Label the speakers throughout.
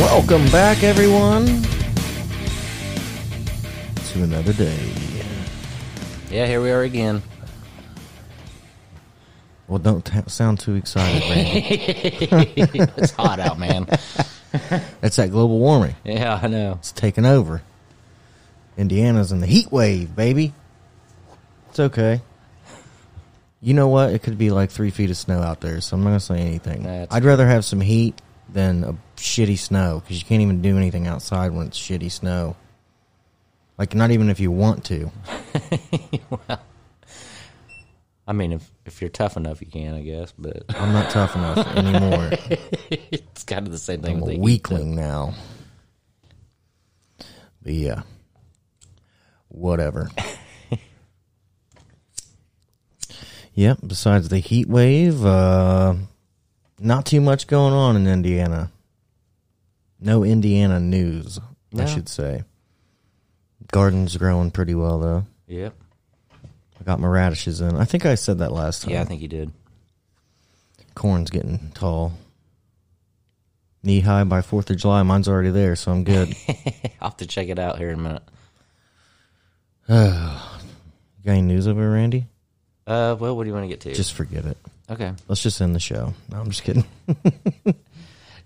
Speaker 1: Welcome back, everyone, to another day.
Speaker 2: Yeah, here we are again.
Speaker 1: Well, don't t- sound too excited, Randy.
Speaker 2: it's hot out, man.
Speaker 1: That's that global warming.
Speaker 2: Yeah, I know.
Speaker 1: It's taking over. Indiana's in the heat wave, baby. It's okay. You know what? It could be like three feet of snow out there, so I'm not gonna say anything.
Speaker 2: That's-
Speaker 1: I'd rather have some heat than a shitty snow because you can't even do anything outside when it's shitty snow. Like not even if you want to.
Speaker 2: I mean, if if you're tough enough, you can, I guess. But
Speaker 1: I'm not tough enough anymore.
Speaker 2: it's kind of the same thing.
Speaker 1: I'm
Speaker 2: with the
Speaker 1: a
Speaker 2: heat,
Speaker 1: weakling now. But yeah. Whatever. yep, besides the heat wave, uh not too much going on in Indiana. No Indiana news, I
Speaker 2: No.
Speaker 1: should say. Garden's growing pretty well though.
Speaker 2: though. Yep.
Speaker 1: I got my radishes in. I think I said that last time.
Speaker 2: Yeah, I think you did.
Speaker 1: Corn's getting tall. Knee high by 4th of July. Mine's already there, so I'm good.
Speaker 2: I'll have to check it out here in a minute.
Speaker 1: Got any news over Randy?
Speaker 2: Uh, well, what do you want to get to?
Speaker 1: Just forget it.
Speaker 2: okay.
Speaker 1: Let's just end the show. No, I'm just kidding.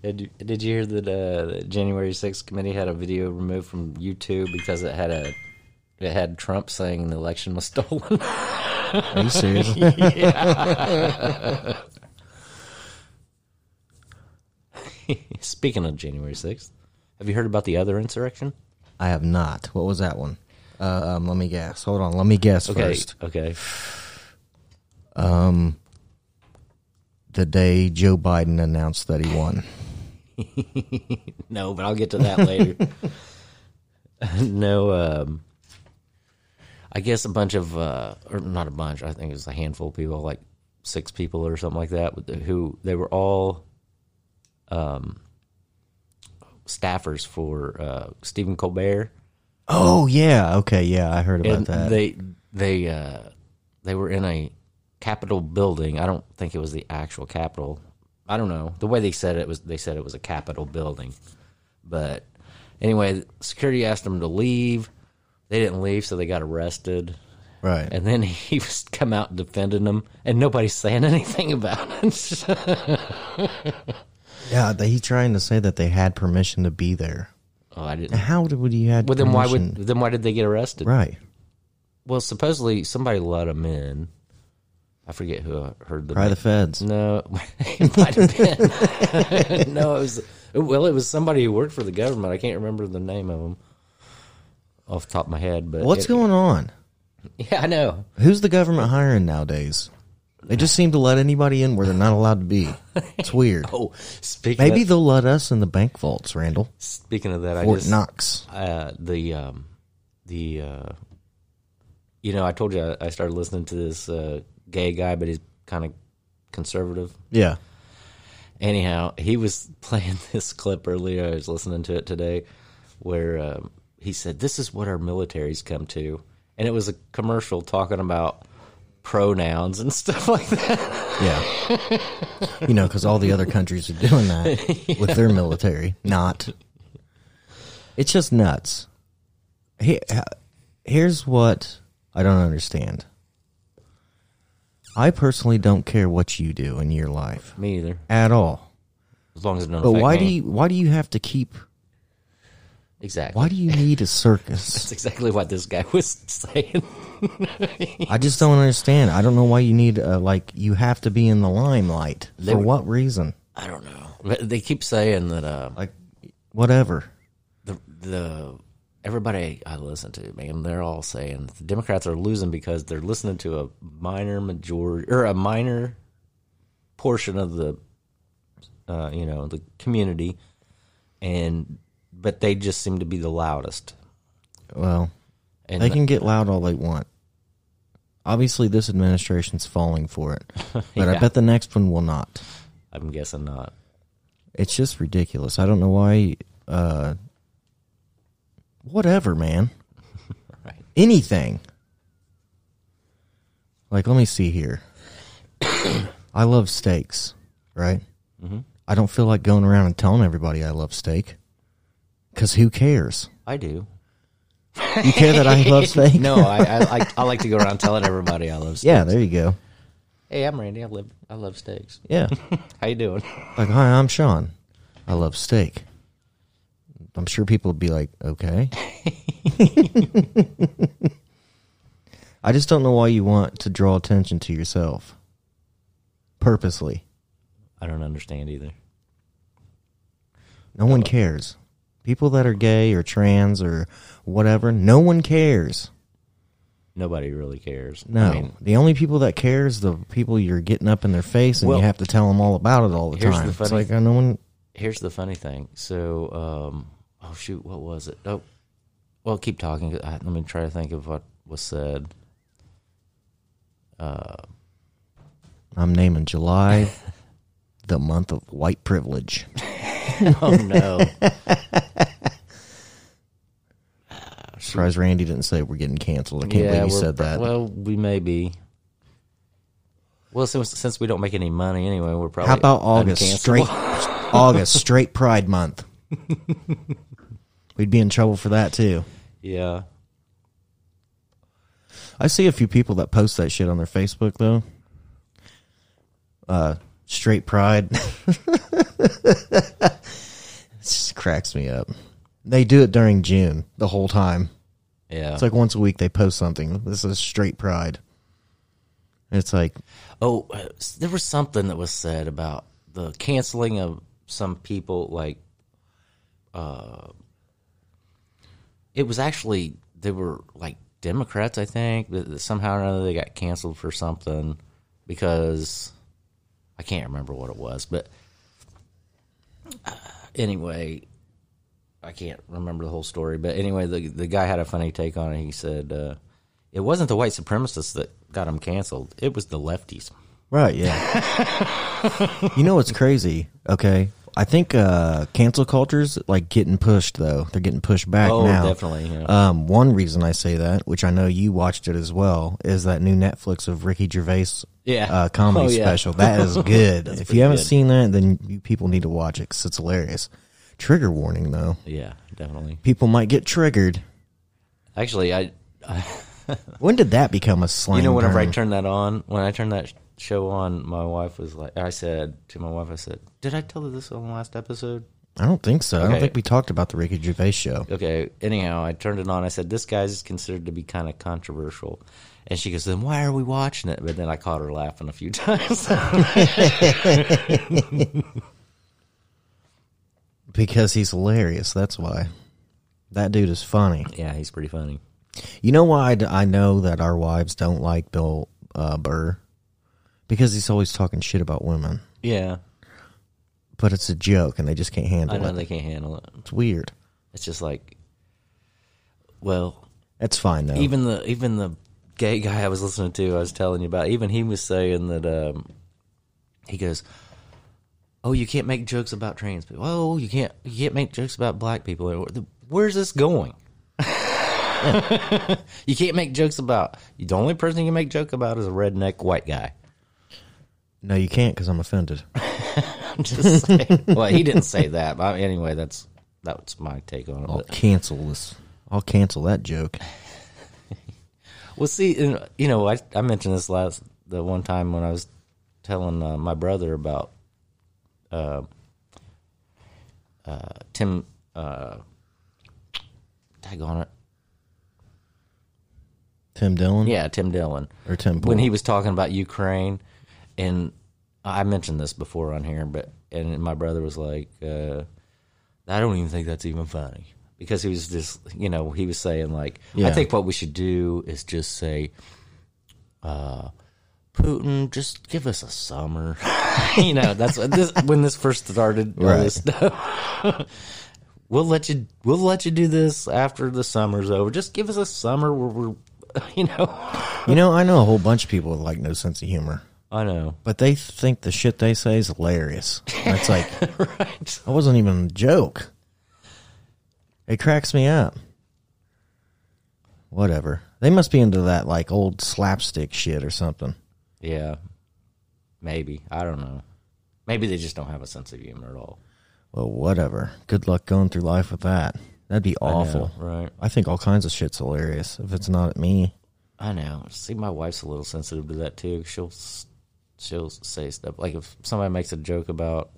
Speaker 2: Did you, Uh, did you hear that uh, the January 6th committee had a video removed from YouTube because it had a it had Trump saying the election was stolen?
Speaker 1: Are you serious?
Speaker 2: Speaking of January 6th, have you heard about the other insurrection?
Speaker 1: I have not. What was that one? Uh, um, let me guess. Hold on. Let me guess
Speaker 2: Okay.
Speaker 1: first.
Speaker 2: Okay.
Speaker 1: The day Joe Biden announced that he won.
Speaker 2: No, but I'll get to that later. no, um, I guess a bunch of, uh, or not a bunch, I think it was a handful of people, like six people or something like that, with the- who they were all um, staffers for uh, Stephen Colbert.
Speaker 1: Oh yeah. Okay. Yeah, I heard about
Speaker 2: and
Speaker 1: that.
Speaker 2: they they uh, they were in a Capitol building. I don't think it was the actual Capitol. I don't know the way they said it was. They said it was a Capitol building, but anyway, security asked them to leave. They didn't leave, so they got arrested.
Speaker 1: right.
Speaker 2: And then he was come out defending them, and nobody's saying anything about it.
Speaker 1: yeah. They, he trying to say that they had permission to be there.
Speaker 2: oh, I didn't.
Speaker 1: How did would he had?
Speaker 2: Well, then why
Speaker 1: permission?
Speaker 2: would then why did they get arrested?
Speaker 1: right?
Speaker 2: Well, supposedly somebody let them in. I forget who I heard the
Speaker 1: By the feds.
Speaker 2: No, it might have been. no, it was. Well, it was somebody who worked for the government. I can't remember the name of them off the top of my head. But
Speaker 1: What's
Speaker 2: it-
Speaker 1: going on?
Speaker 2: Yeah, I know.
Speaker 1: Who's the government hiring nowadays? They just seem to let anybody in where they're not allowed to be. It's weird.
Speaker 2: Oh, speaking
Speaker 1: Maybe
Speaker 2: of,
Speaker 1: they'll let us in the bank vaults, Randall.
Speaker 2: speaking of that, I
Speaker 1: Fort
Speaker 2: just
Speaker 1: Knox.
Speaker 2: uh, the um, the uh, you know I told you I, I started listening to this uh, gay guy, but he's kind of conservative.
Speaker 1: Yeah.
Speaker 2: Anyhow, he was playing this clip earlier. I was listening to it today, where um, he said, "This is what our militaries come to," and it was a commercial talking about pronouns and stuff like that.
Speaker 1: Yeah. you know, because all the other countries are doing that with their military. Not. It's just nuts. He- uh, Here's what I don't understand. I personally don't care what you do in your life
Speaker 2: Me either,
Speaker 1: at all.
Speaker 2: as long as it don't.
Speaker 1: But
Speaker 2: affect
Speaker 1: why
Speaker 2: me.
Speaker 1: do you why do you have to keep
Speaker 2: exactly?
Speaker 1: why do you need a circus?
Speaker 2: That's exactly what this guy was saying.
Speaker 1: I just don't understand. I don't know why you need uh, like you have to be in the limelight. For what reason?
Speaker 2: I don't know. But They keep saying that uh,
Speaker 1: Like whatever.
Speaker 2: the the everybody I listen to, man, they're all saying the Democrats are losing because they're listening to a minor majority or a minor portion of the uh, you know the community, and but they just seem to be the loudest.
Speaker 1: Well,
Speaker 2: And
Speaker 1: they can get loud all they want. Obviously, this administration's falling for it, but I
Speaker 2: Yeah.
Speaker 1: bet the next one will not.
Speaker 2: I'm guessing not.
Speaker 1: It's just ridiculous. I don't know why. Uh, whatever, man.
Speaker 2: Right.
Speaker 1: Anything. Like, let me see here. I love steaks, right?
Speaker 2: Mm-hmm.
Speaker 1: I don't feel like going around and telling everybody I love steak because who cares?
Speaker 2: I do.
Speaker 1: You care that I love steak?
Speaker 2: No, I, I like I like to go around telling everybody I love steaks.
Speaker 1: Yeah, there you go.
Speaker 2: Hey, I'm Randy. I love I love steaks.
Speaker 1: Yeah.
Speaker 2: How you doing?
Speaker 1: Like, hi, I'm Sean. I love steak. I'm sure people would be like, okay. I just don't know why you want to draw attention to yourself purposely.
Speaker 2: I don't understand either.
Speaker 1: No one cares. People that are gay or trans or whatever, no one cares.
Speaker 2: Nobody really cares.
Speaker 1: No.
Speaker 2: I mean,
Speaker 1: the only people that care is the people you're getting up in their face and
Speaker 2: Well,
Speaker 1: you have to tell them all about it all the
Speaker 2: here's
Speaker 1: time.
Speaker 2: the
Speaker 1: it's
Speaker 2: funny-
Speaker 1: like, oh, no one.
Speaker 2: here's the funny thing. So, um, oh shoot, what was it? Oh, well, keep talking. I, let me try to think of what was said.
Speaker 1: I'm naming July the month of white privilege.
Speaker 2: Oh no,
Speaker 1: Surprised Randy didn't say we're getting canceled. I can't believe you
Speaker 2: we're-
Speaker 1: said that.
Speaker 2: Well, we may be. Well, since since we don't make any money anyway, we're probably
Speaker 1: How about August
Speaker 2: uncancelable.
Speaker 1: straight? August straight Pride Month. We'd be in trouble for that too.
Speaker 2: Yeah,
Speaker 1: I see a few people that post that shit on their Facebook though. Uh, straight Pride. it just cracks me up. They do it during June the whole time.
Speaker 2: yeah.
Speaker 1: It's like once a week they post something. This is straight Pride. And it's like
Speaker 2: Oh, uh, s- there was something that was said about the canceling of some people. Like, uh, it was actually they were like Democrats, I think. That, that somehow or another they got canceled for something because I can't remember what it was. But uh, anyway, I can't remember the whole story, but anyway, the the guy had a funny take on it. He said uh, it wasn't the white supremacists that got him canceled; it was the lefties.
Speaker 1: Right, yeah. you know what's crazy? Okay. I think uh cancel culture's like getting pushed though. They're getting pushed back
Speaker 2: Oh,
Speaker 1: now.
Speaker 2: definitely, yeah.
Speaker 1: Um one reason I say that, which I know you watched it as well, is that new Netflix of Ricky Gervais
Speaker 2: Yeah.
Speaker 1: uh comedy
Speaker 2: Oh, yeah.
Speaker 1: special. That is good. if you haven't
Speaker 2: good.
Speaker 1: seen that, then you people need to watch it cuz it's hilarious. Trigger warning though.
Speaker 2: Yeah, definitely.
Speaker 1: People might get triggered.
Speaker 2: Actually, I
Speaker 1: When did that become a slang?
Speaker 2: you know whenever I
Speaker 1: term?
Speaker 2: turned that on, when I turned that sh- show on, my wife was like, I said to my wife, I said, "Did I tell her this on the last episode?"
Speaker 1: I don't think so. I don't
Speaker 2: Okay.
Speaker 1: think we talked about the Ricky Gervais show.
Speaker 2: Okay. Anyhow, I turned it on. I said, "This guy's considered to be kind of controversial," and she goes, "Then why are we watching it?" But then I caught her laughing a few times.
Speaker 1: Because he's hilarious. That's why. That dude is funny.
Speaker 2: yeah, he's pretty funny.
Speaker 1: You know why I d- I know that our wives don't like Bill uh, Burr? Because he's always talking shit about women.
Speaker 2: Yeah,
Speaker 1: But it's a joke and they just can't
Speaker 2: I
Speaker 1: handle
Speaker 2: know
Speaker 1: it.
Speaker 2: they can't handle it.
Speaker 1: It's weird.
Speaker 2: It's just like, well,
Speaker 1: It's fine though.
Speaker 2: even the even the gay guy I was listening to, I was telling you about, even he was saying that um, he goes, "Oh, you can't make jokes about trans people. Oh, you can't you can't make jokes about black people. Where's this going?" you can't make jokes about. The only person you can make joke about is a redneck white guy.
Speaker 1: no, you can't because I'm offended.
Speaker 2: I'm just saying. well, he didn't say that, but anyway, that's that's my take on it.
Speaker 1: I'll cancel this. I'll cancel that joke.
Speaker 2: Well, see, and, you know, I I mentioned this last the one time when I was telling uh, my brother about uh, uh, Tim. Uh, tag on it,
Speaker 1: Tim Dillon?
Speaker 2: yeah, Tim Dillon.
Speaker 1: Or Tim Pool?
Speaker 2: When he was talking about Ukraine, and I mentioned this before on here, but and my brother was like, uh, "I don't even think that's even funny." Because he was just, you know, he was saying like,
Speaker 1: Yeah.
Speaker 2: "I think what we should do is just say, uh, Putin, just give us a summer. you know, that's what this, when this first started. All
Speaker 1: Right.
Speaker 2: this stuff. we'll let you we'll let you do this after the summer's over. Just give us a summer where we're, you know.
Speaker 1: You know, I know a whole bunch of people with like no sense of humor,
Speaker 2: I know,
Speaker 1: but they think the shit they say is hilarious. And it's like
Speaker 2: right?
Speaker 1: that wasn't even a joke. It cracks me up. Whatever. They must be into that like old slapstick shit or something.
Speaker 2: Yeah, maybe I don't know. Maybe they just don't have a sense of humor at all.
Speaker 1: Well, whatever. Good luck going through life with that. That'd be awful.
Speaker 2: Yeah, right?
Speaker 1: I think all kinds of shit's hilarious if it's not at me.
Speaker 2: I know. See, my wife's a little sensitive to that too. She'll s- she'll say stuff like if somebody makes a joke about,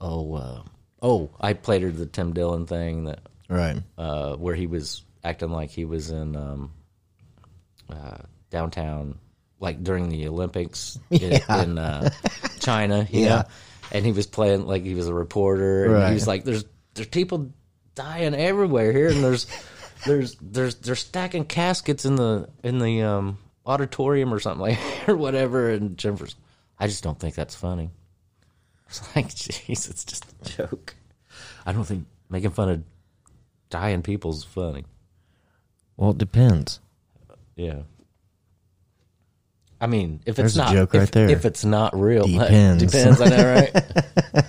Speaker 2: oh, uh, oh, I played her the Tim Dillon thing that
Speaker 1: Right.
Speaker 2: uh, where he was acting like he was in um, uh, downtown, like during the Olympics in, in uh, China. You
Speaker 1: Yeah.
Speaker 2: know? and he was playing like he was a reporter, and
Speaker 1: Right.
Speaker 2: he was like, "There's there's people dying everywhere here, and there's there's there's they're stacking caskets in the in the um, auditorium or something like or whatever." And Jennifer's, I just don't think that's funny. It's like, jeez, it's just a joke. I don't think making fun of dying people's funny.
Speaker 1: Well, it depends.
Speaker 2: Yeah. I mean, if
Speaker 1: There's
Speaker 2: it's
Speaker 1: a
Speaker 2: not
Speaker 1: joke
Speaker 2: if,
Speaker 1: right there.
Speaker 2: if it's not real, like,
Speaker 1: Depends.
Speaker 2: depends. I know, right?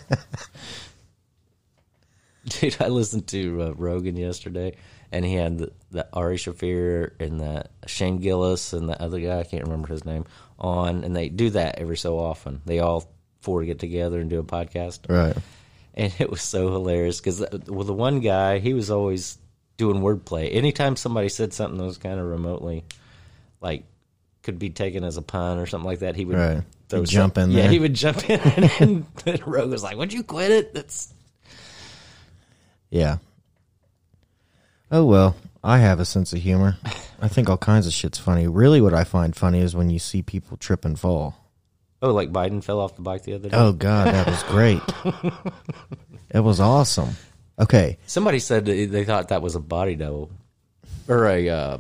Speaker 2: Dude, I listened to uh, Rogan yesterday, and he had the, the Ari Shafir and the Shane Gillis and the other guy I can't remember his name on, and they do that every so often. They all four get together and do a podcast
Speaker 1: Right.
Speaker 2: and it was so hilarious because well, the one guy he was always doing wordplay. Anytime somebody said something that was kind of remotely like could be taken as a pun or something like that, he would
Speaker 1: Right. He'd
Speaker 2: some-
Speaker 1: jump in
Speaker 2: Yeah,
Speaker 1: there.
Speaker 2: he would jump in, and, and Rogue was like, "Would you quit it?" That's
Speaker 1: Yeah. Oh well, I have a sense of humor. I think all kinds of shit's funny. Really what I find funny is when you see people trip and fall.
Speaker 2: oh, like Biden fell off the bike the other day.
Speaker 1: Oh god, that was great. it was awesome. Okay.
Speaker 2: Somebody said that they thought that was a body double or a, uh,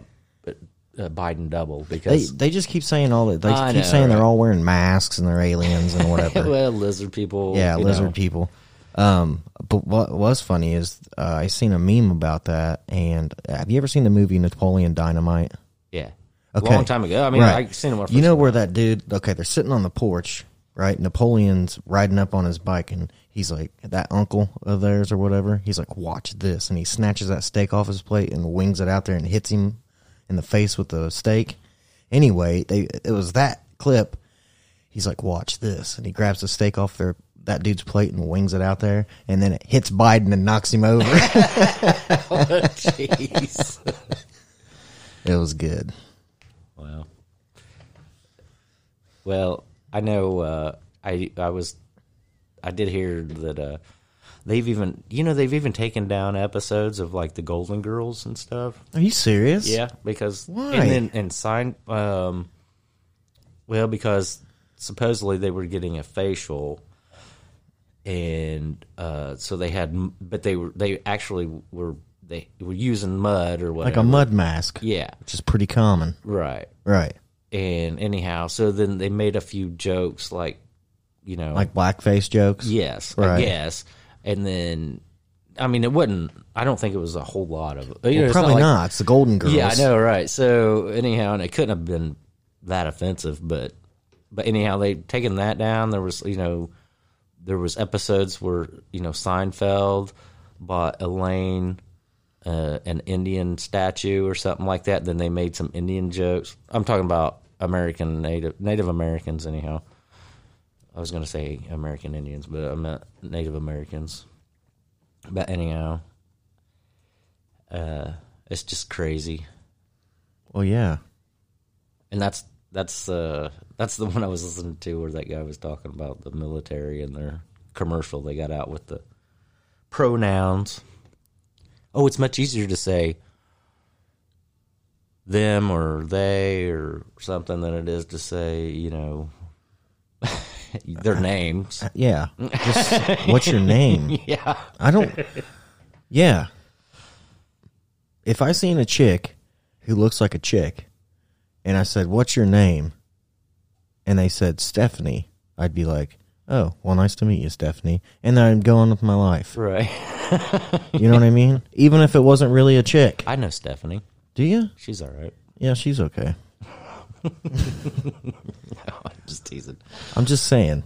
Speaker 2: a Biden double
Speaker 1: They
Speaker 2: because
Speaker 1: they just keep saying all that they
Speaker 2: I
Speaker 1: keep
Speaker 2: know,
Speaker 1: saying they're
Speaker 2: right.
Speaker 1: all wearing masks and they're aliens and whatever.
Speaker 2: well, lizard people,
Speaker 1: Yeah,
Speaker 2: you
Speaker 1: lizard
Speaker 2: know.
Speaker 1: people. Um, but what was funny is uh, I seen a meme about that. And uh, have you ever seen the movie Napoleon Dynamite?
Speaker 2: yeah,
Speaker 1: Okay.
Speaker 2: long time ago. I mean, I seen them. when I
Speaker 1: You
Speaker 2: first
Speaker 1: know where that dude? Okay, they're sitting on the porch, right? Napoleon's riding up on his bike, and he's like that uncle of theirs or whatever. He's like, "Watch this!" And he snatches that steak off his plate and wings it out there and hits him in the face with the steak. Anyway, they it was that clip. He's like, "Watch this!" And he grabs the steak off their that dude's plate and wings it out there, and then it hits Biden and knocks him over.
Speaker 2: Oh, Jeez.
Speaker 1: it was good.
Speaker 2: wow. Well, I know. Uh, I I was, I did hear that uh, they've even you know they've even taken down episodes of like the Golden Girls and stuff.
Speaker 1: Are you serious?
Speaker 2: Yeah, because
Speaker 1: Why?
Speaker 2: and then and sign um, well because supposedly they were getting a facial, and uh, so they had m- but they were they actually were they were using mud or
Speaker 1: like
Speaker 2: whatever.
Speaker 1: a mud mask,
Speaker 2: yeah,
Speaker 1: which is pretty common,
Speaker 2: right.
Speaker 1: right?
Speaker 2: and anyhow, so then they made a few jokes like, you know,
Speaker 1: Like blackface jokes.
Speaker 2: yes,
Speaker 1: Right.
Speaker 2: I guess, and then, I mean, it wasn't. I don't think it was a whole lot of. You know,
Speaker 1: Well,
Speaker 2: it's
Speaker 1: probably not,
Speaker 2: like-
Speaker 1: It's the Golden Girls.
Speaker 2: Yeah, I know, right? So anyhow, and it couldn't have been that offensive, but but anyhow, they taken that down. There was you know, there was episodes where you know Seinfeld bought Elaine. Uh, an Indian statue or something like that. Then they made some Indian jokes. I'm talking about American Native Native Americans, anyhow. I was going to say American Indians, but I meant Native Americans. But anyhow, uh, it's just crazy.
Speaker 1: Well, yeah.
Speaker 2: and that's that's uh that's the one I was listening to where that guy was talking about the military and their commercial they got out with the pronouns. Oh, it's much easier to say them or they or something than it is to say you know their names.
Speaker 1: Yeah. Just, what's your name?
Speaker 2: Yeah,
Speaker 1: I don't. Yeah. If I seen a chick who looks like a chick and I said, What's your name? And they said, Stephanie, I'd be like, oh, well, nice to meet you, Stephanie. And then I'd go on with my life.
Speaker 2: Right.
Speaker 1: You know what I mean? Even if it wasn't really a chick.
Speaker 2: I know Stephanie.
Speaker 1: Do you?
Speaker 2: She's all right.
Speaker 1: Yeah, she's okay.
Speaker 2: I'm just teasing.
Speaker 1: I'm just saying.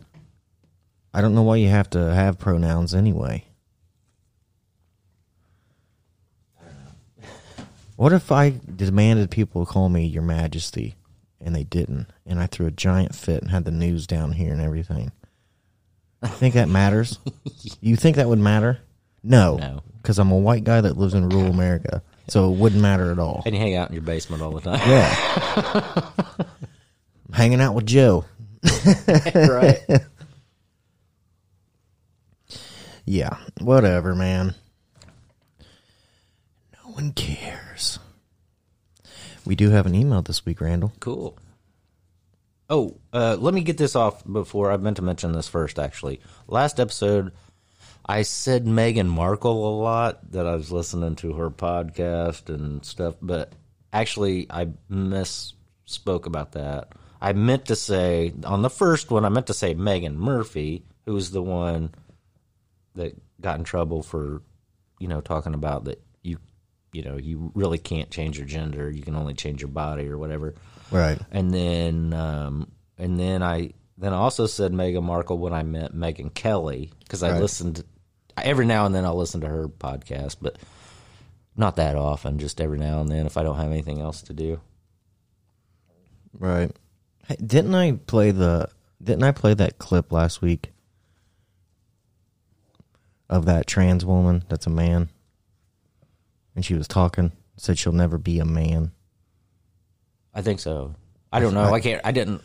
Speaker 1: I don't know why you have to have pronouns anyway. What if I demanded people call me Your Majesty and they didn't, and I threw a giant fit and had the news down here and everything? You think that matters? you think that would matter? No.
Speaker 2: No.
Speaker 1: Because I'm a white guy that lives in rural America, so it wouldn't matter at all.
Speaker 2: And you hang out in your basement all the time.
Speaker 1: Yeah. I'm hanging out with Joe.
Speaker 2: right.
Speaker 1: Yeah, whatever, man. No one cares. We do have an email this week, Randall.
Speaker 2: Cool. Oh, uh, let me get this off before I meant to mention this first. Actually, last episode, I said Meghan Markle a lot that I was listening to her podcast and stuff, but actually, I misspoke about that. I meant to say on the first one, I meant to say Megan Murphy, who was the one that got in trouble for, you know, talking about that you, you know, you really can't change your gender, you can only change your body or whatever
Speaker 1: Right.
Speaker 2: and then um, and then I then I also said Meghan Markle when I met Megan Kelly because I listened every now and then I'll listen to her podcast, but not that often. Just every now and then if I don't have anything else to do.
Speaker 1: Right. Hey, didn't I play the didn't I play that clip last week of that trans woman that's a man? And she was talking, said she'll never be a man.
Speaker 2: I think so. I don't know. I can't. I didn't.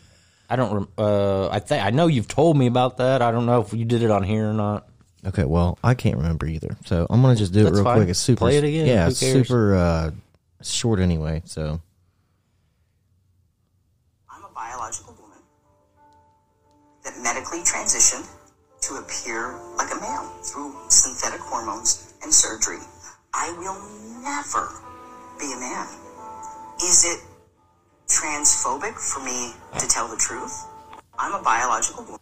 Speaker 2: I don't. rem- Uh, I think I know you've told me about that. I don't know if you did it on here or not.
Speaker 1: Okay, well, I can't remember either. So I'm gonna just do it
Speaker 2: That's
Speaker 1: real
Speaker 2: fine.
Speaker 1: quick. It's super
Speaker 2: Play it again.
Speaker 1: Yeah,
Speaker 2: Who
Speaker 1: it's
Speaker 2: cares?
Speaker 1: super uh short anyway, so
Speaker 3: I'm a biological woman that medically transitioned to appear like a male through synthetic hormones and surgery. I will never be a man. Is it transphobic for me to tell the truth? I'm a biological woman.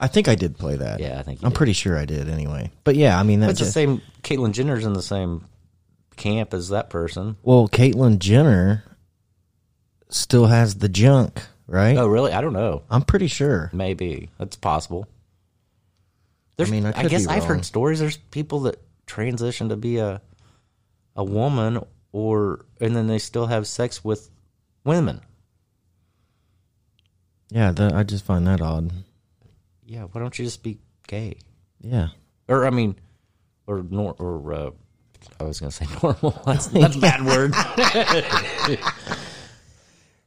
Speaker 1: I think I did play that.
Speaker 2: Yeah, I think you
Speaker 1: I'm
Speaker 2: did.
Speaker 1: pretty sure I did anyway. But yeah, I mean that's
Speaker 2: It's the
Speaker 1: just,
Speaker 2: same. Caitlyn Jenner's in the same camp as that person.
Speaker 1: well, Caitlyn Jenner still has the junk, right?
Speaker 2: Oh, really? I don't know.
Speaker 1: I'm pretty sure.
Speaker 2: Maybe that's possible. There's, I
Speaker 1: mean, I could
Speaker 2: guess
Speaker 1: be
Speaker 2: I've
Speaker 1: wrong.
Speaker 2: heard stories. There's people that transition to be a a woman, or and then they still have sex with women.
Speaker 1: Yeah, that, I just find that odd.
Speaker 2: Yeah, why don't you just be gay?
Speaker 1: Yeah.
Speaker 2: Or I mean, or nor or uh, I was gonna say normal. That's, that's a bad word.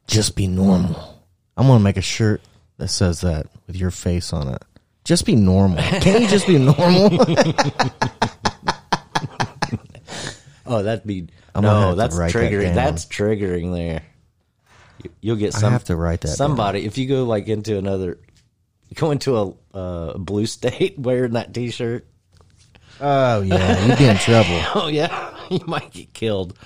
Speaker 1: Just be normal. I'm gonna make a shirt that says that with your face on it. Just be normal. Can't you just be normal?
Speaker 2: Oh, that'd be
Speaker 1: I'm gonna have
Speaker 2: no.
Speaker 1: to
Speaker 2: That's
Speaker 1: write that
Speaker 2: triggering.
Speaker 1: down.
Speaker 2: that's triggering. There, You- you'll get some.
Speaker 1: have to write that down.
Speaker 2: Somebody, if you go like into another, go into a uh, blue state wearing that T-shirt.
Speaker 1: oh yeah, you'd be in trouble.
Speaker 2: Oh yeah, you might get killed.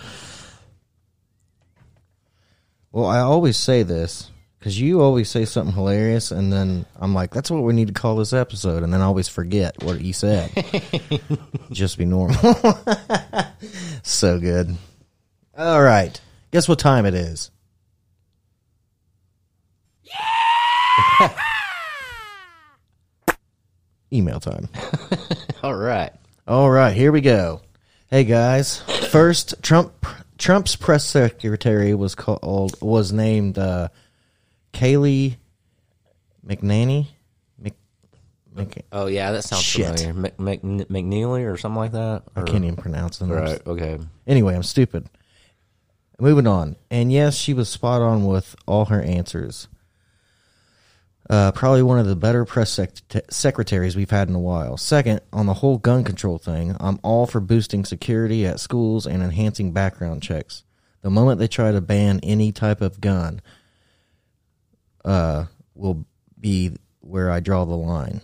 Speaker 1: Well, I always say this because you always say something hilarious, and then I'm like, "That's what we need to call this episode," and then I always forget what you said. Just be normal. so good. All right, guess what time it is? Email time.
Speaker 2: All right.
Speaker 1: All right, here we go. Hey guys, first Trump Trump's press secretary was called was named uh, Kaylee McNanny. Mc, Mc,
Speaker 2: Oh yeah, that sounds
Speaker 1: Shit.
Speaker 2: familiar. Mc, Mc, McNeely or something like that.
Speaker 1: I
Speaker 2: Or-
Speaker 1: can't even pronounce it. I'm
Speaker 2: Right. Okay.
Speaker 1: Anyway, I'm stupid. Moving on. And yes, she was spot on with all her answers. Uh, probably one of the better press sec- secretaries we've had in a while. Second, on the whole gun control thing, I'm all for boosting security at schools and enhancing background checks. The moment they try to ban any type of gun, uh, will be where I draw the line.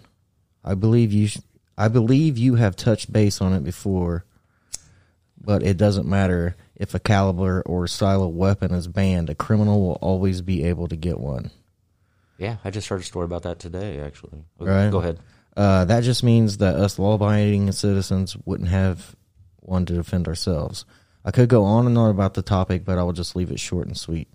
Speaker 1: I believe you. Sh- I believe you have touched base on it before, but it doesn't matter if a caliber or style of weapon is banned. A criminal will always be able to get one.
Speaker 2: Yeah, I just heard a story about that today, actually.
Speaker 1: Right.
Speaker 2: Go ahead.
Speaker 1: Uh, that just means that us law-abiding citizens wouldn't have one to defend ourselves. I could go on and on about the topic, but I will just leave it short and sweet.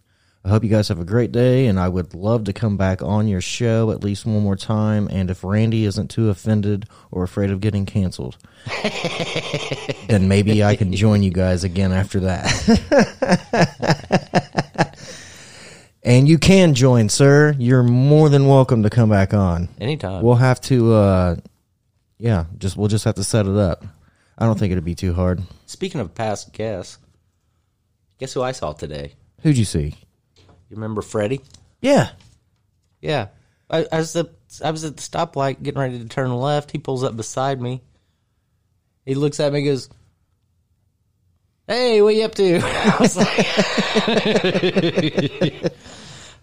Speaker 1: I hope you guys have a great day, and I would love to come back on your show at least one more time. And if Randy isn't too offended or afraid of getting canceled, then maybe I can join you guys again after that. and you can join, sir. You're more than welcome to come back on.
Speaker 2: Anytime.
Speaker 1: We'll have to, uh, yeah, just we'll just have to set it up. I don't think it'd be too hard.
Speaker 2: Speaking of past guests, guess who I saw today?
Speaker 1: Who'd you see?
Speaker 2: You remember Freddie?
Speaker 1: Yeah,
Speaker 2: Yeah. I, I was the I was at the stoplight getting ready to turn left. He pulls up beside me. He looks at me and goes, Hey, what you up to? I was like,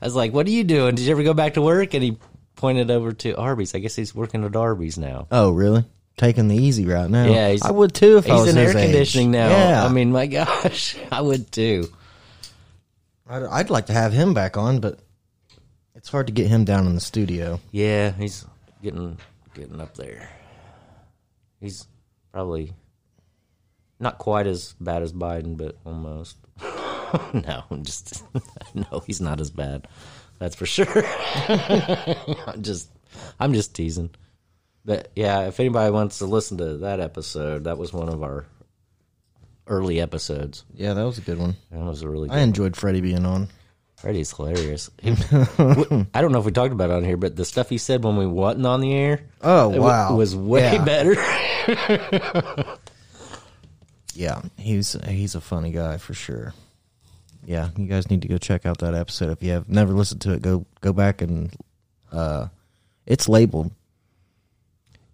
Speaker 2: I was like, What are you doing? Did you ever go back to work? And he pointed over to Arby's. I guess he's working at Arby's now.
Speaker 1: Oh, really? Taking the easy route now.
Speaker 2: Yeah, he's-
Speaker 1: I would too if I
Speaker 2: He's
Speaker 1: was
Speaker 2: in air
Speaker 1: Oh, his age.
Speaker 2: conditioning now.
Speaker 1: Yeah,
Speaker 2: I mean, my gosh, I would too.
Speaker 1: I'd, I'd like to have him back on, but it's hard to get him down in the studio.
Speaker 2: Yeah, he's getting getting up there. He's probably not quite as bad as Biden, but almost. no, I'm just no, he's not as bad. That's for sure. I'm just I'm just teasing. But yeah, if anybody wants to listen to that episode, that was one of our early episodes.
Speaker 1: Yeah, that was a good one.
Speaker 2: That was a really good
Speaker 1: I enjoyed Freddie being on.
Speaker 2: Freddie's hilarious. He- w- I don't know if we talked about it on here, but the stuff he said when we wasn't on the air.
Speaker 1: Oh,
Speaker 2: w-
Speaker 1: wow.
Speaker 2: was way
Speaker 1: Yeah.
Speaker 2: better.
Speaker 1: Yeah, he's he's a funny guy for sure. Yeah, you guys need to go check out that episode if you have never listened to it. Go go back and uh, it's labeled.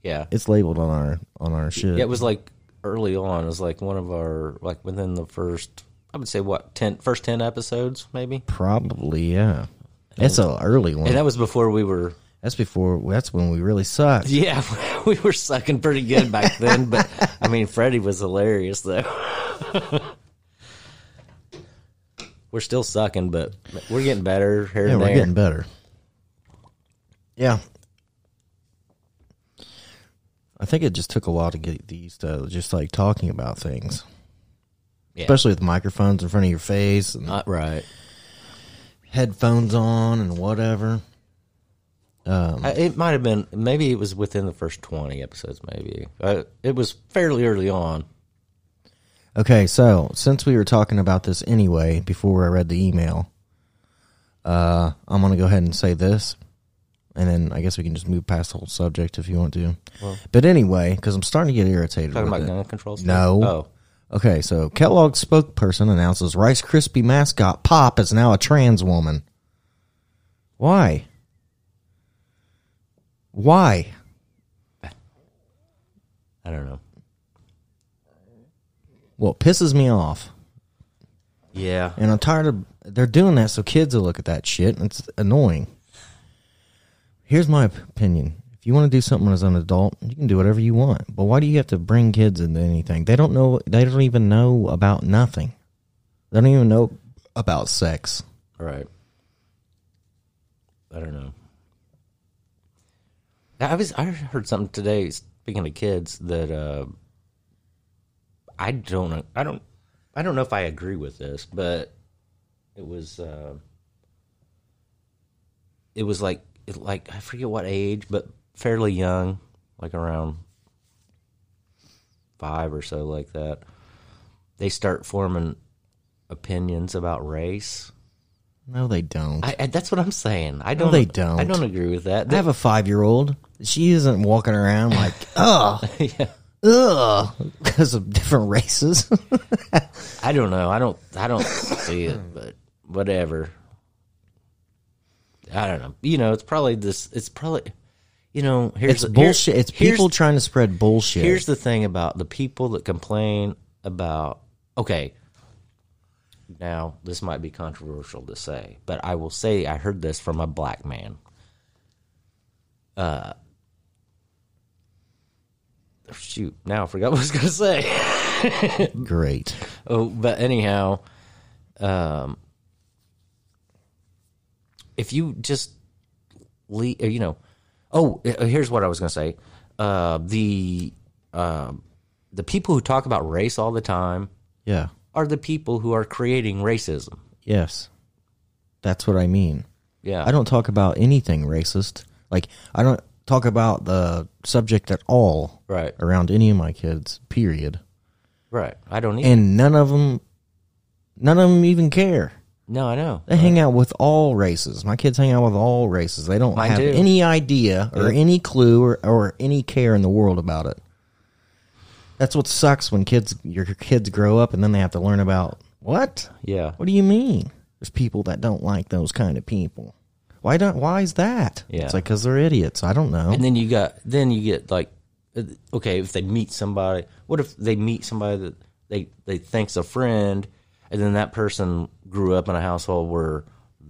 Speaker 2: yeah.
Speaker 1: It's labeled on our on our shit.
Speaker 2: yeah, it was like early on. It was like one of our like within the first, I would say what ten first ten episodes maybe,
Speaker 1: Probably yeah. That's an early one.
Speaker 2: and that was before we were.
Speaker 1: that's before. That's when we really sucked.
Speaker 2: Yeah, we were sucking pretty good back then. But I mean, Freddie was hilarious though. we're still sucking, but we're getting better here
Speaker 1: Yeah,
Speaker 2: and
Speaker 1: we're
Speaker 2: there.
Speaker 1: getting better. Yeah. I think it just took a while to get used to just like talking about things,
Speaker 2: Yeah.
Speaker 1: especially with microphones in front of your face and
Speaker 2: Not right.
Speaker 1: headphones on and whatever.
Speaker 2: I, it might have been maybe it was within the first 20 episodes maybe uh, it was fairly early on
Speaker 1: Okay, so since we were talking about this anyway before I read the email, uh, I'm going to go ahead and say this, and then I guess we can just move past the whole subject if you want to. but anyway, because I'm starting to get irritated.
Speaker 2: talking
Speaker 1: with
Speaker 2: about
Speaker 1: it.
Speaker 2: gun control stuff?
Speaker 1: No.
Speaker 2: oh
Speaker 1: Okay, so Kellogg spokesperson announces Rice Krispie mascot Pop is now a trans woman. Why? Why?
Speaker 2: i don't know
Speaker 1: Well, it pisses me off,
Speaker 2: yeah
Speaker 1: and I'm tired of they're doing that so kids will look at that shit. And it's annoying. Here's my opinion: if you want to do something as an adult, you can do whatever you want. But why do you have to bring kids into anything? They don't know. They don't even know about nothing. They don't even know about sex.
Speaker 2: all right i don't know i was i heard something today speaking of kids that uh i don't know i don't i don't know if i agree with this but it was uh it was like it like i forget what age but fairly young like around five or so like that they start forming opinions about race
Speaker 1: No, they don't.
Speaker 2: I, I, that's what I'm saying. I don't.
Speaker 1: they don't.
Speaker 2: I don't agree with that.
Speaker 1: I have a five year old. She isn't walking around like, ugh, ugh, because of different races.
Speaker 2: I don't know. I don't. I don't see it. But whatever. I don't know. You know, it's probably this. It's probably. You know,
Speaker 1: it's
Speaker 2: here's here-
Speaker 1: bullshit. it's
Speaker 2: here's-
Speaker 1: people trying to spread bullshit.
Speaker 2: Here's the thing about the people that complain about. Okay. Now, this might be controversial to say, but I will say I heard this from a black man. Uh, shoot, now I forgot what I was going to say.
Speaker 1: Great.
Speaker 2: Oh, but anyhow, um, if you just le- uh, you know, oh, uh, here's what I was going to say. Uh, the um, the people who talk about race all the time
Speaker 1: Yeah.
Speaker 2: are the people who are creating racism.
Speaker 1: Yes. That's what I mean.
Speaker 2: Yeah,
Speaker 1: I don't talk about anything racist. Like I don't talk about the subject at all
Speaker 2: Right,
Speaker 1: around any of my kids. Period.
Speaker 2: right. I don't e-, even.
Speaker 1: And none of them, none of them even care.
Speaker 2: No, I know.
Speaker 1: They hang out with all races. My kids hang out with all races. They don't
Speaker 2: Mine
Speaker 1: have
Speaker 2: do.
Speaker 1: any idea or any clue or, or any care in the world about it. That's what sucks when kids your kids grow up and then they have to learn about what?
Speaker 2: Yeah,
Speaker 1: What do you mean? There's people that don't like those kind of people. Why don't? Why is that?
Speaker 2: Yeah.
Speaker 1: It's like because they're idiots. I don't know.
Speaker 2: and then you got then you get like, uh, okay, if they meet somebody, what if they meet somebody that they they think's a friend, and then that person grew up in a household where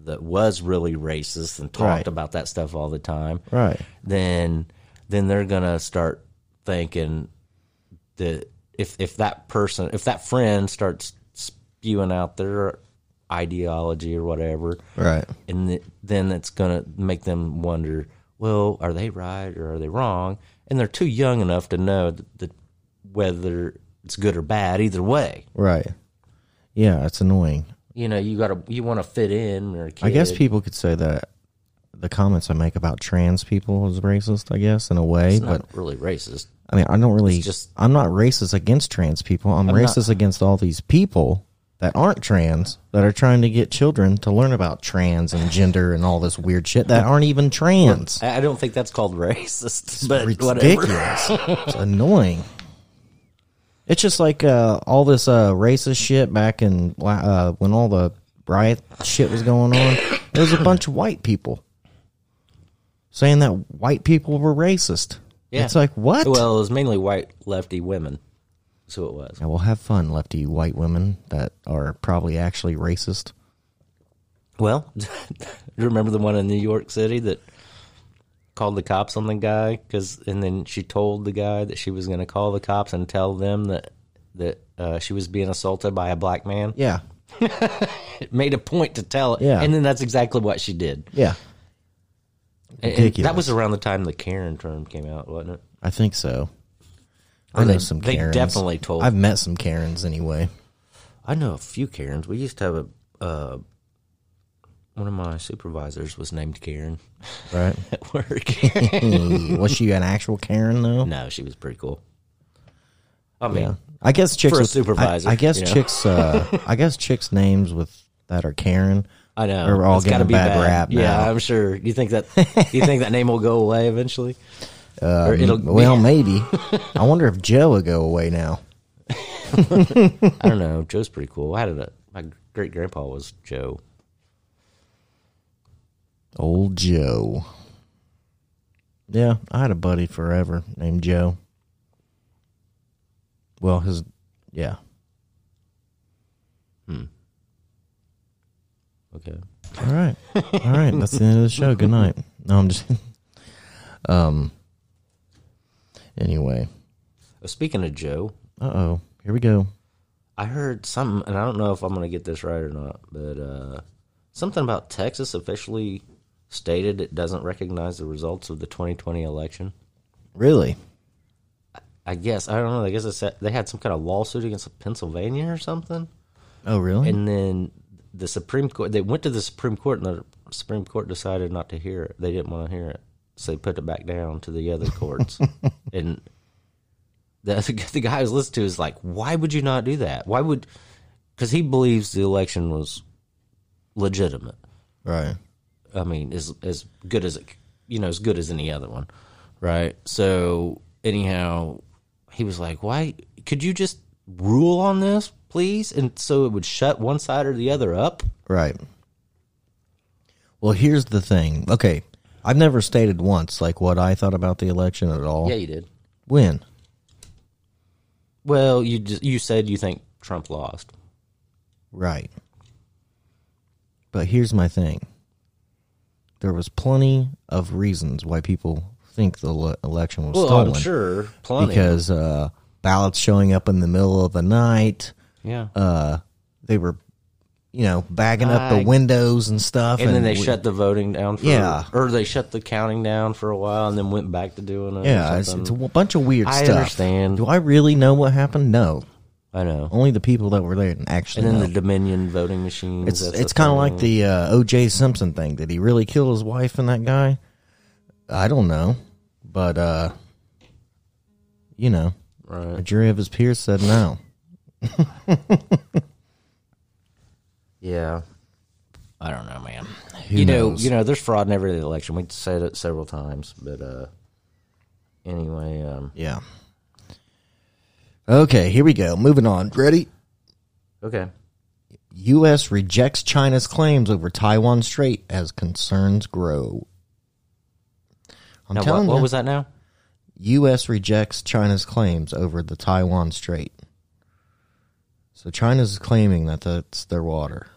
Speaker 2: that was really racist and talked
Speaker 1: Right.
Speaker 2: about that stuff all the time.
Speaker 1: right.
Speaker 2: then then they're gonna start thinking that if if that person if that friend starts spewing out their ideology or whatever
Speaker 1: Right.
Speaker 2: and th- then it's gonna make them wonder well are they right or are they wrong and they're too young enough to know that, that whether it's good or bad either way
Speaker 1: Right. Yeah, it's annoying.
Speaker 2: you know you gotta you want to fit in or
Speaker 1: I guess people could say that the comments I make about trans people is racist. I guess in a way,
Speaker 2: it's
Speaker 1: but
Speaker 2: not really racist
Speaker 1: I mean, I don't really.
Speaker 2: It's just-
Speaker 1: I'm not racist against trans people. I'm, racist against all these people that aren't trans that are trying to get children to learn about trans and gender and all this weird shit that aren't even trans.
Speaker 2: I I don't think that's called racist, but
Speaker 1: It's
Speaker 2: whatever.
Speaker 1: ridiculous. it's annoying. It's just like uh, all this uh, racist shit back in la- uh, when all the riot shit was going on. There was a bunch of white people saying that white people were racist.
Speaker 2: Yeah.
Speaker 1: It's like what?
Speaker 2: Well, it was mainly white lefty women. That's who it was.
Speaker 1: Yeah, well, have fun, lefty white women that are probably actually racist.
Speaker 2: Well, do you remember the one in New York City that called the cops on the guy? Cause, and then she told the guy that she was going to call the cops and tell them that that uh, she was being assaulted by a black man.
Speaker 1: Yeah,
Speaker 2: It made a point to tell it.
Speaker 1: Yeah.
Speaker 2: And then that's exactly what she did.
Speaker 1: yeah,
Speaker 2: And- and
Speaker 1: Ridiculous.
Speaker 2: that was around the time the Karen term came out, wasn't it?
Speaker 1: I think so. I know some
Speaker 2: they
Speaker 1: Karens.
Speaker 2: definitely told-
Speaker 1: I've met some Karens anyway.
Speaker 2: I know a few Karens. We used to have a uh, one of my supervisors was named Karen
Speaker 1: Right?
Speaker 2: at work.
Speaker 1: Hmm, was she an actual Karen though?
Speaker 2: no, she was pretty cool. I mean,
Speaker 1: Yeah. I guess chicks
Speaker 2: For a
Speaker 1: with- I-
Speaker 2: supervisor,
Speaker 1: I, guess
Speaker 2: you know?
Speaker 1: chicks. Uh, I guess chicks' names with that are Karen.
Speaker 2: I know
Speaker 1: They're all
Speaker 2: It's gotta
Speaker 1: getting a bad rap
Speaker 2: Yeah,
Speaker 1: now.
Speaker 2: I'm sure. You think that you think that name will go away eventually? or it'll
Speaker 1: Um, Well, maybe. I wonder if Joe will go away now.
Speaker 2: I don't know. Joe's pretty cool. I had a my great grandpa was Joe.
Speaker 1: Old Joe. Yeah, I had a buddy forever named Joe. Well, his yeah.
Speaker 2: Okay.
Speaker 1: All right, all right. That's the end of the show. Good night. No, I'm just. um. Anyway,
Speaker 2: Uh, Speaking of Joe,
Speaker 1: uh oh, here we go.
Speaker 2: I heard something, and I don't know if I'm going to get this right or not, but uh, something about Texas officially stated it doesn't recognize the results of the 2020 election.
Speaker 1: Really?
Speaker 2: I guess I don't know. I guess it's, they had some kind of lawsuit against Pennsylvania or something,
Speaker 1: Oh, really?
Speaker 2: and then the Supreme Court. They went to the Supreme Court, and the Supreme Court decided not to hear it. They didn't want to hear it, so they put it back down to the other courts. and the the guy I was listening to is like, "Why would you not do that? Why would?" Because he believes the election was legitimate.
Speaker 1: right.
Speaker 2: I mean, as as good as it, you know, as good as any other one, right? So anyhow, he was like, "Why could you just rule on this, please?" And so it would shut one side or the other up.
Speaker 1: Right. Well, here's the thing. Okay, I've never stated once like what I thought about the election at all.
Speaker 2: Yeah, you did.
Speaker 1: When?
Speaker 2: Well, you just, you said you think Trump lost.
Speaker 1: Right. But here's my thing. There was plenty of reasons why people think the le- election was
Speaker 2: Well,
Speaker 1: stolen.
Speaker 2: I'm sure plenty.
Speaker 1: Because uh, ballots showing up in the middle of the night,
Speaker 2: yeah,
Speaker 1: uh, they were, you you know, bagging up the
Speaker 2: Bag.
Speaker 1: windows and stuff.
Speaker 2: And, then they
Speaker 1: we-
Speaker 2: shut the voting down. For,
Speaker 1: Yeah.
Speaker 2: or they shut the counting down for a while, and then went back to doing it. or
Speaker 1: Yeah, it's,
Speaker 2: something.
Speaker 1: it's a w- bunch of weird
Speaker 2: I
Speaker 1: stuff.
Speaker 2: understand.
Speaker 1: Do I really know what happened? No,
Speaker 2: I know.
Speaker 1: only the people that were there actually.
Speaker 2: And then
Speaker 1: know.
Speaker 2: the Dominion voting machines.
Speaker 1: it's
Speaker 2: that's
Speaker 1: it's
Speaker 2: a
Speaker 1: kind of
Speaker 2: thing.
Speaker 1: like the uh, O.J. Simpson thing. Did he really kill his wife and that guy? I don't know, but uh, you know, a
Speaker 2: right.
Speaker 1: jury of his peers said no.
Speaker 2: Yeah. I don't know, man.
Speaker 1: Who
Speaker 2: you
Speaker 1: knows?
Speaker 2: know, you know, there's fraud in every election. We said it several times, but uh anyway, um
Speaker 1: Yeah. Okay, here we go. Moving on. Ready?
Speaker 2: okay.
Speaker 1: U.S. rejects China's claims over Taiwan Strait as concerns grow. I'm
Speaker 2: Now what,
Speaker 1: telling
Speaker 2: what
Speaker 1: you,
Speaker 2: was that now?
Speaker 1: U.S. rejects China's claims over the Taiwan Strait. So China's claiming that that's their water.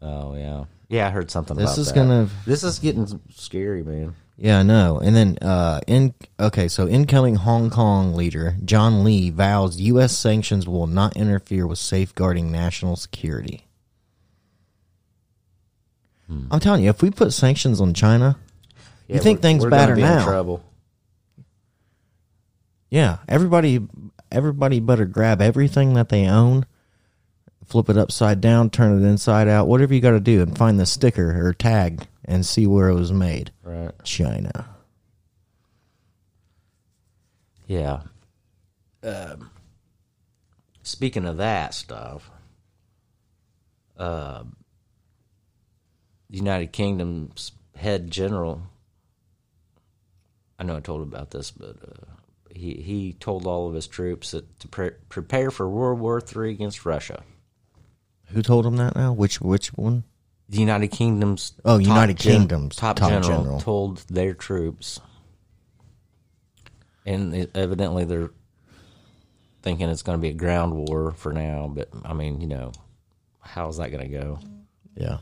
Speaker 2: Oh yeah. Yeah, I heard something
Speaker 1: This
Speaker 2: about
Speaker 1: is
Speaker 2: that.
Speaker 1: gonna-
Speaker 2: This is getting scary, man.
Speaker 1: Yeah, I know. And then uh, in okay, so incoming Hong Kong leader John Lee vows U.S. sanctions will not interfere with safeguarding national security. I'm telling you, if we put sanctions on China, You
Speaker 2: Yeah,
Speaker 1: think
Speaker 2: we're-
Speaker 1: things
Speaker 2: we're gonna
Speaker 1: better
Speaker 2: be
Speaker 1: now.
Speaker 2: In trouble.
Speaker 1: yeah, everybody, everybody better grab everything that they own, flip it upside down, turn it inside out, whatever you got to do, and find the sticker or tag and see where it was made.
Speaker 2: Right.
Speaker 1: China.
Speaker 2: Yeah. Um speaking of that stuff, um the United Kingdom's head general I know I told about this, but uh, he he told all of his troops that to pre- prepare for World War III against Russia.
Speaker 1: Who told him that now? Which which one?
Speaker 2: The United Kingdom's
Speaker 1: Oh,
Speaker 2: top
Speaker 1: United
Speaker 2: gen-
Speaker 1: Kingdom's
Speaker 2: top,
Speaker 1: top
Speaker 2: general,
Speaker 1: general.
Speaker 2: told their troops, and it- evidently they're thinking it's going to be a ground war for now. But I mean, you know, how's that going to go?
Speaker 1: Yeah.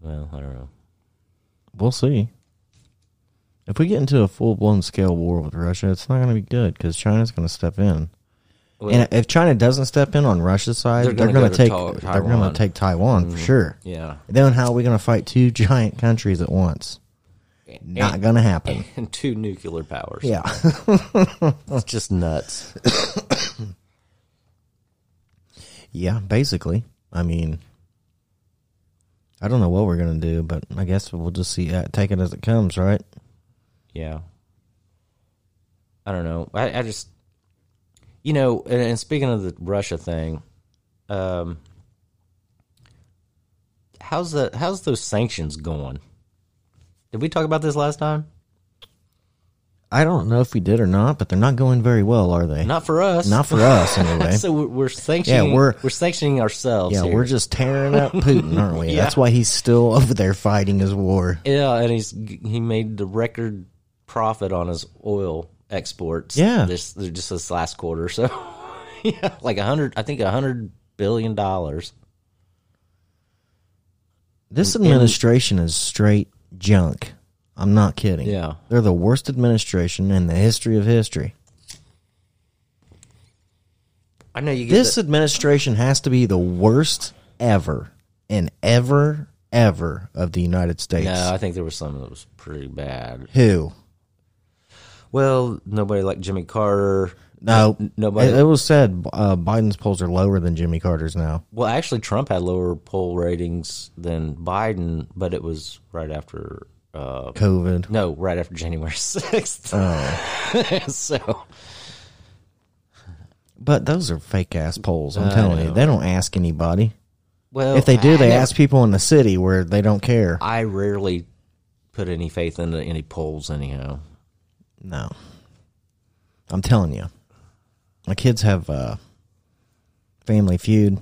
Speaker 2: Well, I don't know.
Speaker 1: We'll see. If we get into a full blown scale war with Russia, it's not going to be good because China's going to step in.
Speaker 2: Well,
Speaker 1: And if China doesn't step in on Russia's side,
Speaker 2: They're
Speaker 1: they're,
Speaker 2: gonna
Speaker 1: going to
Speaker 2: go to
Speaker 1: take
Speaker 2: Ta-
Speaker 1: they're going
Speaker 2: Taiwan.
Speaker 1: to take Taiwan Mm-hmm. for sure.
Speaker 2: yeah,
Speaker 1: Then how are we going to fight two giant countries at once? Not going to happen.
Speaker 2: and two nuclear powers.
Speaker 1: Yeah,
Speaker 2: it's just nuts.
Speaker 1: yeah. Basically, I mean, I don't know what we're going to do, but I guess we'll just see. uh, Take it as it comes, right?
Speaker 2: Yeah. I don't know. I, I just, you know, and, and speaking of the Russia thing, um, how's the how's those sanctions going? Did we talk about this last time?
Speaker 1: I don't know if we did or not, but they're not going very well, are they?
Speaker 2: Not for us.
Speaker 1: Not for us, anyway.
Speaker 2: so we're, we're sanctioning.
Speaker 1: Yeah,
Speaker 2: we're
Speaker 1: we're-
Speaker 2: sanctioning ourselves.
Speaker 1: Yeah,
Speaker 2: here.
Speaker 1: we're just tearing up Putin, aren't we?
Speaker 2: Yeah.
Speaker 1: That's why he's still over there fighting his war.
Speaker 2: yeah, and he's he made the record profit on his oil exports.
Speaker 1: Yeah.
Speaker 2: this just this last quarter. So yeah, like a hundred. I think a hundred billion dollars.
Speaker 1: This administration is straight junk. I'm not kidding.
Speaker 2: Yeah.
Speaker 1: They're the worst administration in the history of history.
Speaker 2: I know you get
Speaker 1: This
Speaker 2: the-
Speaker 1: administration has to be the worst ever and ever, ever of the United States.
Speaker 2: no, I think there was some that was pretty bad.
Speaker 1: Who?
Speaker 2: Well, nobody liked Jimmy Carter.
Speaker 1: No.
Speaker 2: nobody-
Speaker 1: It, it was said uh, Biden's polls are lower than Jimmy Carter's now.
Speaker 2: Well, actually, Trump had lower poll ratings than Biden, but it was right after. Uh,
Speaker 1: COVID.
Speaker 2: no, right after January sixth. so
Speaker 1: But those are fake ass polls. I'm telling you. They don't ask anybody.
Speaker 2: well,
Speaker 1: If they do,
Speaker 2: I-
Speaker 1: they
Speaker 2: I
Speaker 1: ask people in the city where they don't care.
Speaker 2: never- I rarely put any faith into any polls, anyhow.
Speaker 1: No. I'm telling you. My kids have uh Family Feud.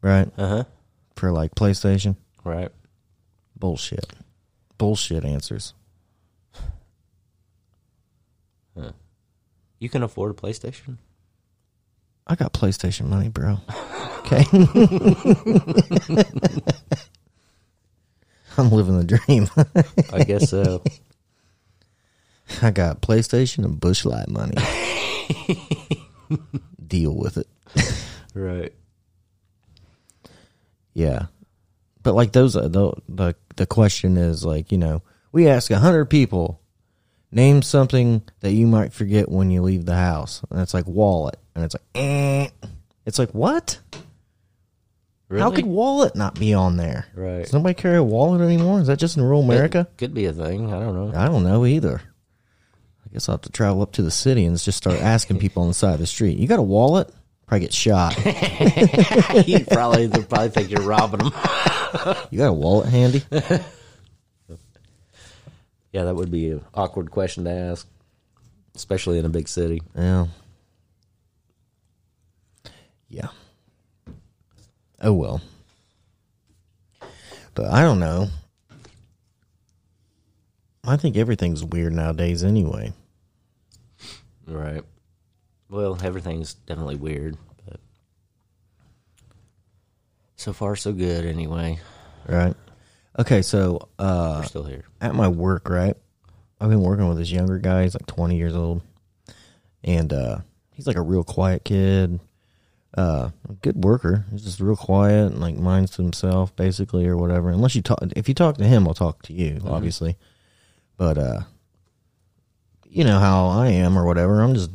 Speaker 1: Right?
Speaker 2: Uh huh.
Speaker 1: For like PlayStation.
Speaker 2: Right.
Speaker 1: Bullshit. Bullshit answers.
Speaker 2: You can afford a PlayStation.
Speaker 1: I got PlayStation money, bro. Okay. I'm living the dream.
Speaker 2: I guess so.
Speaker 1: I got PlayStation and Bushlight money. deal with it.
Speaker 2: Right.
Speaker 1: Yeah, but like those uh, the the the question is like you know we ask hundred people name something that you might forget when you leave the house, and it's like wallet, and it's like eh. it's like what?
Speaker 2: Really?
Speaker 1: How could wallet not be on there?
Speaker 2: Right.
Speaker 1: Does nobody carry a wallet anymore? Is that just in rural America?
Speaker 2: Could be a thing. I don't know.
Speaker 1: I don't know either. I guess I'll have to travel up to the city and just start asking people on the side of the street. You got a wallet? Probably get shot.
Speaker 2: he probably they probably think you're robbing him.
Speaker 1: You got a wallet handy?
Speaker 2: Yeah, that would be an awkward question to ask, especially in a big city.
Speaker 1: Yeah. Yeah. Oh well. But I don't know. I think everything's weird nowadays anyway.
Speaker 2: Right. Well, everything's definitely weird, but so far so good. Anyway,
Speaker 1: Right? Okay, so uh
Speaker 2: we're still here.
Speaker 1: at my work, right? I've been working with this younger guy. He's like 20 years old. And uh, he's like a real quiet kid. Uh, a good worker. He's just real quiet and like minds to himself, basically, or whatever. Unless you talk, if you talk to him, I'll talk to you, obviously. But, uh, you know how I am or whatever. I'm just,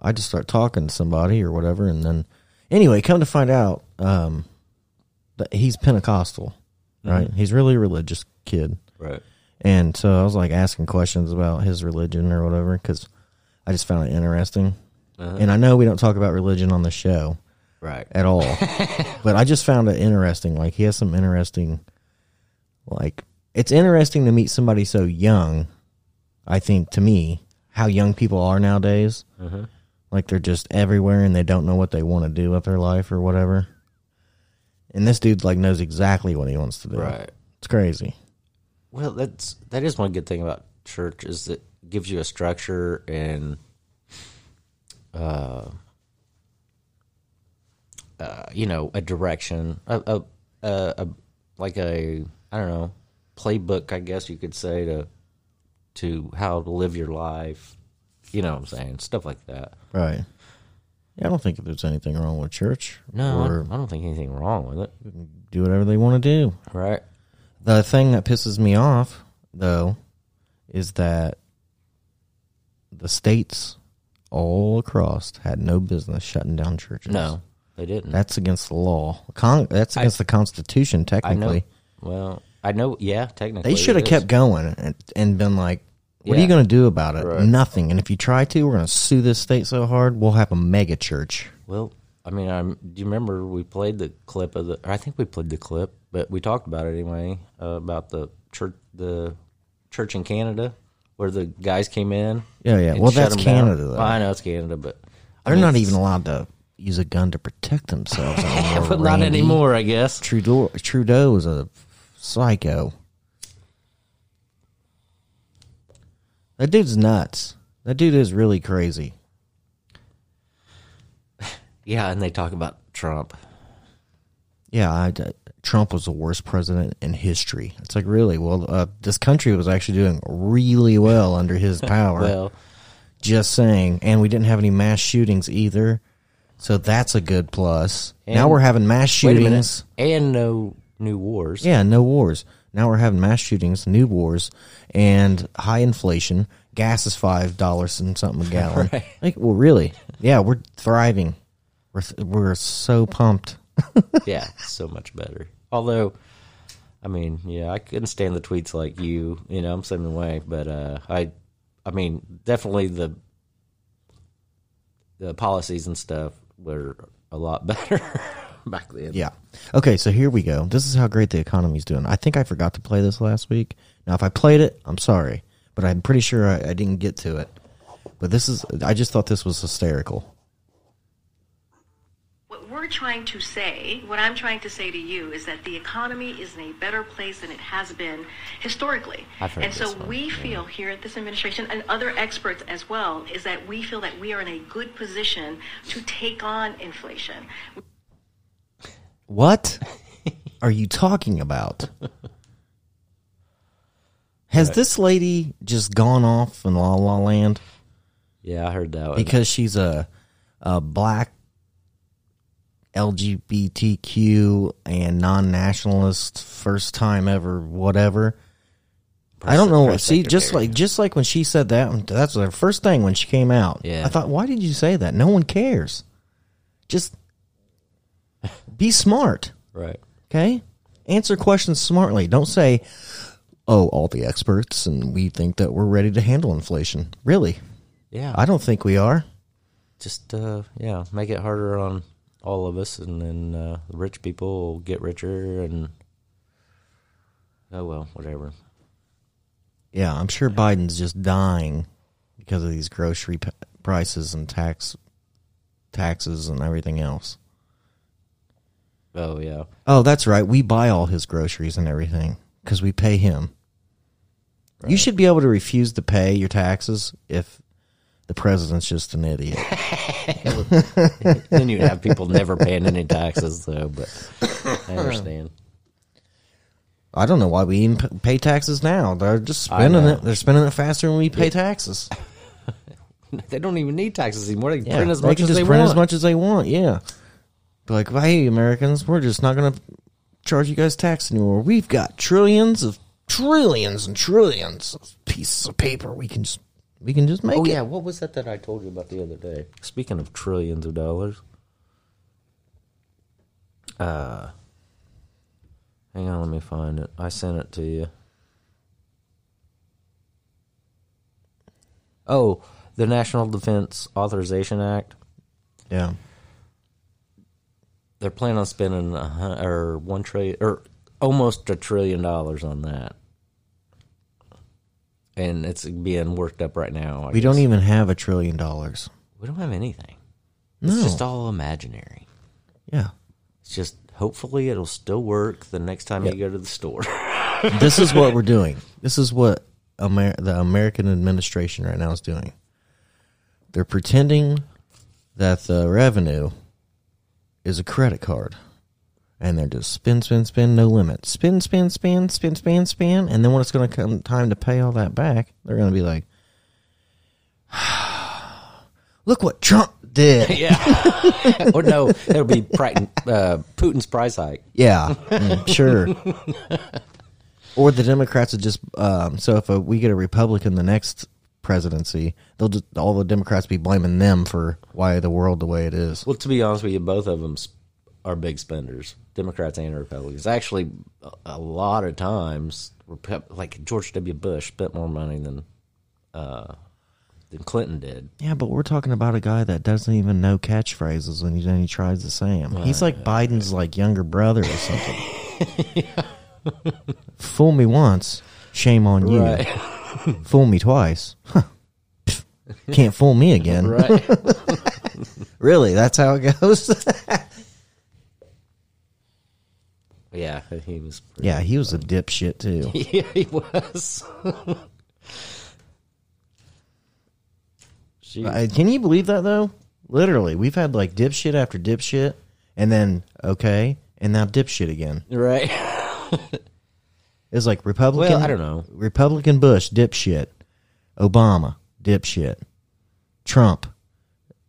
Speaker 1: I just start talking to somebody or whatever. And then, anyway, come to find out, um, that he's Pentecostal, right? He's really a religious kid.
Speaker 2: Right.
Speaker 1: And so I was like asking questions about his religion or whatever because I just found it interesting. And I know we don't talk about religion on the show
Speaker 2: Right.
Speaker 1: at all, but I just found it interesting. Like he has some interesting, like it's interesting to meet somebody so young. I think to me, how young people are nowadays, like they're just everywhere and they don't know what they want to do with their life or whatever. And this dude like knows exactly what he wants to do.
Speaker 2: Right.
Speaker 1: It's crazy.
Speaker 2: Well, that's that is one good thing about church is it gives you a structure and uh, uh you know, a direction, a a, a a like a I don't know, playbook, I guess you could say to to how to live your life. You know what I'm saying? Stuff like that.
Speaker 1: Right. Yeah, I don't think there's anything wrong with church.
Speaker 2: No, I-
Speaker 1: Or
Speaker 2: I don't think anything wrong with it.
Speaker 1: do whatever they want to do.
Speaker 2: Right?
Speaker 1: The thing that pisses me off, though, is that the states all across had no business shutting down churches.
Speaker 2: No, they didn't.
Speaker 1: That's against the law. Con- that's against the Constitution,
Speaker 2: I know.
Speaker 1: technically.
Speaker 2: Well, I know. Yeah, technically,
Speaker 1: They should have
Speaker 2: it is.
Speaker 1: kept going and, and been like, what are you
Speaker 2: Yeah.
Speaker 1: going to do about it? Nothing. And if you try to, we're going to sue this state so hard, we'll have a mega church.
Speaker 2: Well, I mean, i do you remember we played the clip of the? Or I think we played the clip, but we talked about it anyway uh, about the church, the church in Canada where the guys came in.
Speaker 1: Yeah, yeah.
Speaker 2: and
Speaker 1: Well,
Speaker 2: shut
Speaker 1: that's
Speaker 2: 'em down.
Speaker 1: Canada, though.
Speaker 2: Well, I know it's Canada, but
Speaker 1: They're not even allowed to use a gun to protect themselves anymore.
Speaker 2: but not
Speaker 1: Randy.
Speaker 2: anymore, I guess.
Speaker 1: Trudeau Trudeau is a psycho. That dude's nuts. That dude is really crazy.
Speaker 2: Yeah, and they talk about Trump.
Speaker 1: Yeah, I, Trump was the worst president in history. It's like really well, uh, this country was actually doing really well under his power.
Speaker 2: Well,
Speaker 1: Just saying, and we didn't have any mass shootings either, so that's a good plus. now
Speaker 2: And-
Speaker 1: we're having mass
Speaker 2: wait a
Speaker 1: shootings.
Speaker 2: minute, and no new wars.
Speaker 1: Yeah, no wars. Now we're having mass shootings, new wars, and high inflation. Gas is five dollars and something a gallon. Like, well, really? Yeah, we're thriving. We're we're so pumped.
Speaker 2: yeah, so much better. Although, I mean, yeah, I couldn't stand the tweets like you. You know, I'm the same way. But uh, I, I mean, definitely the the policies and stuff were a lot better back then.
Speaker 1: Yeah. Okay, so here we go. This is how great the economy's doing. I think I forgot to play this last week. Now, if I played it, I'm sorry, but I'm pretty sure I, I didn't get to it. But this is. I just thought this was hysterical.
Speaker 4: What we're trying to say, what I'm trying to say to you, is that the economy is in a better place than it has been historically.
Speaker 2: I've heard
Speaker 4: and so
Speaker 2: this one,
Speaker 4: we
Speaker 2: yeah.
Speaker 4: feel here at this administration and other experts as well is that we feel that we are in a good position to take on inflation.
Speaker 1: What are you talking about? Has this lady just gone off in La La Land
Speaker 2: yeah, I heard that one.
Speaker 1: because she's a uh, black, LGBTQ, and non-nationalist first time ever whatever. I don't know. what-
Speaker 2: press
Speaker 1: See, just
Speaker 2: secretary.
Speaker 1: like just like when she said that, one- that's the first thing when she came out.
Speaker 2: Yeah.
Speaker 1: I thought, why did you say that? No one cares. Just be smart,
Speaker 2: Right.
Speaker 1: okay? Answer questions smartly. Don't say, "Oh, all the experts and we think that we're ready to handle inflation." Really,
Speaker 2: Yeah.
Speaker 1: I don't think we are.
Speaker 2: just uh yeah make it harder on all of us and then uh the rich people will get richer and oh well whatever
Speaker 1: Yeah, I'm sure Biden's just dying because of these grocery p- prices and tax taxes and everything else.
Speaker 2: oh yeah
Speaker 1: Oh, that's right. We buy all his groceries and everything because we pay him. You should be able to refuse to pay your taxes if the president's just an idiot.
Speaker 2: then you have people never paying any taxes though but i understand
Speaker 1: I don't know why we even p- pay taxes now. They're just spending
Speaker 2: know.
Speaker 1: it. They're spending it faster than we pay taxes.
Speaker 2: they don't even need taxes anymore they can
Speaker 1: Yeah,
Speaker 2: print as
Speaker 1: they
Speaker 2: much
Speaker 1: can
Speaker 2: as
Speaker 1: just
Speaker 2: they
Speaker 1: print
Speaker 2: want
Speaker 1: as much as they want. Yeah, Be like hey, Americans, we're just not going to charge you guys tax anymore. We've got trillions of trillions and trillions of pieces of paper. We can just we can just make
Speaker 2: oh
Speaker 1: it.
Speaker 2: yeah what was that that i told you about the other day speaking of trillions of dollars uh hang on let me find it i sent it to you oh the national defense authorization act
Speaker 1: yeah.
Speaker 2: they're planning on spending a, hun- or one trillion or almost a trillion dollars on that and it's being worked up right now I
Speaker 1: We don't
Speaker 2: guess.
Speaker 1: even have a trillion dollars.
Speaker 2: We don't have anything. It's just all imaginary.
Speaker 1: Yeah.
Speaker 2: It's just hopefully it'll still work the next time you go to the store.
Speaker 1: this is what we're doing. This is what Amer- the American administration right now is doing. They're pretending that the revenue is a credit card. And they're just spin, spin, spin, no limit. Spin, spin, spin, spin, spin, spin. And then when it's going to come time to pay all that back, they're going to be like, look what Trump did.
Speaker 2: or no, it'll be pri- uh, Putin's price hike.
Speaker 1: Yeah, mm, sure. or the Democrats would just um, so if uh we get a Republican the next presidency, they'll just all the Democrats be blaming them for why the world the way it is.
Speaker 2: Well, to be honest with you, both of them are big spenders, Democrats and Republicans. Actually, a- a lot of times, Rep- like George W. Bush spent more money than uh, than Clinton did.
Speaker 1: Yeah, but we're talking about a guy that doesn't even know catchphrases and he, and he tries to say them. He's like Biden's like younger brother or something. Fool me once, shame on you. Fool me twice, huh. Pff, can't fool me again.
Speaker 2: Right.
Speaker 1: Really, that's how it goes.
Speaker 2: yeah, he was. pretty-
Speaker 1: Yeah, he was a dipshit too.
Speaker 2: Yeah, he was. She,
Speaker 1: I, Uh, can you believe that though? Literally, we've had like dipshit after dipshit, and then okay, and now dipshit again.
Speaker 2: right.
Speaker 1: It's like Republican.
Speaker 2: Well, I don't know.
Speaker 1: Republican Bush dipshit, Obama dipshit, Trump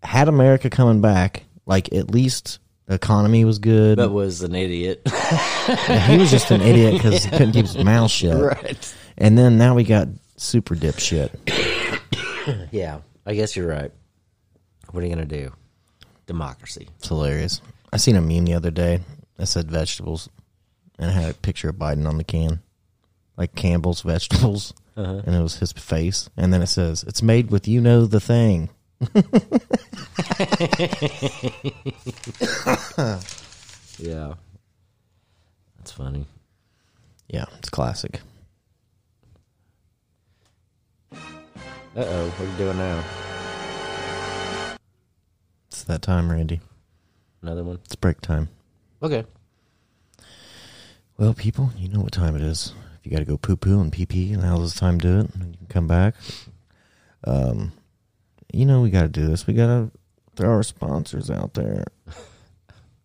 Speaker 1: had America coming back. Like at least the economy was good.
Speaker 2: That was an idiot.
Speaker 1: he was just an idiot because he couldn't keep his mouth shut.
Speaker 2: right.
Speaker 1: And then now we got super dipshit.
Speaker 2: Yeah, I guess you're right. What are you going to do? Democracy.
Speaker 1: It's hilarious. I seen a meme the other day that said vegetables, and it had a picture of Biden on the can, like Campbell's vegetables,
Speaker 2: Uh-huh.
Speaker 1: and it was his face, and then it says, "It's made with you know the thing."
Speaker 2: Yeah. That's funny.
Speaker 1: Yeah, it's classic.
Speaker 2: Uh oh, what are you doing now?
Speaker 1: It's that time, Randy.
Speaker 2: Another one?
Speaker 1: It's break time.
Speaker 2: Okay.
Speaker 1: Well, people, you know what time it is. If you got to go poo poo and pee pee, and how's this time do it? And you can come back. Um, you know we got to do this. We got to throw our sponsors out there.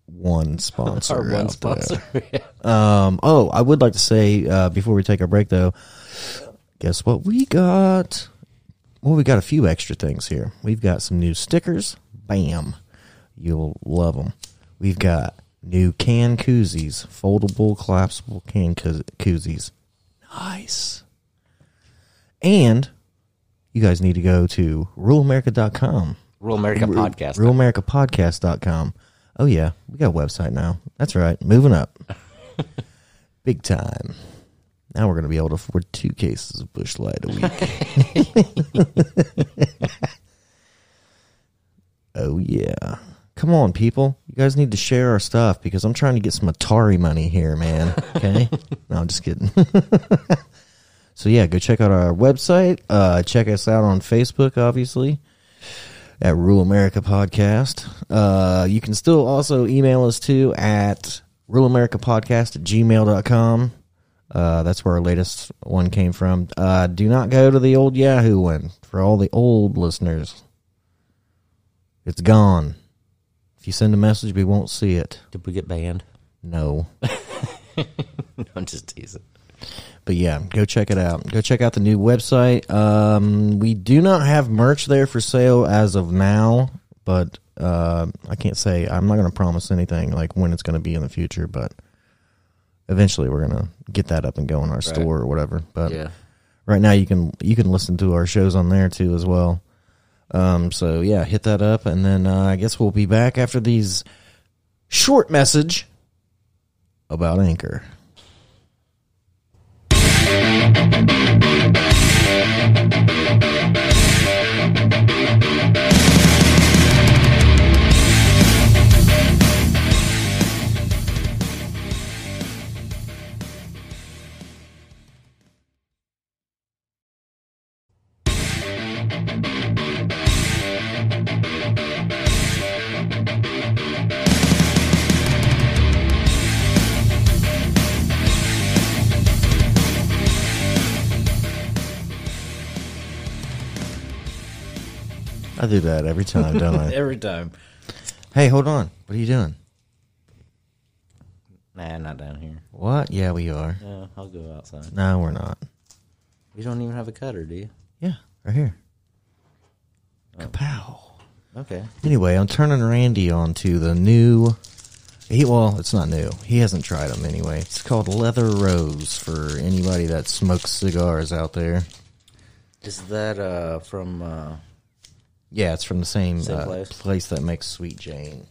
Speaker 1: One sponsor.
Speaker 2: Our one
Speaker 1: out there.
Speaker 2: sponsor. Yeah.
Speaker 1: Um, oh, I would like to say uh, before we take our break, though, guess what we got? Well, we got a few extra things here. We've got some new stickers, Bam. You'll love them. We've got new can koozies, foldable, collapsible can koo- koozies. Nice. And you guys need to go to ruleamerica.com.
Speaker 2: Rural America podcast.
Speaker 1: RealAmericaPodcast.com. Oh, yeah. We got a website now. That's right. Moving up. Big time. Now we're going to be able to afford two cases of Bush Light a week. oh, yeah. Come on, people. You guys need to share our stuff because I'm trying to get some Atari money here, man. Okay? no, I'm just kidding. so, yeah, go check out our website. Uh, check us out on Facebook, obviously at Rule America Podcast. Uh, you can still also email us too at ruleamericapodcast at gmail.com. Uh, that's where our latest one came from. Uh, do not go to the old Yahoo one for all the old listeners. It's gone. If you send a message, we won't see it.
Speaker 2: Did we get banned?
Speaker 1: No.
Speaker 2: no, I'm just teasing.
Speaker 1: But yeah, go check it out. Go check out the new website. Um, we do not have merch there for sale as of now, but uh, I can't say I'm not going to promise anything like when it's going to be in the future. But eventually, we're going to get that up and go in our store or whatever. But
Speaker 2: Yeah.
Speaker 1: right now, you can you can listen to our shows on there too as well. Um, so yeah, hit that up, and then uh, I guess we'll be back after these short message about Anchor. I do that every time, don't I?
Speaker 2: Every time.
Speaker 1: Hey, hold on. What are you doing?
Speaker 2: Nah, not down here.
Speaker 1: What? Yeah, we are.
Speaker 2: No, I'll go outside.
Speaker 1: No, we're not.
Speaker 2: You don't even have a cutter, do you?
Speaker 1: Yeah, right here.
Speaker 2: Oh.
Speaker 1: Kapow.
Speaker 2: Okay.
Speaker 1: Anyway, I'm turning Randy on to the new. He well, it's not new. He hasn't tried them anyway. It's called Leather Rose for anybody that smokes cigars out there.
Speaker 2: Is that uh from uh
Speaker 1: Yeah, it's from the same,
Speaker 2: Same
Speaker 1: uh,
Speaker 2: place?
Speaker 1: place that makes Sweet Jane.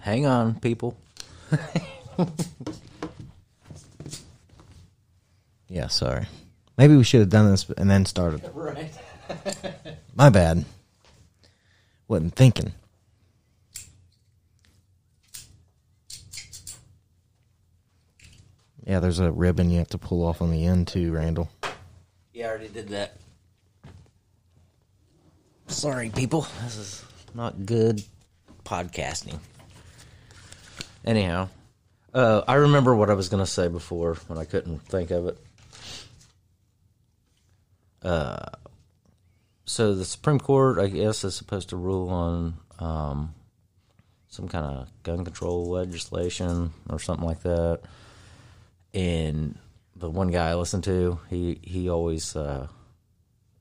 Speaker 2: hang on, people.
Speaker 1: Yeah, sorry. Maybe we should have done this and then started.
Speaker 2: Right.
Speaker 1: My bad. Wasn't thinking. Yeah, there's a ribbon you have to pull off on the end too, Randall.
Speaker 2: Yeah, I already did that. Sorry, people. This is not good podcasting. Anyhow, uh, I remember what I was going to say before when I couldn't think of it. Uh, so the Supreme Court, I guess, is supposed to rule on um, some kind of gun control legislation or something like that and the one guy I listened to, he he always uh,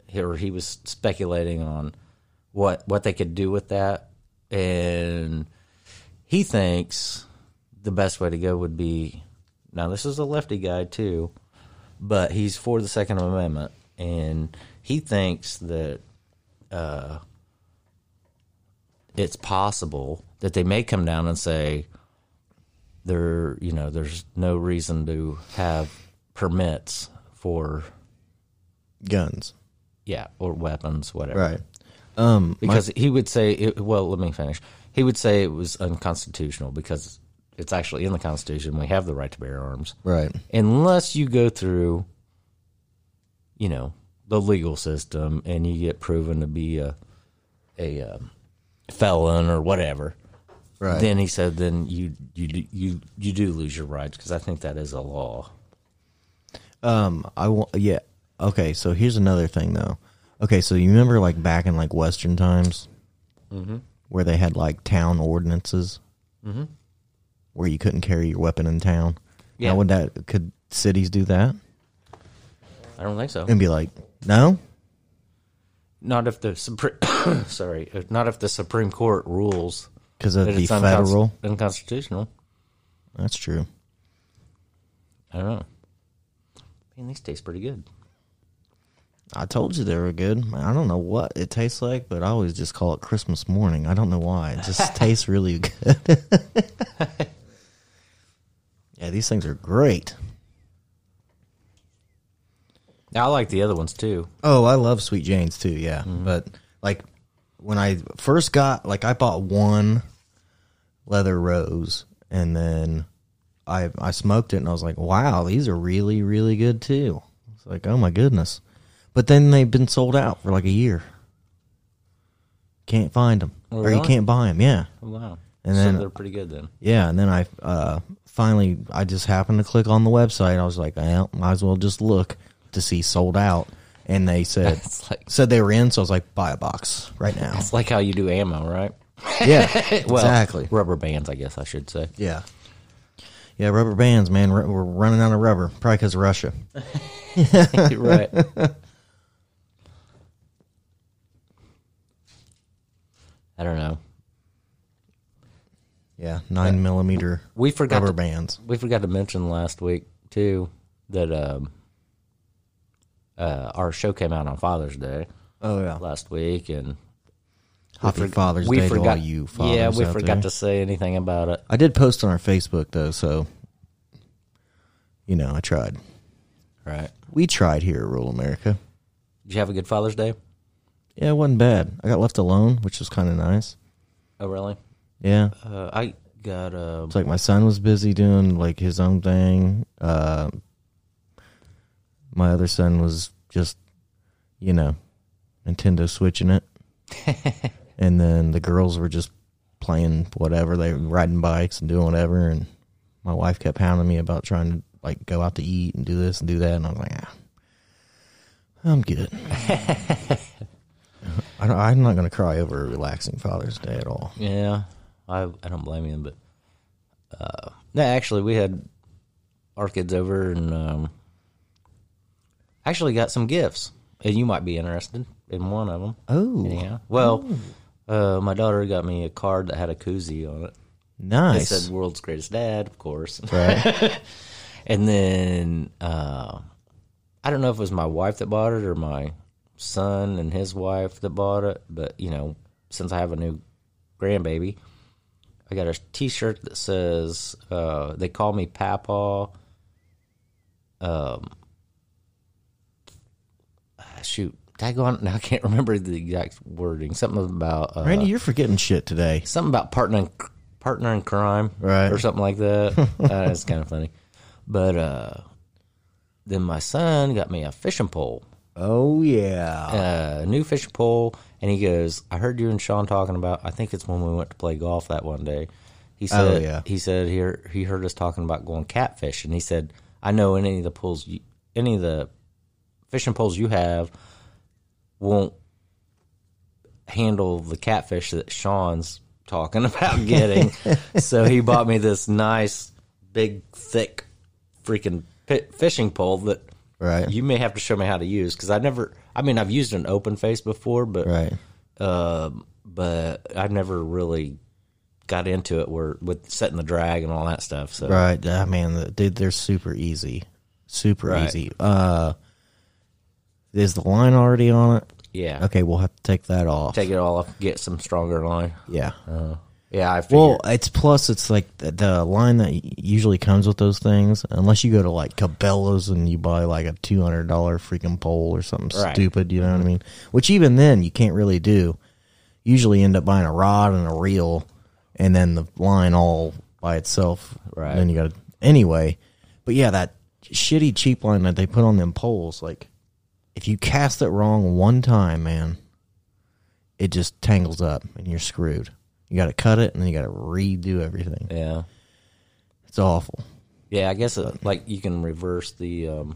Speaker 2: he, or he was speculating on what what they could do with that, and he thinks the best way to go would be now this is a lefty guy too, but he's for the Second Amendment, and he thinks that uh, it's possible that they may come down and say there you know there's no reason to have permits for
Speaker 1: Guns.
Speaker 2: yeah or weapons whatever
Speaker 1: Right. Um
Speaker 2: because he would say it, well let me finish he would say it was unconstitutional because it's actually in the constitution we have the right to bear arms
Speaker 1: right.
Speaker 2: unless you go through you know the legal system and you get proven to be a a um, felon or whatever
Speaker 1: Right.
Speaker 2: then he said then you you do- you you do lose your rights because i think that is a law
Speaker 1: Um, I want. Yeah. Okay. So here's another thing, though. Okay. So you remember, like back in like Western times,
Speaker 2: Mm-hmm.
Speaker 1: where they had like town ordinances, where you couldn't carry your weapon in town. Yeah.
Speaker 2: Yeah.
Speaker 1: Now, would that could cities do that?
Speaker 2: I don't think so.
Speaker 1: and be like, no,
Speaker 2: Not if the Supreme, sorry, if- not if the Supreme Court rules
Speaker 1: because of
Speaker 2: that
Speaker 1: the
Speaker 2: it's unconst-
Speaker 1: federal.
Speaker 2: unconstitutional.
Speaker 1: That's true.
Speaker 2: I don't know. Man, these taste pretty good.
Speaker 1: I told you they were good. I don't know what it tastes like, but I always just call it Christmas morning. I don't know why. It just tastes really good. yeah, these things are great.
Speaker 2: I like the other ones too.
Speaker 1: Oh, I love Sweet Jane's too. Yeah,
Speaker 2: Mm-hmm.
Speaker 1: but like when I first got, like I bought one leather rose, and then I I smoked it, and I was like, wow, these are really really good too. It's like, oh my goodness, but then they've been sold out for like a year. Can't find them,
Speaker 2: Oh,
Speaker 1: or you
Speaker 2: really?
Speaker 1: can't buy them. Yeah,
Speaker 2: Oh, wow.
Speaker 1: And
Speaker 2: so
Speaker 1: then-
Speaker 2: they're pretty good then.
Speaker 1: yeah, and then I uh, finally I just happened to click on the website. I was like, well, might as well just look to see sold out, and they said
Speaker 2: It's like
Speaker 1: said they were in, so I was like, buy a box right now.
Speaker 2: it's like how you do ammo, right?
Speaker 1: yeah,
Speaker 2: Well,
Speaker 1: exactly.
Speaker 2: Rubber bands, I guess I should say.
Speaker 1: Yeah, yeah. Rubber bands, man. Ru- We're running out of rubber, probably because of Russia.
Speaker 2: right. I don't know.
Speaker 1: Yeah, nine millimeter
Speaker 2: We forgot
Speaker 1: rubber
Speaker 2: to,
Speaker 1: bands.
Speaker 2: we forgot to mention last week too that um, uh, our show came out on Father's Day
Speaker 1: Oh yeah.
Speaker 2: last week, and
Speaker 1: Happy
Speaker 2: forg-
Speaker 1: Father's Day to all you fathers.
Speaker 2: yeah, we
Speaker 1: out
Speaker 2: forgot
Speaker 1: there.
Speaker 2: to say anything about it.
Speaker 1: I did post on our Facebook though, so you know I tried.
Speaker 2: Right?
Speaker 1: We tried here at Rural America.
Speaker 2: Did you have a good Father's Day?
Speaker 1: Yeah, it wasn't bad. I got left alone, which was kind of nice.
Speaker 2: Oh, really?
Speaker 1: Yeah,
Speaker 2: Uh, I got uh,
Speaker 1: It's like my son was busy doing like his own thing. Uh, my other son was just, you know, Nintendo switching it, and then the girls were just playing whatever. They were riding bikes and doing whatever. And my wife kept hounding me about trying to like go out to eat and do this and do that. And I was like, ah, I'm good. I don't, I'm not going to cry over a relaxing Father's Day at all.
Speaker 2: Yeah, I I don't blame him, but uh, no, actually, we had our kids over and um, actually got some gifts, and you might be interested in one of them.
Speaker 1: Oh,
Speaker 2: Yeah, well, uh, my daughter got me a card that had a koozie on it. It
Speaker 1: nice.
Speaker 2: said "World's Greatest Dad," of course,
Speaker 1: Right.
Speaker 2: and then uh, I don't know if it was my wife that bought it or my son and his wife that bought it, but you know, since I have a new grandbaby, I got a T-shirt that says uh, "They call me Papa." Um, ah, shoot, tag on. Now I can't remember the exact wording. Something about uh,
Speaker 1: Randy, you're forgetting shit today.
Speaker 2: something about partnering partner in crime
Speaker 1: Right.
Speaker 2: or something like that. uh, it's kind of funny. But uh, then my son got me a fishing pole,
Speaker 1: Oh yeah.
Speaker 2: a Uh, new fishing pole, and he goes, "I heard you and Sean talking about. I think it's when we went to play golf that one day." He said,
Speaker 1: yeah.
Speaker 2: "He said he heard, he heard us talking about going catfish, and he said, I know any of the pools, you, any of the fishing poles you have won't handle the catfish that Sean's talking about getting. so he bought me this nice, big, thick, freaking pi fishing pole that
Speaker 1: Right.
Speaker 2: you may have to show me how to use because I never. I mean, I've used an open face before, but
Speaker 1: Right.
Speaker 2: um, but I've never really got into it where with setting the drag and all that stuff. So
Speaker 1: Right. Ah, man, the, dude, they're super easy. Super
Speaker 2: Right.
Speaker 1: easy. Uh, is the line already on it?
Speaker 2: yeah,
Speaker 1: Okay, we'll have to take that off.
Speaker 2: take it all off, get some stronger line.
Speaker 1: yeah.
Speaker 2: Yeah, I figured.
Speaker 1: Well, it's plus it's like the, the line that usually comes with those things, unless you go to like Cabela's and you buy like a two hundred dollar freaking pole or something
Speaker 2: Right.
Speaker 1: stupid. You know what I mean? Which even then you can't really do. Usually end up buying a rod and a reel, and then the line all by itself.
Speaker 2: Right.
Speaker 1: Then you got to anyway. But yeah, that shitty cheap line that they put on them poles, like if you cast it wrong one time, man, it just tangles up and you're screwed. You got to cut it and then you got to redo everything.
Speaker 2: yeah.
Speaker 1: It's awful.
Speaker 2: Yeah, I guess it, like you can reverse the um,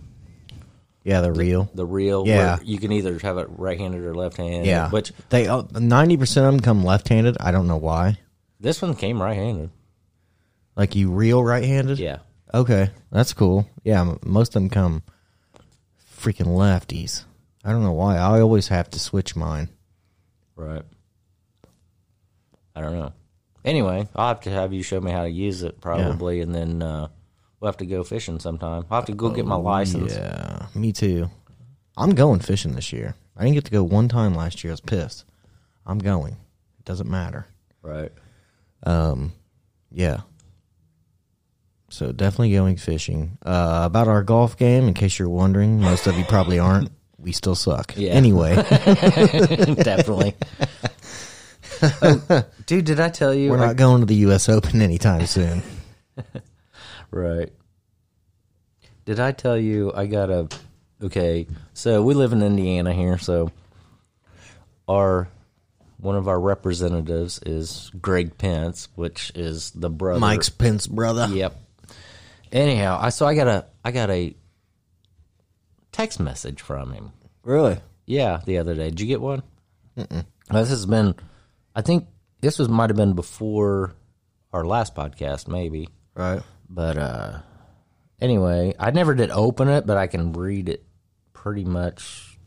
Speaker 1: Yeah, the reel.
Speaker 2: the reel.
Speaker 1: Yeah.
Speaker 2: where you can either have it right-handed or left-handed.
Speaker 1: yeah,
Speaker 2: which
Speaker 1: they oh, ninety percent of them come left-handed. I don't know why.
Speaker 2: this one came right-handed.
Speaker 1: Like you reel right-handed.
Speaker 2: Yeah,
Speaker 1: Okay, that's cool. Yeah, m- most of them come freaking lefties. I don't know why. I always have to switch mine.
Speaker 2: Right. I don't know. Anyway, I'll have to have you show me how to use it probably, and then uh, we'll have to go fishing sometime. I'll have to go get my
Speaker 1: Oh,
Speaker 2: license.
Speaker 1: Yeah, me too. I'm going fishing this year. I didn't get to go one time last year. I was pissed. I'm going. It doesn't matter.
Speaker 2: Right.
Speaker 1: Yeah. So definitely going fishing. Uh, about our golf game, in case you're wondering, most of you probably aren't. We still suck.
Speaker 2: Yeah.
Speaker 1: Anyway,
Speaker 2: Definitely. Oh, dude, did I tell you?
Speaker 1: we're not going to the U.S. Open anytime soon.
Speaker 2: Right. Did I tell you I got a okay, so we live in Indiana here, so our one of our representatives is Greg Pence, which is the brother
Speaker 1: Mike's Pence brother.
Speaker 2: Yep. Anyhow, I so I got a I got a text message from him.
Speaker 1: Really?
Speaker 2: Yeah, the other day. Did you get one? Uh, This has been, I think this was might have been before our last podcast, maybe.
Speaker 1: Right.
Speaker 2: But uh anyway, I never did open it, but I can read it pretty much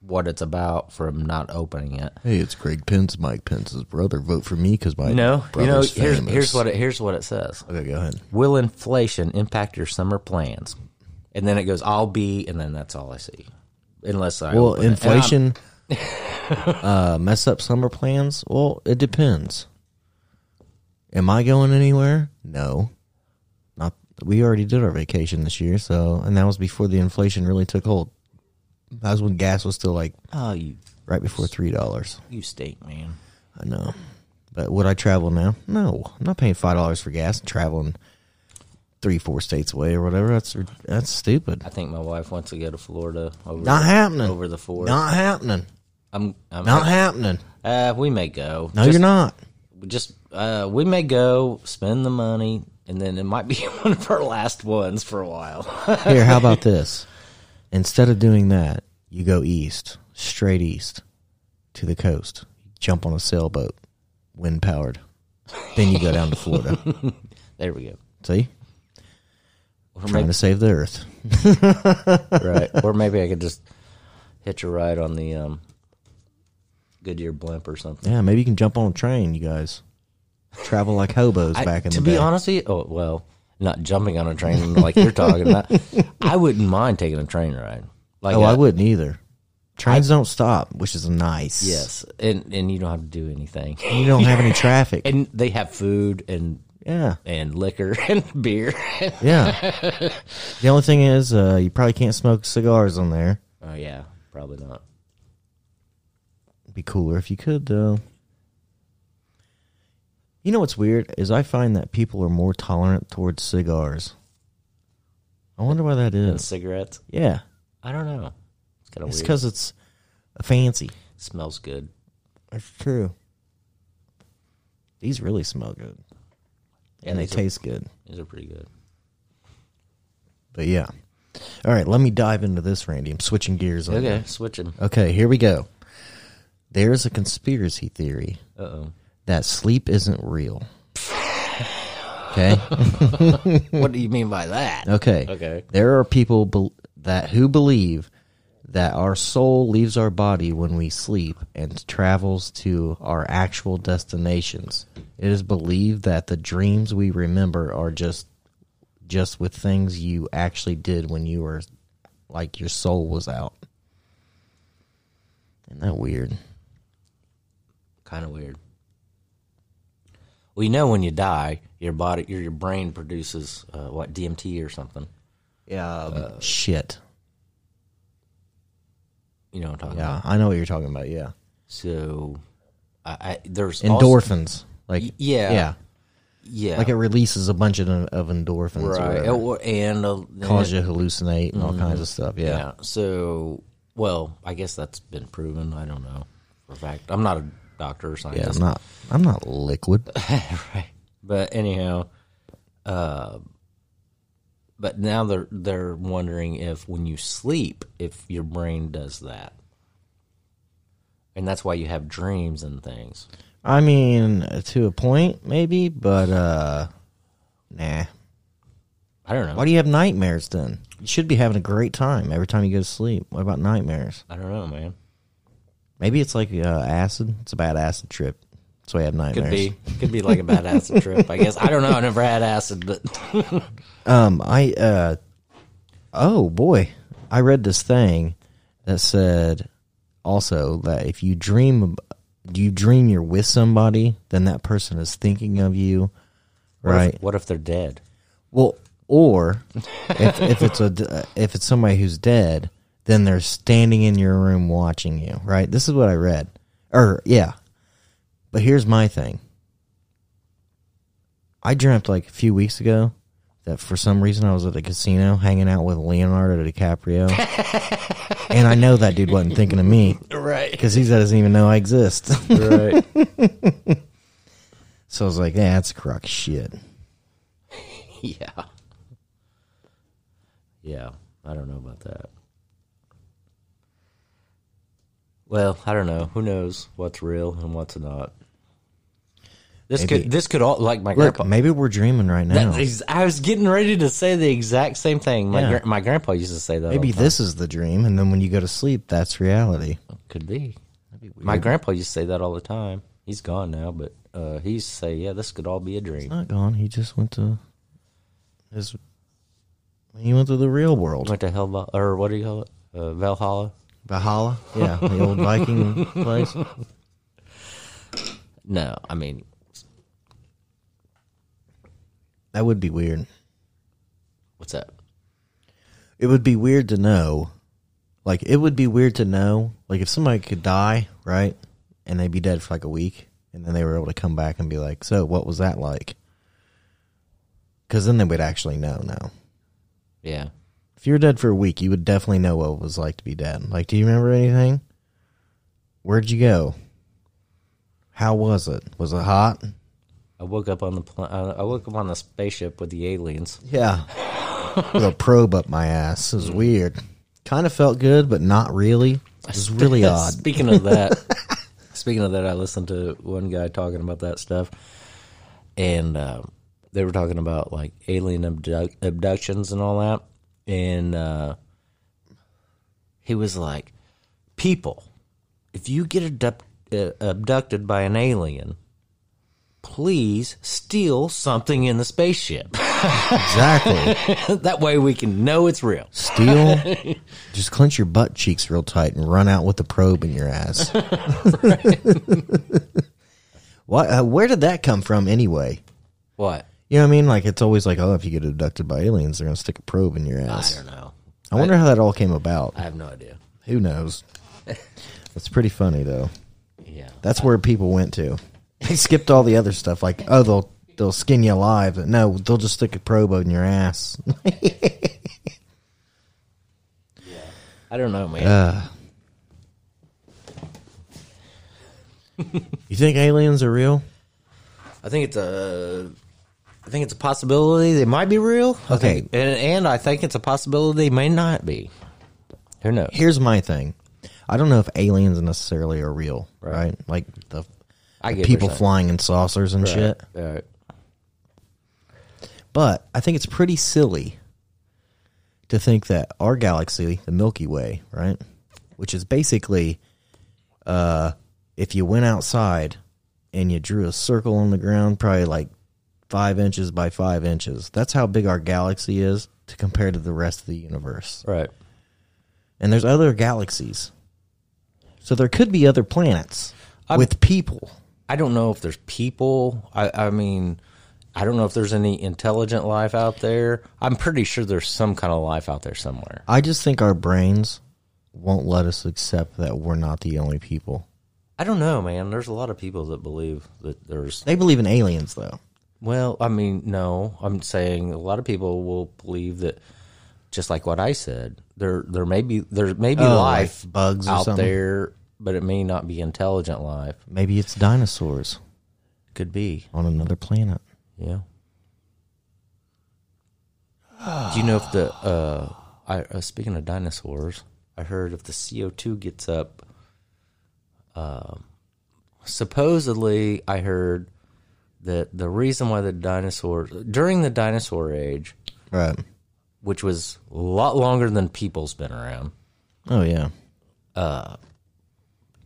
Speaker 2: what it's about from not opening it.
Speaker 1: Hey, it's Greg Pence, Mike Pence's brother. Vote for me because my
Speaker 2: No, you know,
Speaker 1: brother's
Speaker 2: here's,
Speaker 1: famous.
Speaker 2: here's what it here's what it says.
Speaker 1: Okay, go ahead.
Speaker 2: Will inflation impact your summer plans? And then it goes, I'll be, and then that's all I see. Unless I
Speaker 1: Well,
Speaker 2: open it. And I'm-
Speaker 1: inflation uh, mess up summer plans. Well, it depends. Am I going anywhere? No, not. We already did our vacation this year, so and that was before the inflation really took hold. That was when gas was still like
Speaker 2: Oh, you
Speaker 1: right before three dollars.
Speaker 2: you stink, man.
Speaker 1: I know, but would I travel now? No, I'm not paying five dollars for gas and traveling three, four states away or whatever. That's that's stupid.
Speaker 2: I think my wife wants to go to Florida over
Speaker 1: Not
Speaker 2: the,
Speaker 1: happening.
Speaker 2: over the fourth.
Speaker 1: Not happening.
Speaker 2: I'm, I'm
Speaker 1: Not happening.
Speaker 2: uh, we may go.
Speaker 1: No,
Speaker 2: Just-
Speaker 1: you're not.
Speaker 2: Just uh, we may go spend the money, and then it might be one of our last ones for a while.
Speaker 1: Here, how about this? Instead of doing that, you go east, straight east, to the coast. Jump on a sailboat, wind powered. Then you go down to Florida.
Speaker 2: there we go.
Speaker 1: See,
Speaker 2: Or
Speaker 1: trying
Speaker 2: maybe,
Speaker 1: to save the earth.
Speaker 2: right, or maybe I could just hitch a ride on the um, Goodyear blimp or something.
Speaker 1: Yeah, maybe you can jump on a train, you guys. Travel like hobos
Speaker 2: I-
Speaker 1: back in
Speaker 2: to
Speaker 1: the
Speaker 2: be
Speaker 1: day.
Speaker 2: honest, with you, oh well, not jumping on a train like you're talking about. I wouldn't mind taking a train ride. Like
Speaker 1: oh,
Speaker 2: uh,
Speaker 1: I wouldn't either. Trains don't stop, which is nice.
Speaker 2: Yes, and and you don't have to do anything,
Speaker 1: you don't have any traffic.
Speaker 2: and they have food and
Speaker 1: yeah,
Speaker 2: and liquor and beer.
Speaker 1: yeah. the only thing is, uh, you probably can't smoke cigars on there.
Speaker 2: oh yeah, probably not.
Speaker 1: be cooler if you could though you know what's weird is i find that people are more tolerant towards cigars i wonder why that
Speaker 2: And
Speaker 1: is
Speaker 2: cigarettes.
Speaker 1: yeah
Speaker 2: I don't know. It's kind of
Speaker 1: it's
Speaker 2: weird.
Speaker 1: because it's fancy
Speaker 2: smells good.
Speaker 1: that's true these really smell good
Speaker 2: Yeah,
Speaker 1: and they
Speaker 2: these are-
Speaker 1: taste good
Speaker 2: These are pretty good.
Speaker 1: but yeah all right let me dive into this randy i'm switching gears on
Speaker 2: Okay,
Speaker 1: you.
Speaker 2: switch them.
Speaker 1: okay here we go there's a conspiracy theory
Speaker 2: Uh oh.
Speaker 1: that sleep isn't real okay
Speaker 2: what do you mean by that?
Speaker 1: Okay.
Speaker 2: Okay.
Speaker 1: There are people bel that who believe that our soul leaves our body when we sleep and travels to our actual destinations. It is believed that the dreams we remember are just just with things you actually did when you were like your soul was out. Isn't that weird?
Speaker 2: Kind of weird. Well, you know when you die, your body, your your brain produces uh, what DMT or something.
Speaker 1: Yeah.
Speaker 2: um,
Speaker 1: Shit.
Speaker 2: You know what I'm talking about.
Speaker 1: Yeah, I know what you're talking about. Yeah,
Speaker 2: So, I, I there's also-
Speaker 1: endorphins. like
Speaker 2: Y- yeah.
Speaker 1: yeah,
Speaker 2: yeah,
Speaker 1: like it releases a bunch of, of endorphins. or
Speaker 2: right,
Speaker 1: whatever.
Speaker 2: Or- and uh,
Speaker 1: cause you to hallucinate and all kinds of stuff. Mm-hmm. Yeah.
Speaker 2: Yeah. So, well, I guess that's been proven. I don't know for a fact. I'm not a doctor or
Speaker 1: Yeah,
Speaker 2: scientist.
Speaker 1: I'm not. I'm not liquid.
Speaker 2: right. But anyhow, uh, but now they're they're wondering if when you sleep, if your brain does that, and that's why you have dreams and things.
Speaker 1: I mean, to a point, maybe, but uh, nah.
Speaker 2: I don't know.
Speaker 1: Why do you have nightmares then? You should be having a great time every time you go to sleep. What about nightmares?
Speaker 2: I don't know, man.
Speaker 1: Maybe it's like uh, acid. It's a bad acid trip. That's why you have
Speaker 2: Could
Speaker 1: nightmares.
Speaker 2: be. Could be like a bad acid trip, I guess. I don't know. I never had acid, but
Speaker 1: Um, I uh, oh boy, I read this thing that said also that if you dream, ab- do you dream you're with somebody, then that person is thinking of you, right?
Speaker 2: What if they're dead?
Speaker 1: Well, or if, if it's a d- if it's somebody who's dead, then they're standing in your room watching you, right? This is what I read, or yeah. But here's my thing. I dreamt like a few weeks ago that for some reason I was at a casino hanging out with Leonardo DiCaprio, and I know that dude wasn't thinking of me
Speaker 2: Right.
Speaker 1: because he doesn't even know I exist.
Speaker 2: Right.
Speaker 1: so I was like, yeah, that's crock shit.
Speaker 2: yeah. Yeah. I don't know about that. Well, I don't know. Who knows what's real and what's not? This
Speaker 1: Maybe-
Speaker 2: could this could all like my
Speaker 1: Look,
Speaker 2: grandpa.
Speaker 1: maybe we're dreaming right now.
Speaker 2: That is- I was getting ready to say the exact same thing. My
Speaker 1: Yeah.
Speaker 2: gra- my grandpa used to say that. all
Speaker 1: Maybe
Speaker 2: the time.
Speaker 1: this is the dream, and then when you go to sleep, that's reality.
Speaker 2: could be. My grandpa used to say that all the time. He's gone now, but uh, he used to say, "Yeah, this could all be a dream."
Speaker 1: Not gone. He just went to his. He went to the real world.
Speaker 2: Went to hell or what do you call it? Uh, Valhalla.
Speaker 1: Valhalla, yeah, the old Viking place.
Speaker 2: No, I mean
Speaker 1: That would be weird.
Speaker 2: what's that?
Speaker 1: It would be weird to know, like it would be weird to know, like if somebody could die, right, and they'd be dead for like a week, and then they were able to come back and be like, "So, what was that like?" Because then they would actually know now.
Speaker 2: Yeah,
Speaker 1: if you were dead for a week, you would definitely know what it was like to be dead. Like, do you remember anything? Where'd you go? How was it? Was it hot?
Speaker 2: I woke up on the pl- uh, I woke up on the spaceship with the aliens.
Speaker 1: Yeah. With a probe up my ass. It was weird. Kind of felt good, but not really. It was really odd.
Speaker 2: Speaking of that, speaking of that, I listened to one guy talking about that stuff, and uh, they were talking about like alien abduct- abductions and all that, and uh, he was like, "People, if you get abduct- uh, abducted by an alien." Please steal something in the spaceship.
Speaker 1: Exactly.
Speaker 2: that way we can know it's real.
Speaker 1: Steal. Just clench your butt cheeks real tight and run out with the probe in your ass. Why, uh, where did that come from anyway?
Speaker 2: What?
Speaker 1: You know what I mean? Like it's always like, oh, if you get abducted by aliens, they're gonna stick a probe in your
Speaker 2: I
Speaker 1: ass.
Speaker 2: don't know.
Speaker 1: I, wonder how that all came about.
Speaker 2: I have no idea.
Speaker 1: Who knows? That's pretty funny though.
Speaker 2: Yeah.
Speaker 1: That's where people went to. They skipped all the other stuff, like oh, they'll they'll skin you alive. But no, they'll just stick a probe in your ass.
Speaker 2: I don't know, man.
Speaker 1: you think aliens are real?
Speaker 2: I think it's a, I think it's a possibility. They might be real. I
Speaker 1: Okay.
Speaker 2: think- and, and I think it's a possibility they may not be. Who knows?
Speaker 1: Here's my thing. I don't know if aliens necessarily are real, right? Like the
Speaker 2: I get what
Speaker 1: people
Speaker 2: you're saying.
Speaker 1: flying in saucers and shit.
Speaker 2: All right.
Speaker 1: But I think it's pretty silly to think that our galaxy, the Milky Way, right, which is basically, uh, if you went outside and you drew a circle on the ground, probably like five inches by five inches, that's how big our galaxy is to compare to the rest of the universe.
Speaker 2: Right.
Speaker 1: And there's other galaxies, so there could be other planets with people.
Speaker 2: I don't know if there's people. I, I mean, I don't know if there's any intelligent life out there. I'm pretty sure there's some kind of life out there somewhere.
Speaker 1: I just think our brains won't let us accept that we're not the only people.
Speaker 2: I don't know, man. There's a lot of people that believe that there's
Speaker 1: They believe in aliens, though.
Speaker 2: Well, I mean, no. I'm saying a lot of people will believe that, just like what I said, there there may be there may be
Speaker 1: Oh,
Speaker 2: life
Speaker 1: like bugs or
Speaker 2: out
Speaker 1: something?
Speaker 2: there, but it may not be intelligent life.
Speaker 1: Maybe it's dinosaurs
Speaker 2: Could be.
Speaker 1: on another planet.
Speaker 2: Yeah. Do you know if the uh, I uh, speaking of dinosaurs, I heard if the CO two gets up, um, supposedly I heard that the reason why the dinosaurs during the dinosaur age,
Speaker 1: Right.
Speaker 2: which was a lot longer than people's been around.
Speaker 1: Oh yeah.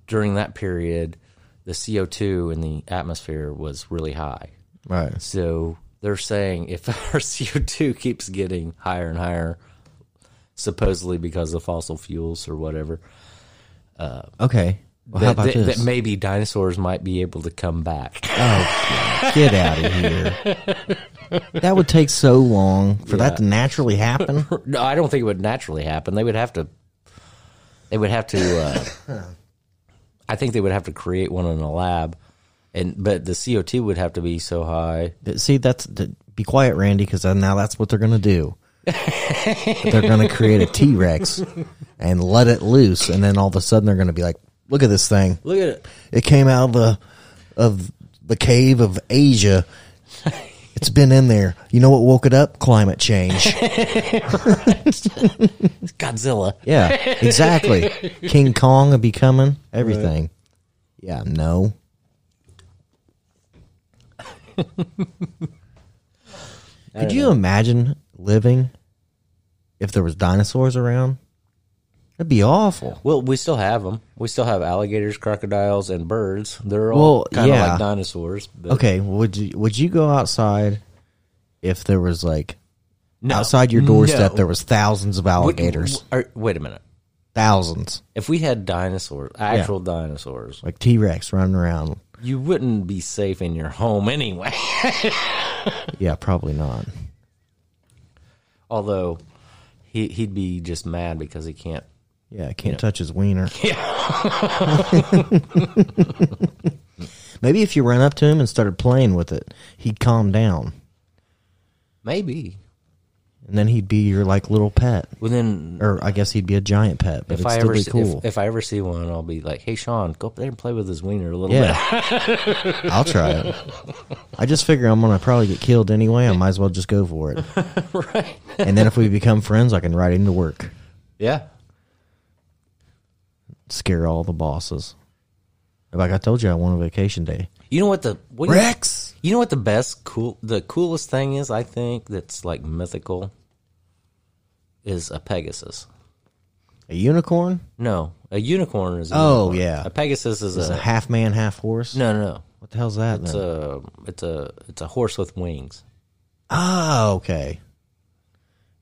Speaker 2: During that period, the CO2 in the atmosphere was really high.
Speaker 1: Right.
Speaker 2: So they're saying if our CO2 keeps getting higher and higher, supposedly because of fossil fuels or whatever,
Speaker 1: Okay. Well, how
Speaker 2: that,
Speaker 1: about
Speaker 2: that-
Speaker 1: this?
Speaker 2: that maybe dinosaurs might be able to come back.
Speaker 1: Get out of here. that would take so long for that to naturally happen.
Speaker 2: No, I don't think it would naturally happen. They would have to. They would have to. Uh, I think they would have to create one in a lab, and but the CO two would have to be so high.
Speaker 1: See, that's th- be quiet, Randy, because now that's what they're going to do. they're going to create a T Rex and let it loose, and then all of a sudden they're going to be like, "Look at this thing!
Speaker 2: Look at it.
Speaker 1: It came out of the of the cave of Asia. It's been in there. You know what woke it up? Climate change.
Speaker 2: It's Godzilla.
Speaker 1: Yeah, exactly. King Kong will be coming. Everything. Yeah, no. Could you imagine living if there was dinosaurs around? That'd be awful.
Speaker 2: Well, we still have them. We still have alligators, crocodiles, and birds. They're
Speaker 1: Well,
Speaker 2: all kind of
Speaker 1: yeah.
Speaker 2: like dinosaurs. But
Speaker 1: Okay, would you would you go outside if there was like
Speaker 2: No.
Speaker 1: outside your doorstep
Speaker 2: No.
Speaker 1: there was thousands of
Speaker 2: Would-
Speaker 1: alligators,
Speaker 2: are- wait a minute.
Speaker 1: thousands
Speaker 2: If we had dinosaurs, actual dinosaurs,
Speaker 1: like T Rex running around?
Speaker 2: you wouldn't be safe in your home anyway.
Speaker 1: Yeah, probably not.
Speaker 2: Although he he'd be just mad because he can't
Speaker 1: Yeah, can't touch his wiener. Yeah. Maybe if you ran up to him and started playing with it, he'd calm down,
Speaker 2: Maybe.
Speaker 1: and then he'd be your like little pet,
Speaker 2: Well, then
Speaker 1: or I guess he'd be a giant pet, but
Speaker 2: if
Speaker 1: it'd
Speaker 2: I
Speaker 1: still
Speaker 2: ever
Speaker 1: be
Speaker 2: see, if-
Speaker 1: cool.
Speaker 2: if, I ever see one, I'll be like, "Hey, Sean, go up there and play with his wiener a little
Speaker 1: yeah, I'll try it. I just figure I'm gonna probably get killed anyway. I might as well just go for it.
Speaker 2: bit." right?
Speaker 1: And then if we become friends, I can ride him to work,
Speaker 2: Yeah.
Speaker 1: scare all the bosses. Like I told you, I want a vacation day.
Speaker 2: You know what the what do you-
Speaker 1: Rex.
Speaker 2: You know what the best cool the coolest thing is? I think that's like mythical is a Pegasus.
Speaker 1: A unicorn
Speaker 2: No, a unicorn is. A
Speaker 1: Oh,
Speaker 2: unicorn.
Speaker 1: yeah.
Speaker 2: a Pegasus is,
Speaker 1: is
Speaker 2: a,
Speaker 1: a half man, half horse.
Speaker 2: Uh, no, no, no.
Speaker 1: What the hell's that?
Speaker 2: It's
Speaker 1: then?
Speaker 2: a it's a it's a horse with wings.
Speaker 1: Oh, okay.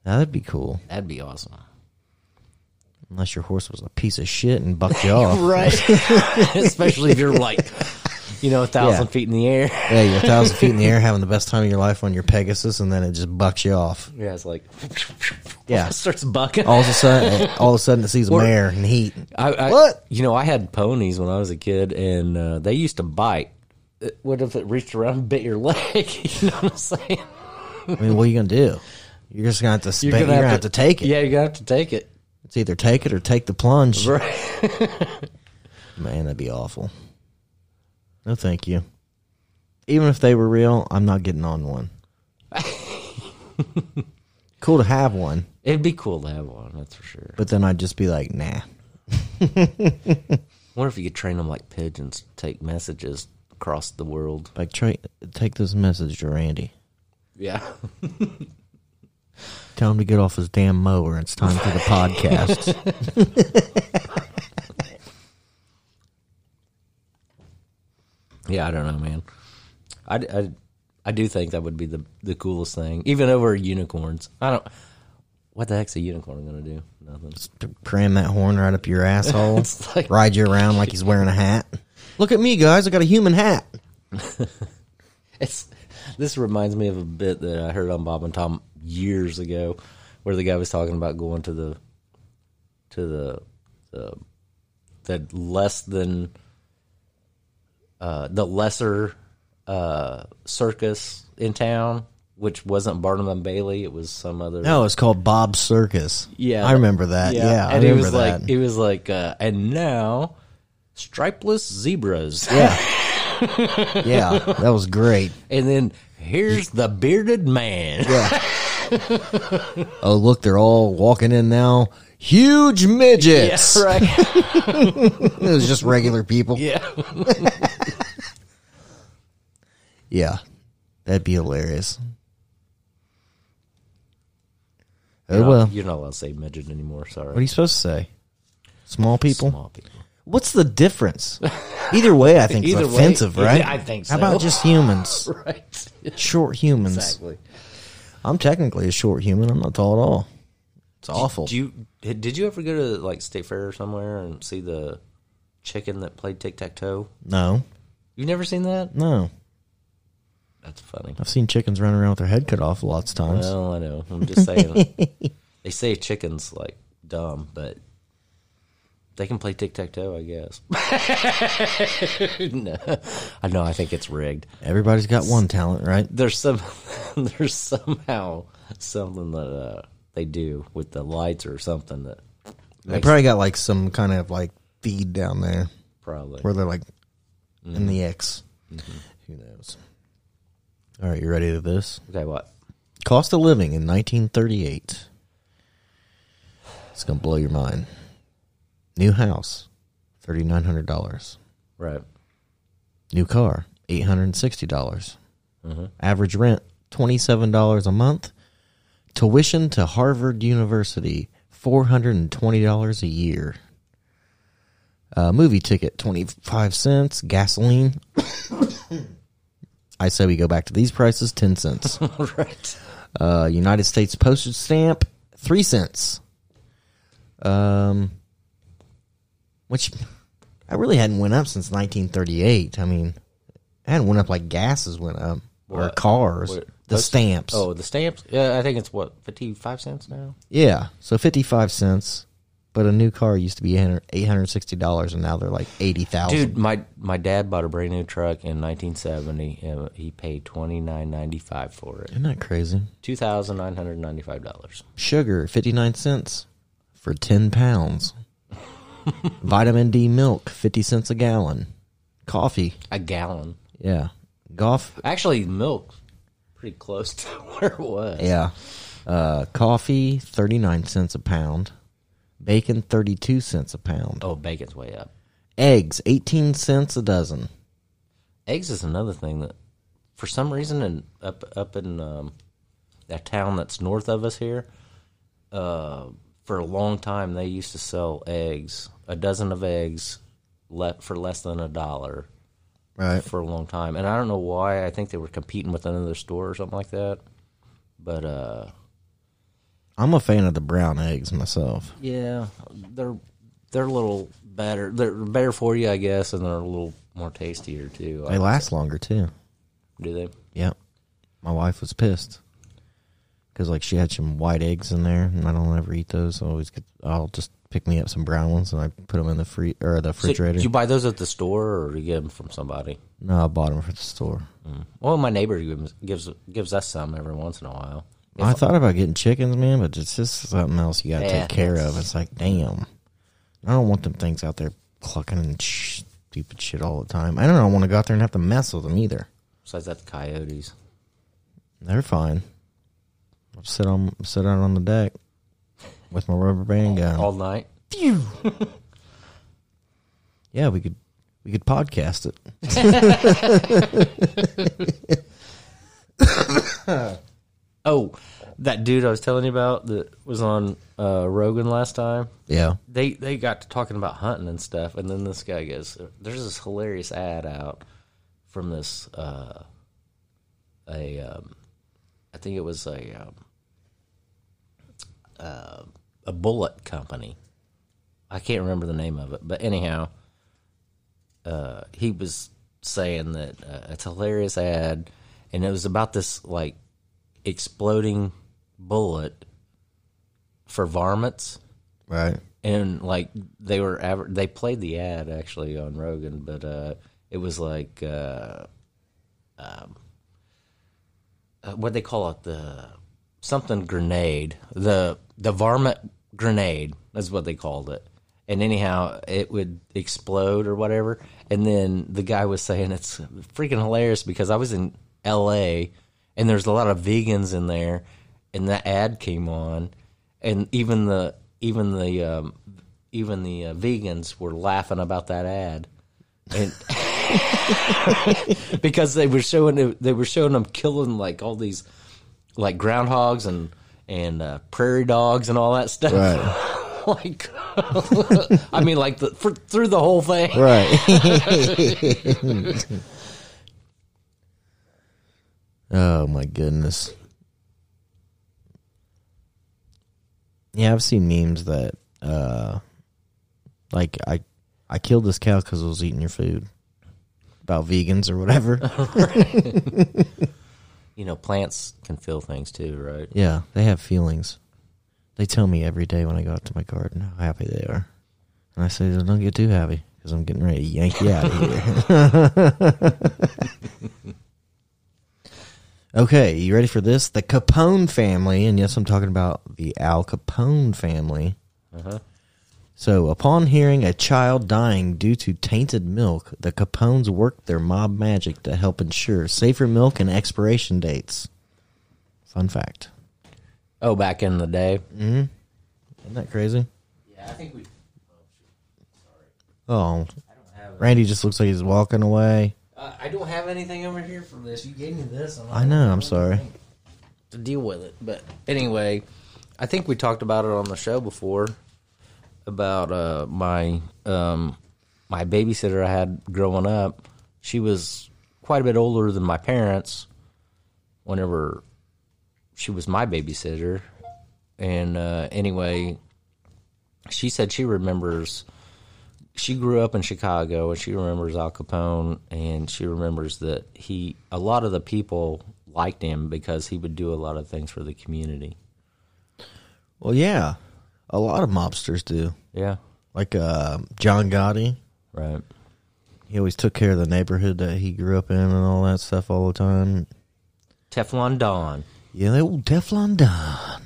Speaker 1: Now that'd be cool.
Speaker 2: That'd be awesome.
Speaker 1: Unless your horse was a piece of shit and bucked you off.
Speaker 2: Right, especially if you're like, you know, a thousand
Speaker 1: Yeah.
Speaker 2: feet in the air.
Speaker 1: Yeah, you're a thousand feet in the air having the best time of your life on your Pegasus and then it just bucks you off.
Speaker 2: Yeah, it's like,
Speaker 1: Yeah.
Speaker 2: starts bucking.
Speaker 1: All of a sudden all of a sudden it sees a
Speaker 2: Or-
Speaker 1: mare and heat.
Speaker 2: I, I,
Speaker 1: What?
Speaker 2: You know, I had ponies when I was a kid, and uh, they used to bite. It- What if it reached around and bit your leg? you know what I'm saying?
Speaker 1: I mean, what are you gonna do? You're just gonna have to spank, you're gonna, have, to, take it.
Speaker 2: Yeah, you're gonna have to take it.
Speaker 1: It's either take it or take the plunge.
Speaker 2: Right.
Speaker 1: Man, that'd be awful. No thank you. Even if they were real, I'm not getting on one. cool to have one.
Speaker 2: It'd be cool to have one, that's for sure.
Speaker 1: But then I'd just be like, nah.
Speaker 2: wonder if you could train them like pigeons, to take messages across the world.
Speaker 1: Like, try, take this message to Randy.
Speaker 2: Yeah.
Speaker 1: Tell him to get off his damn mower. It's time for the podcast.
Speaker 2: Yeah, I don't know, man. I, I, I do think that would be the the coolest thing, even over unicorns. I don't. What the heck's a unicorn gonna do? Nothing.
Speaker 1: Cram that horn right up your asshole.
Speaker 2: It's like-
Speaker 1: Ride you around like he's wearing a hat. Look at me, guys. I got a human hat.
Speaker 2: It's this reminds me of a bit that I heard on Bob and Tom years ago, where the guy was talking about going to the to the the, the less than uh, the lesser uh, circus in town, which wasn't Barnum and Bailey. It was some other.
Speaker 1: No, Oh, it's called Bob's Circus.
Speaker 2: Yeah,
Speaker 1: I remember that. Yeah, I
Speaker 2: and
Speaker 1: remember
Speaker 2: he was
Speaker 1: that.
Speaker 2: like, he was like, uh, and now stripeless zebras,
Speaker 1: yeah. yeah, that was great.
Speaker 2: and then here's the bearded man.
Speaker 1: Oh, look, they're all walking in now. Huge midgets.
Speaker 2: right.
Speaker 1: It was just regular people.
Speaker 2: Yeah.
Speaker 1: Yeah, that'd be hilarious. Oh, well.
Speaker 2: You're not allowed to say midget anymore. Sorry.
Speaker 1: What are you supposed to say? Small people?
Speaker 2: Small people.
Speaker 1: What's the difference? Either way, I think
Speaker 2: Either
Speaker 1: it's
Speaker 2: way,
Speaker 1: offensive,
Speaker 2: yeah,
Speaker 1: right?
Speaker 2: I think
Speaker 1: How about
Speaker 2: so.
Speaker 1: just humans?
Speaker 2: Right.
Speaker 1: Short humans.
Speaker 2: exactly.
Speaker 1: I'm technically a short human. I'm not tall at all. It's awful.
Speaker 2: Do you did you ever go to like state fair or somewhere and see the chicken that played tic tac toe?
Speaker 1: no,
Speaker 2: You've never seen that?
Speaker 1: no.
Speaker 2: That's funny.
Speaker 1: I've seen chickens run around with their head cut off lots of times.
Speaker 2: Well, I know. I'm just saying. they say chickens like dumb, but they can play tic tac toe, I guess. no, I know. I think it's rigged.
Speaker 1: Everybody's got one talent, right?
Speaker 2: There's some. there's somehow something that uh, they do with the lights or something that
Speaker 1: They probably got like some kind of like feed down there
Speaker 2: probably.
Speaker 1: where they're like in
Speaker 2: Mm-hmm.
Speaker 1: the X. Who knows? All right, you ready to this?
Speaker 2: Okay, what?
Speaker 1: Cost of living in 1938. It's going to blow your mind. New house, $3,900.
Speaker 2: Right.
Speaker 1: New car, $860. dollars Average rent, $27 a month. Tuition to Harvard University, $420 a year. Uh, movie ticket, 25 cents. Gasoline. I say we go back to these prices, 10 cents.
Speaker 2: right.
Speaker 1: Uh, United States postage stamp, three cents. Um, which I really hadn't went up since 1938. I mean, I hadn't went up like gases went up or
Speaker 2: What?
Speaker 1: cars,
Speaker 2: What?
Speaker 1: the
Speaker 2: Post-
Speaker 1: stamps.
Speaker 2: Oh, the stamps. Yeah, I think it's what fifty five cents now.
Speaker 1: Yeah, so 55 cents. But a new car used to be $860 and now they're like 80000
Speaker 2: Dude, my my dad bought a brand new truck in 1970, and he paid twenty nine ninety five for it.
Speaker 1: Isn't that crazy?
Speaker 2: Two thousand nine hundred ninety five dollars.
Speaker 1: Sugar, 59 cents for 10 pounds. Vitamin D milk, 50 cents a gallon. Coffee,
Speaker 2: A gallon.
Speaker 1: Yeah. Golf.
Speaker 2: Actually, milk pretty close to where it was.
Speaker 1: Yeah. Uh, coffee, 39 cents a pound. Bacon, 32 cents a pound.
Speaker 2: Oh, bacon's way up.
Speaker 1: Eggs, 18 cents a dozen.
Speaker 2: Eggs is another thing that, for some reason, in up up in um, that town that's north of us here, uh, for a long time they used to sell eggs, a dozen of eggs, le- for less than a dollar.
Speaker 1: Right.
Speaker 2: for a long time, and I don't know why. I think they were competing with another store or something like that. But uh,
Speaker 1: I'm a fan of the brown eggs myself.
Speaker 2: yeah, they're they're a little better. They're better for you, I guess, and they're a little more tastier too.
Speaker 1: They last longer, too.
Speaker 2: Do they?
Speaker 1: Yep. My wife was pissed. Because, like, she had some white eggs in there, and I don't ever eat those. I always get, I'll just pick me up some brown ones, and I put them in the free or the
Speaker 2: So
Speaker 1: refrigerator.
Speaker 2: you buy those at the store, or you get them from somebody?
Speaker 1: no, I bought them from the store.
Speaker 2: Well, my neighbor gives gives, gives us some every once in a while.
Speaker 1: I thought about getting chickens, man, but it's just something else you got to
Speaker 2: Yeah.
Speaker 1: take care of. It's like, damn, I don't want them things out there clucking and sh- stupid shit all the time. I don't want to go out there and have to mess with them either.
Speaker 2: Besides that, the coyotes.
Speaker 1: They're fine. I'll sit on sit out on the deck with my rubber band gun.
Speaker 2: All night.
Speaker 1: yeah, we could we could podcast it.
Speaker 2: Oh, that dude I was telling you about that was on uh, Rogan last time.
Speaker 1: Yeah,
Speaker 2: they they got to talking about hunting and stuff, and then this guy goes, "There's this hilarious ad out from this uh, a um, I think it was a um, uh, a bullet company. I can't remember the name of it, but anyhow, uh, he was saying that uh, it's a hilarious ad, and it was about this like exploding bullet for varmints
Speaker 1: right.
Speaker 2: and like they were aver- they played the ad actually on Rogan, but uh, it was like uh, um, uh, what they call it the something grenade the the varmint grenade is what they called it. And anyhow, it would explode or whatever. And then the guy was saying it's freaking hilarious because I was in L.A. and there's a lot of vegans in there, and that ad came on, and even the even the um, even the uh, vegans were laughing about that ad, and because they were showing they were showing them killing like all these like groundhogs and and uh, prairie dogs and all that stuff.
Speaker 1: Right.
Speaker 2: like, I mean, like the, for, through the whole thing.
Speaker 1: Right. oh my goodness. Yeah, I've seen memes that uh like I I killed this cow cuz it was eating your food. About vegans or whatever.
Speaker 2: You know, plants can feel things too, right?
Speaker 1: yeah, they have feelings. They tell me every day when I go out to my garden how happy they are. And I say, don't get too happy because I'm getting ready to yank you out of here. okay, you ready for this? The Capone family, and yes, I'm talking about the Al Capone family. So, upon hearing a child dying due to tainted milk, the Capones worked their mob magic to help ensure safer milk and expiration dates. Fun fact.
Speaker 2: Oh, back in the day.
Speaker 1: Isn't that crazy?
Speaker 2: Yeah, I think we.
Speaker 1: Oh,
Speaker 2: I don't have.
Speaker 1: Randy just looks like he's walking away.
Speaker 2: Uh, I don't have anything over here for this. You gave me this. I'm
Speaker 1: I know, I'm sorry.
Speaker 2: to deal with it. But anyway, I think we talked about it on the show before about uh, my um, my babysitter I had growing up. She was quite a bit older than my parents. Whenever she was my babysitter, and uh, anyway, she said she remembers. She grew up in Chicago, and she remembers Al Capone, and she remembers that he a lot of the people liked him because he would do a lot of things for the community.
Speaker 1: Well, yeah, a lot of mobsters do.
Speaker 2: Yeah,
Speaker 1: Like uh, John Gotti,
Speaker 2: right.
Speaker 1: he always took care of the neighborhood that he grew up in and all that stuff all the time.
Speaker 2: Teflon Don.
Speaker 1: Yeah, the old Teflon Don.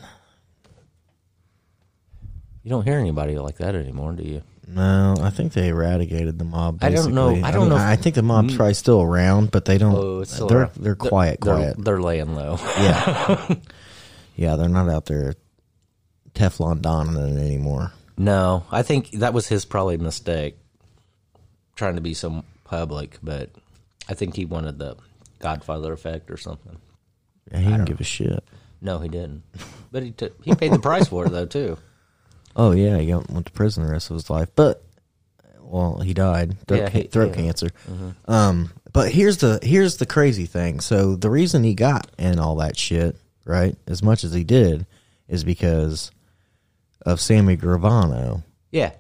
Speaker 2: You don't hear anybody like that anymore, do you?
Speaker 1: No, I think they eradicated the mob.
Speaker 2: I
Speaker 1: Basically.
Speaker 2: don't know- I don't know if-
Speaker 1: I think the mob's probably still around, but they don't.
Speaker 2: Oh, it's still
Speaker 1: they're
Speaker 2: around.
Speaker 1: they're quiet,
Speaker 2: They're,
Speaker 1: quiet.
Speaker 2: they're laying low.
Speaker 1: yeah, yeah, they're not out there Teflon Don anymore.
Speaker 2: no, I think that was his probably mistake, trying to be so public. But I think he wanted the Godfather effect or something.
Speaker 1: Yeah, he don't give a shit.
Speaker 2: No, he didn't. But he took, he paid the price for it though too.
Speaker 1: Oh yeah, he got, went to prison the rest of his life, but well, he died throat,
Speaker 2: Yeah,
Speaker 1: ca-
Speaker 2: he-
Speaker 1: throat
Speaker 2: yeah. Mm-hmm.
Speaker 1: cancer. Um, but here's the here's the crazy thing. So the reason he got in all that shit, right, as much as he did, is because of Sammy Gravano,
Speaker 2: Yeah.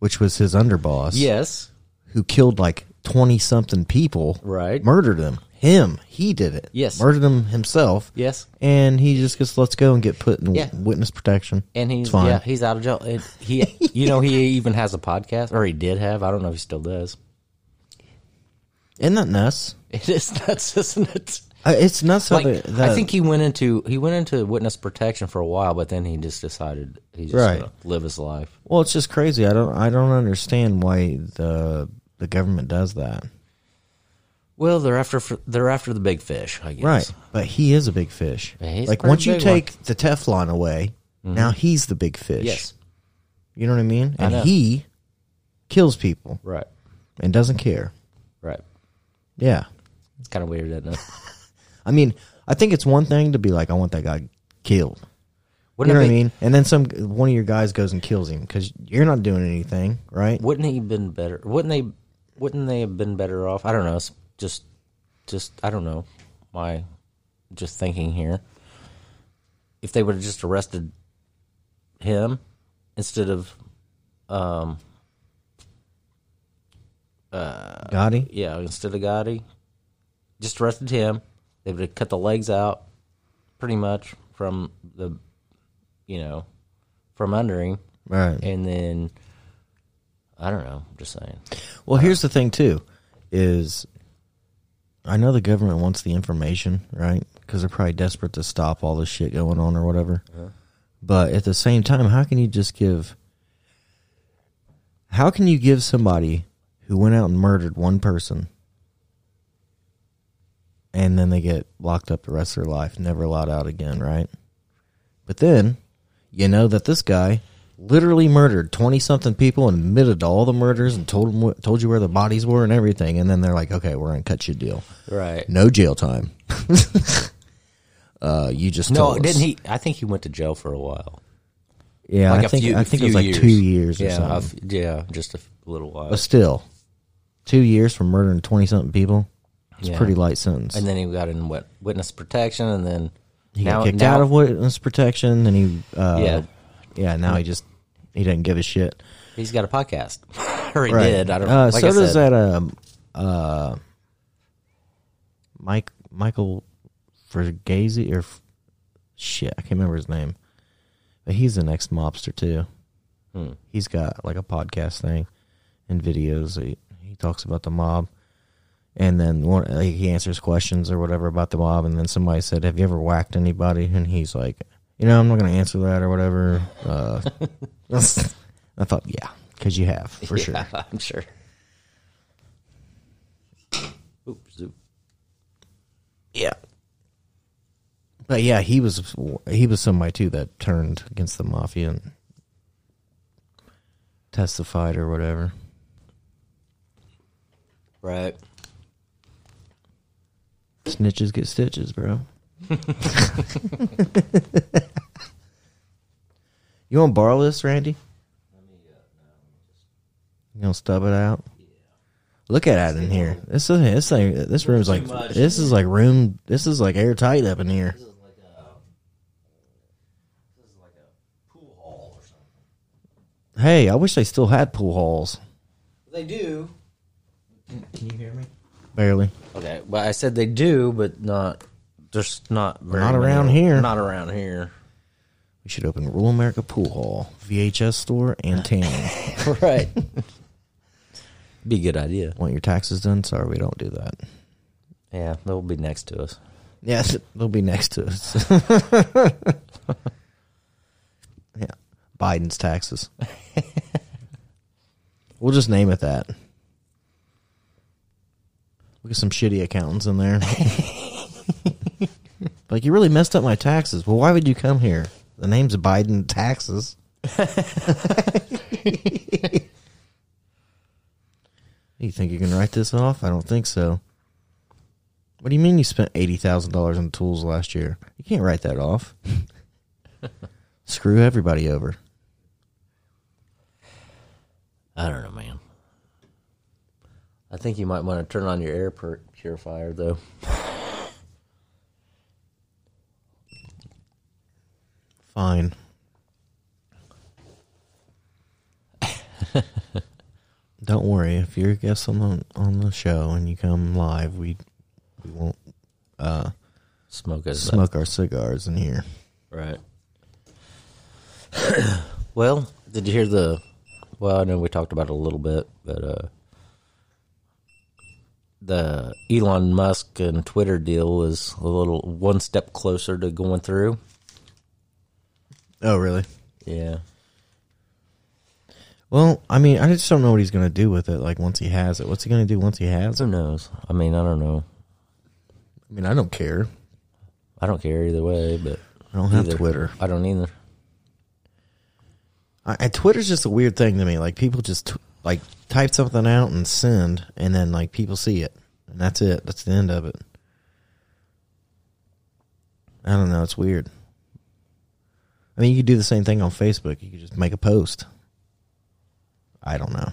Speaker 1: which was his underboss,
Speaker 2: Yes.
Speaker 1: who killed like twenty something people,
Speaker 2: Right.
Speaker 1: murdered them. Him, he did it.
Speaker 2: Yes.
Speaker 1: murdered him himself.
Speaker 2: Yes.
Speaker 1: And he just gets let's go and get put in
Speaker 2: Yeah.
Speaker 1: witness protection.
Speaker 2: And
Speaker 1: It's
Speaker 2: he's
Speaker 1: fine.
Speaker 2: yeah he's out of jail. And he you know he even has a podcast or he did have. I don't know if he still does.
Speaker 1: Isn't that nuts?
Speaker 2: It is nuts, isn't it?
Speaker 1: Uh, it's nuts. How
Speaker 2: like,
Speaker 1: the, the,
Speaker 2: I think he went into he went into witness protection for a while, but then he just decided he's just
Speaker 1: Right.
Speaker 2: gonna live his life.
Speaker 1: Well, it's just crazy. I don't I don't understand why the the government does that.
Speaker 2: Well, they're after they're after the big fish, I guess.
Speaker 1: Right. But he is a big fish.
Speaker 2: Yeah, he's a
Speaker 1: like
Speaker 2: pretty
Speaker 1: once you
Speaker 2: big one. Mm-hmm.
Speaker 1: take the Teflon away, now he's the big fish.
Speaker 2: Yes.
Speaker 1: You know what I mean? And
Speaker 2: know.
Speaker 1: he kills people
Speaker 2: Right.
Speaker 1: and doesn't care.
Speaker 2: Right.
Speaker 1: Yeah.
Speaker 2: It's kind of weird, isn't it?
Speaker 1: I mean, I think it's one thing to be like I want that guy killed. You
Speaker 2: Wouldn't
Speaker 1: know
Speaker 2: it
Speaker 1: what I
Speaker 2: be-
Speaker 1: mean? And then some one of your guys goes and kills him cuz you're not doing anything, right?
Speaker 2: Wouldn't he been better? Wouldn't they? Wouldn't they have been better off? I don't know. It's just, just I don't know. My, just thinking here. If they would have just arrested him instead of, um,
Speaker 1: Gotti?
Speaker 2: yeah, instead of Gotti, just arrested him. They would have cut the legs out, pretty much from the, you know, from under him,
Speaker 1: Right.
Speaker 2: and then, I don't know. Just saying.
Speaker 1: Well, here's the thing too, is I know the government wants the information, right? Because they're probably desperate to stop all this shit going on or whatever. But at the same time, how can you just give? How can you give somebody who went out and murdered one person, and then they get locked up the rest of their life, never allowed out again, right? But then you know that this guy literally murdered 20 something people and admitted to all the murders and told them wh- told you where the bodies were and everything and then they're like okay we're going to cut you a deal
Speaker 2: Right.
Speaker 1: no jail time Uh, you just
Speaker 2: No,
Speaker 1: told us.
Speaker 2: didn't he? I think he went to jail for a while.
Speaker 1: Yeah,
Speaker 2: Like
Speaker 1: I
Speaker 2: a
Speaker 1: think
Speaker 2: few,
Speaker 1: I think it was
Speaker 2: few
Speaker 1: like two years or
Speaker 2: yeah, a
Speaker 1: something.
Speaker 2: f- yeah, just a f- little while.
Speaker 1: but still, two years for murdering twenty something people. It's a
Speaker 2: Yeah.
Speaker 1: pretty light sentence.
Speaker 2: and then he got in what witness protection, and then
Speaker 1: he got kicked out of witness protection, and he uh, yeah
Speaker 2: Yeah.
Speaker 1: now he just he doesn't give a shit.
Speaker 2: He's got a podcast, or he
Speaker 1: Right.
Speaker 2: did. I don't.
Speaker 1: Uh,
Speaker 2: know. like
Speaker 1: so
Speaker 2: I
Speaker 1: does
Speaker 2: said,
Speaker 1: that um uh Mike Michael Fergazzi or F- shit I can't remember his name, but he's the next mobster too.
Speaker 2: Hmm.
Speaker 1: He's got like a podcast thing and videos. He he talks about the mob, and then one like, he answers questions or whatever about the mob. And then somebody said, "Have you ever whacked anybody?" And he's like, "You know, I'm not going to answer that or whatever." Uh, I thought, yeah, because you have for sure.
Speaker 2: Yeah, I'm sure. Oops, zoop.
Speaker 1: Yeah. But yeah, he was he was somebody too that turned against the mafia and testified or whatever.
Speaker 2: right?
Speaker 1: Snitches get stitches, bro. you want to borrow this, Randy? You gonna stub it out? Look at it in here. This is this thing. This room's like this is like room. This is like airtight up in here. Hey, I wish they still had pool halls.
Speaker 2: They do. Can you hear me?
Speaker 1: Barely.
Speaker 2: Okay, well, I said they do, but not just not very
Speaker 1: Not
Speaker 2: many-
Speaker 1: around here.
Speaker 2: Not around here,
Speaker 1: We should open Rural America Pool Hall, VHS store, and tanning.
Speaker 2: right? be a good idea.
Speaker 1: Want your taxes done? Sorry, we don't do that.
Speaker 2: Yeah, they'll be next to us.
Speaker 1: Yes, they'll be next to us. yeah, Biden's taxes. we'll just name it that. We'll get some shitty accountants in there. like, you really messed up my taxes. Well, why would you come here? The name's Biden taxes. you think you can write this off? I don't think so. What do you mean you spent eighty thousand dollars on tools last year? You can't write that off. Screw everybody over.
Speaker 2: I don't know, man. I think you might want to turn on your air pur- purifier, though.
Speaker 1: Fine. Don't worry. If you're a guest on the on the show and you come live, we we won't
Speaker 2: Smoke us up.
Speaker 1: smoke our cigars in here.
Speaker 2: Right. well, did you hear the? Well, I know we talked about it a little bit, but uh, the Elon Musk and Twitter deal was a little one step closer to going through.
Speaker 1: Oh, really?
Speaker 2: Yeah.
Speaker 1: Well, I mean, I just don't know what he's gonna do with it. Like once he has it, what's he gonna do once he has
Speaker 2: Who
Speaker 1: it?
Speaker 2: knows? I mean, I don't know.
Speaker 1: I mean, I don't care.
Speaker 2: I don't care either way, but
Speaker 1: I don't have
Speaker 2: either.
Speaker 1: Twitter.
Speaker 2: I don't either.
Speaker 1: I, I- Twitter's just a weird thing to me. Like people just t- like type something out and send, and then like people see it, and that's it. That's the end of it. I don't know. It's weird. I mean, you could do the same thing on Facebook. You could just make a post. I don't know.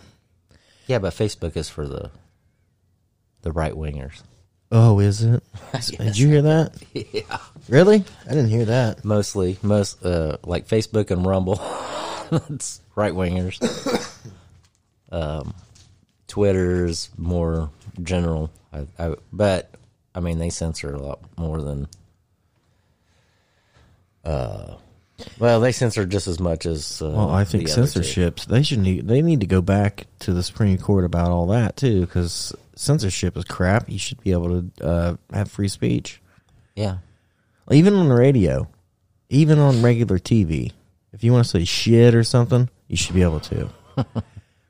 Speaker 2: Yeah, but Facebook is for the the right wingers.
Speaker 1: Oh, is it? Did you hear that? Yeah. Really? I didn't hear that.
Speaker 2: mostly most uh like facebook and rumble that's right wingers um twitter's more general I, I, but i mean they censor a lot more than uh well they censor just as much as uh,
Speaker 1: Well, I think
Speaker 2: the other two.
Speaker 1: censorships. They should need. They need to go back to the Supreme Court about all that too, because censorship is crap. You should be able to uh, have free speech,
Speaker 2: yeah
Speaker 1: even on the radio, even on regular TV. If you want to say shit or something, you should be able to.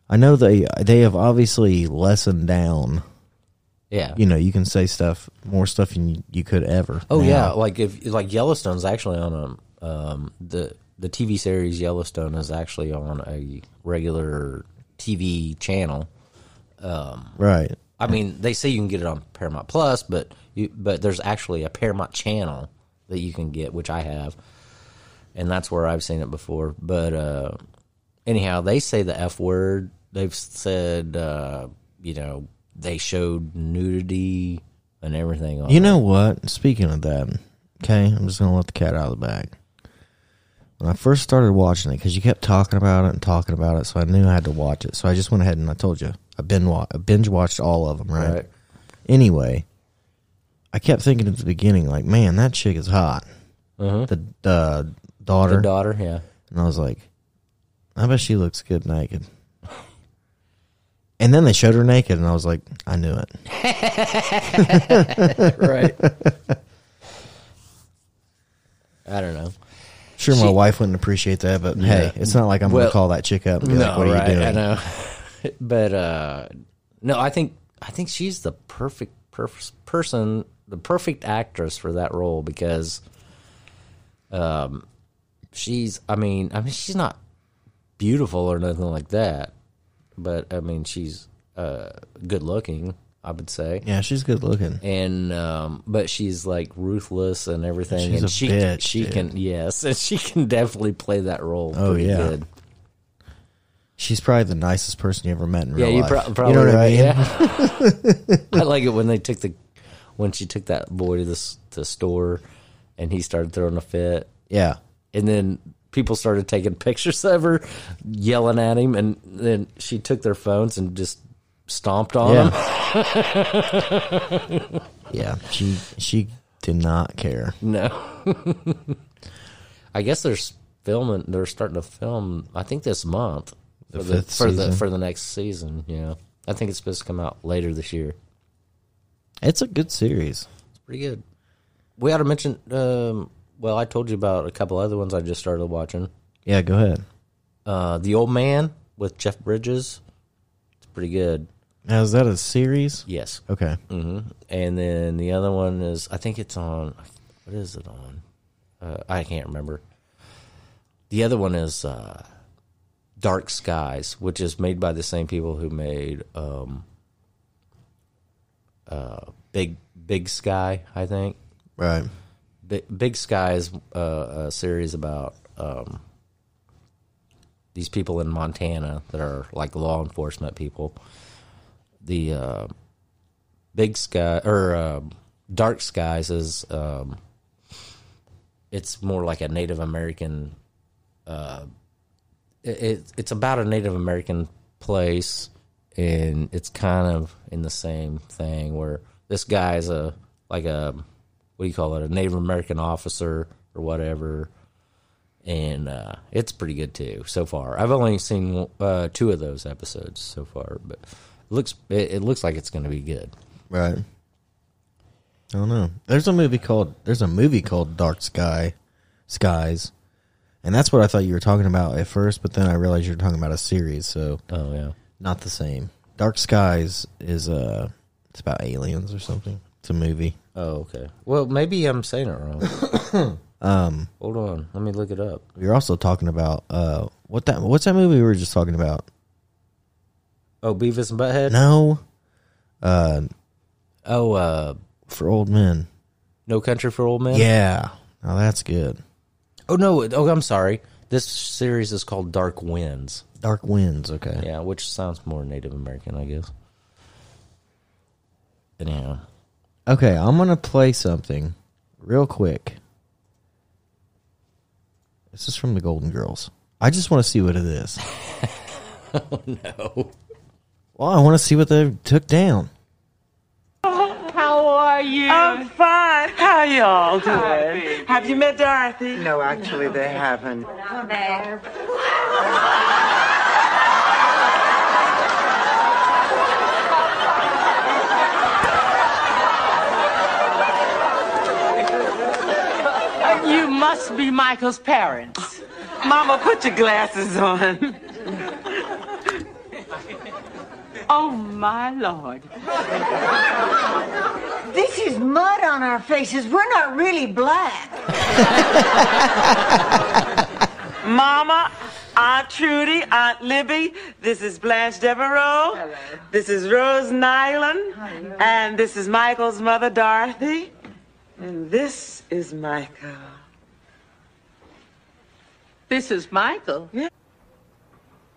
Speaker 1: I know they they have obviously lessened down.
Speaker 2: yeah
Speaker 1: You know, you can say stuff, more stuff than you, you could ever.
Speaker 2: Oh
Speaker 1: now.
Speaker 2: yeah, like if like Yellowstone's actually on a um, the the TV series Yellowstone is actually on a regular TV channel.
Speaker 1: right.
Speaker 2: I mean, they say you can get it on Paramount Plus, but you but there's actually a Paramount channel that you can get, which I have, and that's where I've seen it before. But uh, anyhow, they say the f word. They've said uh, you know they showed nudity and everything on
Speaker 1: You
Speaker 2: it.
Speaker 1: know what? Speaking of that, okay, I'm just gonna let the cat out of the bag. When I first started watching it, because you kept talking about it and talking about it, so I knew I had to watch it. So I just went ahead and I told you I binge wa- I binge watched all of them. Right?
Speaker 2: Right.
Speaker 1: Anyway, I kept thinking at the beginning, like, man, that chick is hot. The uh, daughter,
Speaker 2: Uh-huh. the daughter. Yeah,
Speaker 1: and I was like, I bet she looks good naked. And then they showed her naked, and I was like, I knew it.
Speaker 2: right. I don't know.
Speaker 1: Sure, my wife wouldn't appreciate that, but hey, it's not like I'm
Speaker 2: Well,
Speaker 1: gonna call that chick up and be like, "What are
Speaker 2: right, uh,
Speaker 1: you doing?"
Speaker 2: I know. but uh, no, I think I think she's the perfect perf- person, the perfect actress for that role because um she's I mean, I mean she's not beautiful or nothing like that, but I mean she's uh good looking, I would say.
Speaker 1: Yeah, she's good looking.
Speaker 2: And um, but she's like ruthless and everything,
Speaker 1: She's
Speaker 2: and
Speaker 1: a
Speaker 2: she
Speaker 1: bitch,
Speaker 2: she
Speaker 1: dude.
Speaker 2: can yes, and she can definitely play that role.
Speaker 1: Oh,
Speaker 2: pretty
Speaker 1: yeah.
Speaker 2: good.
Speaker 1: She's probably the nicest person you ever met in real
Speaker 2: Yeah, you
Speaker 1: life.
Speaker 2: pro- probably
Speaker 1: you know what
Speaker 2: right.
Speaker 1: I mean?
Speaker 2: Yeah. I like it when they took the when she took that boy to the s- the store, and he started throwing a fit,
Speaker 1: Yeah.
Speaker 2: and then people started taking pictures of her, yelling at him, and then she took their phones and just stomped on him.
Speaker 1: Yeah. yeah. She she did not care.
Speaker 2: No, I guess they're s- filming. They're starting to film. I think this month for the
Speaker 1: fifth
Speaker 2: for the
Speaker 1: season.
Speaker 2: for the next season. Yeah, I think it's supposed to come out later this year.
Speaker 1: It's a good series.
Speaker 2: pretty good. We ought to mention. Um, well, I told you about a couple other ones I just started watching.
Speaker 1: Yeah, go ahead.
Speaker 2: Uh, the Old Man with Jeff Bridges. It's pretty good.
Speaker 1: Now is that a series?
Speaker 2: Yes.
Speaker 1: Okay.
Speaker 2: hmm And then the other one is I think it's on. What is it on? Uh, I can't remember. The other one is uh, Dark Skies, which is made by the same people who made um, uh, Big Big Sky. I think.
Speaker 1: Right.
Speaker 2: Big, Big Sky is uh, a series about um, these people in Montana that are like law enforcement people. The uh, Big Sky or um Dark Skies is um, it's more like a Native American. Uh, it, it, it's about a Native American place, and it's kind of in the same thing where this guy's a like a what do you call it a Native American officer or whatever, and uh, it's pretty good too so far. I've only seen uh, two of those episodes so far, but it looks it, it looks like it's going to be good.
Speaker 1: Right. I don't know. There's a movie called There's a movie called Dark Sky Skies. And that's what I thought you were talking about at first, but then I realized you're talking about a series, so
Speaker 2: Oh yeah.
Speaker 1: not the same. Dark Skies is uh it's about aliens or something. It's a movie.
Speaker 2: Oh okay. Well, maybe I'm saying it wrong. um, hold on, let me look it up.
Speaker 1: We were also talking about uh what that what's that movie we were just talking about?
Speaker 2: Oh, Beavis and Butthead.
Speaker 1: No,
Speaker 2: Oh, uh,
Speaker 1: for old men.
Speaker 2: No Country for Old Men.
Speaker 1: Yeah. Oh, that's good.
Speaker 2: Oh no. Oh, I'm sorry. This series is called Dark Winds.
Speaker 1: Dark Winds, okay.
Speaker 2: Yeah, which sounds more Native American, I guess. Anyhow,
Speaker 1: Okay, I'm gonna play something real quick. This is from the Golden Girls. I just want to see what it is.
Speaker 2: Oh, no.
Speaker 1: Well, I want to see what they took down.
Speaker 5: How are you?
Speaker 6: I'm fine. How y'all doing?
Speaker 5: baby.
Speaker 6: Have you met Dorothy?
Speaker 7: No, actually, they haven't.
Speaker 5: you must be Michael's parents.
Speaker 6: Mama, put your glasses on.
Speaker 5: Oh my lord.
Speaker 8: This is mud on our faces. We're not really black.
Speaker 6: Mama, Aunt Trudy, Aunt Libby, this is Blanche Devereaux. Hello. This is Rose Nyland. And this is Michael's mother, Dorothy. And this is Micah.
Speaker 5: This is Michael.
Speaker 6: Yeah.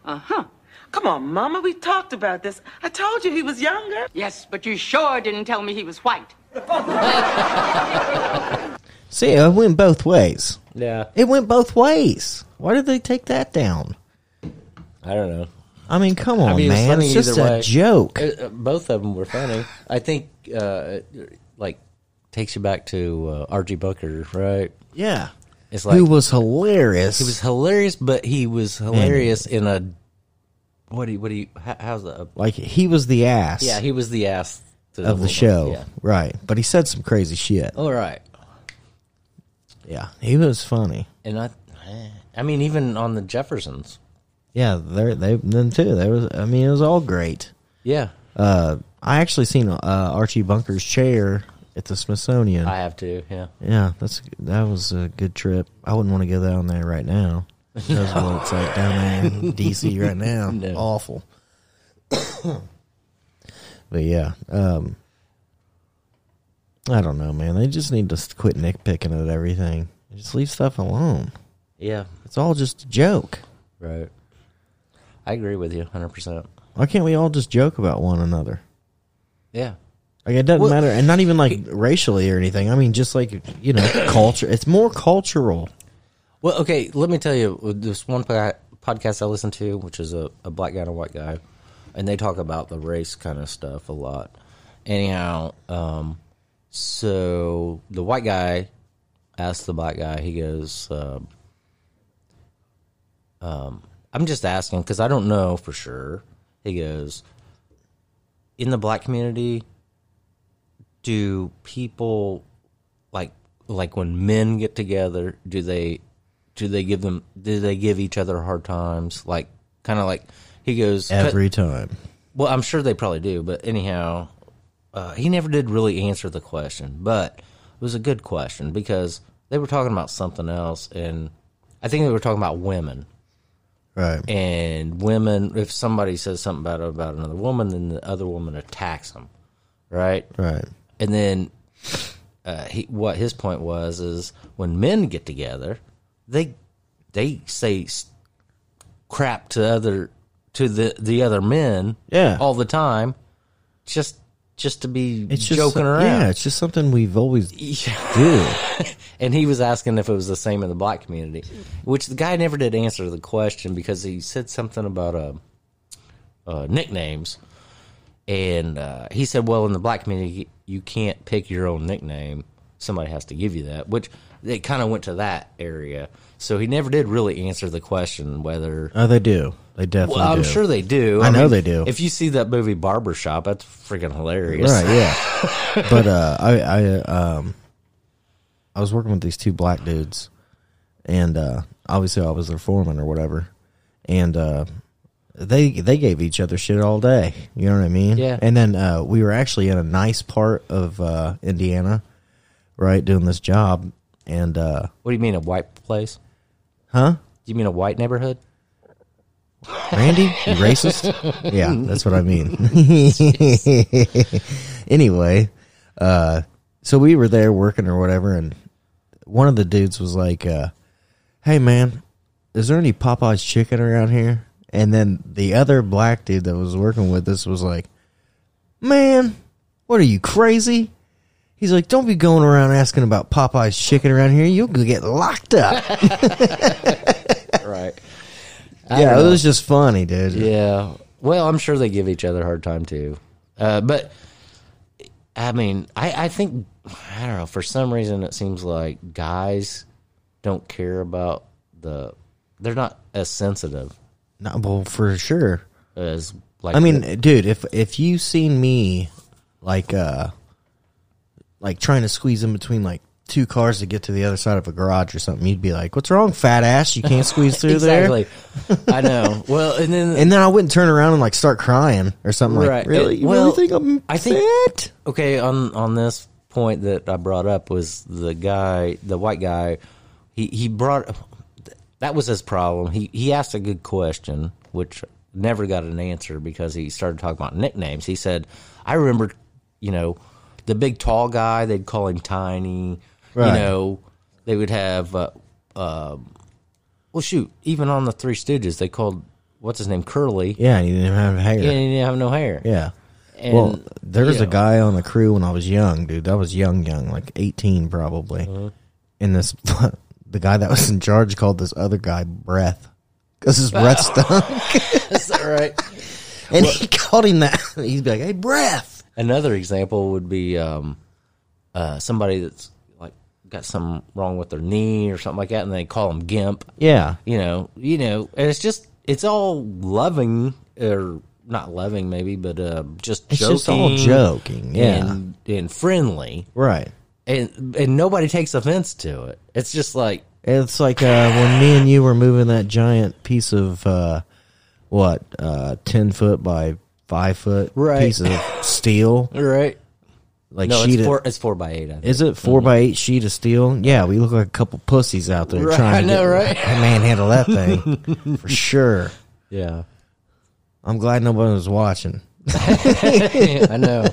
Speaker 5: Uh huh.
Speaker 6: Come on, Mama, we talked about this. I told you he was younger.
Speaker 5: Yes, but you sure didn't tell me he was white.
Speaker 1: See, it went both ways.
Speaker 2: Yeah.
Speaker 1: It went both ways. Why did they take that down?
Speaker 2: I don't know.
Speaker 1: I mean, come on,
Speaker 2: I mean, it was
Speaker 1: man.
Speaker 2: funny
Speaker 1: It's just
Speaker 2: either
Speaker 1: a
Speaker 2: way.
Speaker 1: joke.
Speaker 2: Uh, uh, both of them were funny. I think, uh, it, like, takes you back to uh, R.G. Booker, right?
Speaker 1: yeah.
Speaker 2: It's like
Speaker 1: Who was hilarious.
Speaker 2: he was Hmm. hilarious, but he was hilarious in a what do you, what do you how, how's that?
Speaker 1: like he was the ass
Speaker 2: Yeah, he was the ass to
Speaker 1: of
Speaker 2: whole-
Speaker 1: the show.
Speaker 2: Yeah.
Speaker 1: Right. But he said some crazy shit.
Speaker 2: All right,
Speaker 1: Yeah. He was funny.
Speaker 2: and I, I mean, even on the Jeffersons,
Speaker 1: Yeah, they they them too. They was I mean, it was all great.
Speaker 2: yeah,
Speaker 1: Uh I actually seen uh, Archie Bunker's chair at the Smithsonian.
Speaker 2: I have to, yeah.
Speaker 1: yeah, that's that was a good trip. I wouldn't want to go down there right now. That's what it's like down there in DC right now.
Speaker 2: No.
Speaker 1: Awful. but yeah, um I don't know, man. They just need to quit nitpicking at everything. Just leave stuff alone.
Speaker 2: Yeah,
Speaker 1: It's all just a joke.
Speaker 2: right. I agree with you 100%.
Speaker 1: Why can't we all just joke about one another?
Speaker 2: Yeah.
Speaker 1: Like it doesn't
Speaker 2: Well-
Speaker 1: matter, and not even like racially or anything. I mean, just like you know, culture. It's more cultural.
Speaker 2: Well, okay, let me tell you with this one po- podcast I listen to, which is a, a black guy and a white guy, and they talk about the race kind of stuff a lot. Anyhow, um, so the white guy asked the black guy, he goes, um, um, I'm just asking because I don't know for sure. He goes, in the black community, do people like like when men get together do they do they give them do they give each other hard times like kind of like he goes
Speaker 1: Every time,
Speaker 2: well i'm sure they probably do but anyhow uh, he never did really answer the question but it was a good question because they were talking about something else and i think they were talking about women
Speaker 1: right?
Speaker 2: and women if somebody says something about about another woman then the other woman attacks them right
Speaker 1: right.
Speaker 2: and then uh, he, what his point was is when men get together, they they say s- crap to other to the the other men,
Speaker 1: Yeah.
Speaker 2: all the time, just just to be
Speaker 1: It's just
Speaker 2: joking around.
Speaker 1: Yeah, it's just something we've always do.
Speaker 2: and he was asking if it was the same in the black community, which the guy never did answer the question because he said something about uh, uh, nicknames, and uh, he said, "Well, in the black community, you can't pick your own nickname; somebody has to give you that." Which it kind of went to that area, so he never did really answer the question whether.
Speaker 1: Oh, they do. They definitely.
Speaker 2: Well, I'm
Speaker 1: do.
Speaker 2: sure they do.
Speaker 1: I know they do.
Speaker 2: If you see that movie Barbershop, that's freaking hilarious.
Speaker 1: Right. Yeah. but uh, I I um I was working with these two black dudes, and uh, obviously I was their foreman or whatever, and uh, they they gave each other shit all day. You know what I mean?
Speaker 2: Yeah.
Speaker 1: And then uh, we were actually in a nice part of uh, Indiana, right, doing this job, and uh,
Speaker 2: What do you mean a white place?
Speaker 1: huh?
Speaker 2: Do you mean a white neighborhood?
Speaker 1: Randy, you racist? Yeah, that's what I mean. anyway, uh, so we were there working or whatever, and one of the dudes was like, uh, "Hey, man, is there any Popeyes chicken around here?" And then the other black dude that was working with us was like, "Man, what are you crazy?" He's like, "Don't be going around asking about Popeyes chicken around here. You'll get locked up."
Speaker 2: Right.
Speaker 1: yeah, it was just funny, dude.
Speaker 2: Yeah. Well, I'm sure they give each other a hard time too. Uh, but I mean, I, I think I don't know. For some reason, it seems like guys don't care about the. They're not as sensitive
Speaker 1: No, well, for sure.
Speaker 2: as like.
Speaker 1: I mean, dude, if if you seen me like uh like trying to squeeze in between like two cars to get to the other side of a garage or something, you'd be like, "What's wrong, fat ass? You can't squeeze through
Speaker 2: exactly.
Speaker 1: there."
Speaker 2: I know. Well, and then
Speaker 1: And then I wouldn't turn around and like start crying or something like,
Speaker 2: Right.
Speaker 1: "Really?
Speaker 2: It-
Speaker 1: You
Speaker 2: well,
Speaker 1: really think I'm
Speaker 2: I think-
Speaker 1: fat?"
Speaker 2: okay on on this point that I brought up was the guy, the white guy. He he brought that was his problem. He he asked a good question, which never got an answer because he started talking about nicknames. He said, "I remember, you know, the big tall guy, they'd call him Tiny.
Speaker 1: Right.
Speaker 2: You know, they would have. Uh, um well, shoot, even on the Three Stooges, they called what's his name Curly.
Speaker 1: Yeah, and he didn't have hair.
Speaker 2: Yeah, and he didn't have no hair.
Speaker 1: Yeah.
Speaker 2: And,
Speaker 1: well, there was
Speaker 2: you
Speaker 1: a
Speaker 2: know.
Speaker 1: guy on the crew when I was young, dude. That was young, young, like eighteen probably.
Speaker 2: Uh-huh.
Speaker 1: And this, the guy that was in charge called this other guy Breath because his breath stunk,
Speaker 2: Is that right?
Speaker 1: and he called him that. He'd be like, "Hey, Breath."
Speaker 2: Another example would be um, uh, somebody that's like got something wrong with their knee or something like that, and they call him Gimp.
Speaker 1: Yeah,
Speaker 2: you know, you know, and it's just it's all loving or not loving maybe, but uh, just
Speaker 1: It's
Speaker 2: joking,
Speaker 1: just all joking, yeah.
Speaker 2: and, and friendly,
Speaker 1: right.
Speaker 2: and and nobody takes offense to it. It's just like
Speaker 1: It's like uh, when me and you were moving that giant piece of uh, what uh, ten foot by five foot
Speaker 2: Right.
Speaker 1: piece of steel,
Speaker 2: right.
Speaker 1: like
Speaker 2: No,
Speaker 1: sheet
Speaker 2: it's
Speaker 1: of-
Speaker 2: four. It's four by eight. I think.
Speaker 1: Is it 4 by eight sheet of steel? Yeah, we look like a couple pussies out there
Speaker 2: Right,
Speaker 1: trying to
Speaker 2: I know,
Speaker 1: get,
Speaker 2: right?
Speaker 1: manhandle that thing for sure.
Speaker 2: Yeah,
Speaker 1: I'm glad nobody was watching.
Speaker 2: I know.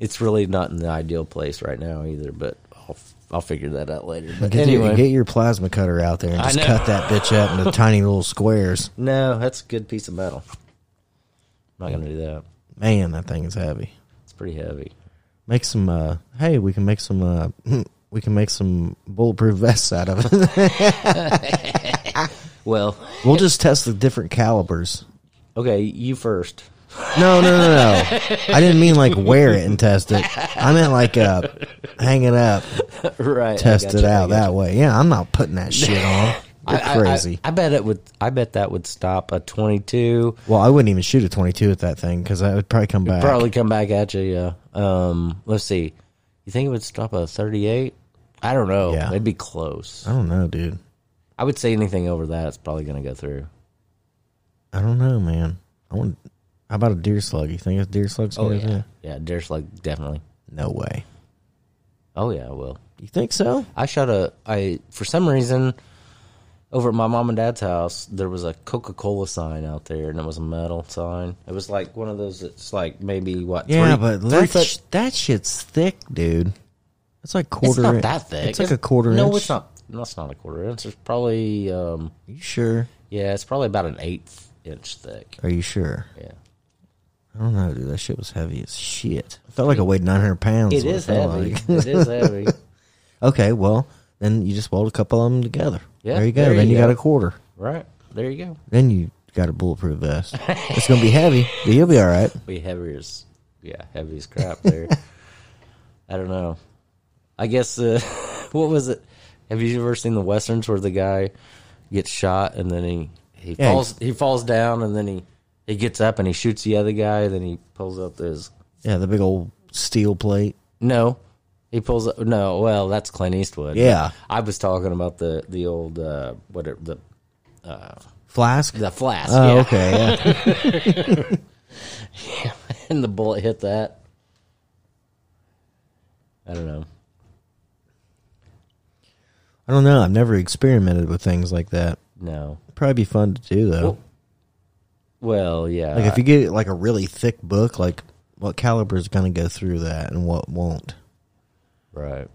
Speaker 2: It's really not in the ideal place right now either, but I'll I'll figure that out later. But
Speaker 1: Get,
Speaker 2: anyway,
Speaker 1: your, get your plasma cutter out there and
Speaker 2: I
Speaker 1: just
Speaker 2: know.
Speaker 1: cut that bitch up into tiny little squares.
Speaker 2: no, that's a good piece of metal. I'm not gonna do that.
Speaker 1: Man, that thing is heavy.
Speaker 2: It's pretty heavy.
Speaker 1: Make some. uh Hey, we can make some. uh We can make some bulletproof vests out of it.
Speaker 2: Well,
Speaker 1: we'll just test the different calibers.
Speaker 2: okay, you first.
Speaker 1: No, no, no, no. I didn't mean like wear it and test it. I meant like uh, hang it up.
Speaker 2: right I
Speaker 1: test
Speaker 2: gotcha,
Speaker 1: it
Speaker 2: I
Speaker 1: out
Speaker 2: gotcha.
Speaker 1: that way. Yeah, I'm not putting that shit on. You're
Speaker 2: I- I-
Speaker 1: crazy.
Speaker 2: I, I bet it would. I bet that would stop a twenty-two.
Speaker 1: well, I wouldn't even shoot a 22 at that thing because I would probably come back.
Speaker 2: Probably come back at you. Yeah. Um. Let's see. You think it would stop a thirty-eight? I don't know.
Speaker 1: Yeah.
Speaker 2: It'd be close.
Speaker 1: I don't know, dude.
Speaker 2: I would say anything over that, it's probably going to go through.
Speaker 1: I don't know, man. I want. How about a deer slug? You think a deer slug's gonna do that?
Speaker 2: Yeah. Deer slug definitely.
Speaker 1: No way.
Speaker 2: Oh yeah. I will.
Speaker 1: You think so?
Speaker 2: I shot a. I for some reason over at my mom and dad's house there was a Coca Cola sign out there, and it was a metal sign. It was like one of those. that's like maybe what?
Speaker 1: Yeah,
Speaker 2: three,
Speaker 1: but
Speaker 2: three
Speaker 1: that,
Speaker 2: foot-
Speaker 1: sh- that shit's thick, dude. It's like quarter.
Speaker 2: It's not
Speaker 1: in-
Speaker 2: that thick.
Speaker 1: It's like a quarter
Speaker 2: No,
Speaker 1: inch.
Speaker 2: it's not. No, it's not a quarter inch. It's probably um,
Speaker 1: Are you sure?
Speaker 2: yeah, it's probably about an eighth inch thick.
Speaker 1: Are you sure?
Speaker 2: Yeah,
Speaker 1: I don't know, dude. That shit was heavy as shit. I felt like I weighed 900 pounds.
Speaker 2: it
Speaker 1: what
Speaker 2: is
Speaker 1: felt
Speaker 2: heavy.
Speaker 1: like.
Speaker 2: it is heavy.
Speaker 1: Okay, well, then you just weld a couple of them together.
Speaker 2: Yeah,
Speaker 1: there you go.
Speaker 2: there
Speaker 1: then
Speaker 2: you
Speaker 1: you got
Speaker 2: go.
Speaker 1: a quarter.
Speaker 2: Right there, you go.
Speaker 1: Then you got a bulletproof vest. it's gonna be heavy, but you'll be all right.
Speaker 2: Be heavy as yeah, heavy as crap. There. I don't know. I guess uh, what was it? Have you ever seen the westerns where the guy gets shot and then he he
Speaker 1: Yeah.
Speaker 2: falls he falls down and then he he gets up and he shoots the other guy then he pulls up his
Speaker 1: Yeah, the big old steel plate.
Speaker 2: No, he pulls up. No, well, that's Clint Eastwood.
Speaker 1: Yeah.
Speaker 2: I was talking about the the old uh, what it, the
Speaker 1: Flask?
Speaker 2: the flask.
Speaker 1: oh,
Speaker 2: yeah.
Speaker 1: okay, yeah.
Speaker 2: and the bullet hit that. I don't know.
Speaker 1: I don't know. I've never experimented with things like that.
Speaker 2: No.
Speaker 1: Probably be fun to do though.
Speaker 2: Well, yeah.
Speaker 1: like if you get like a really thick book, like what caliber is gonna go through that and what won't.
Speaker 2: right.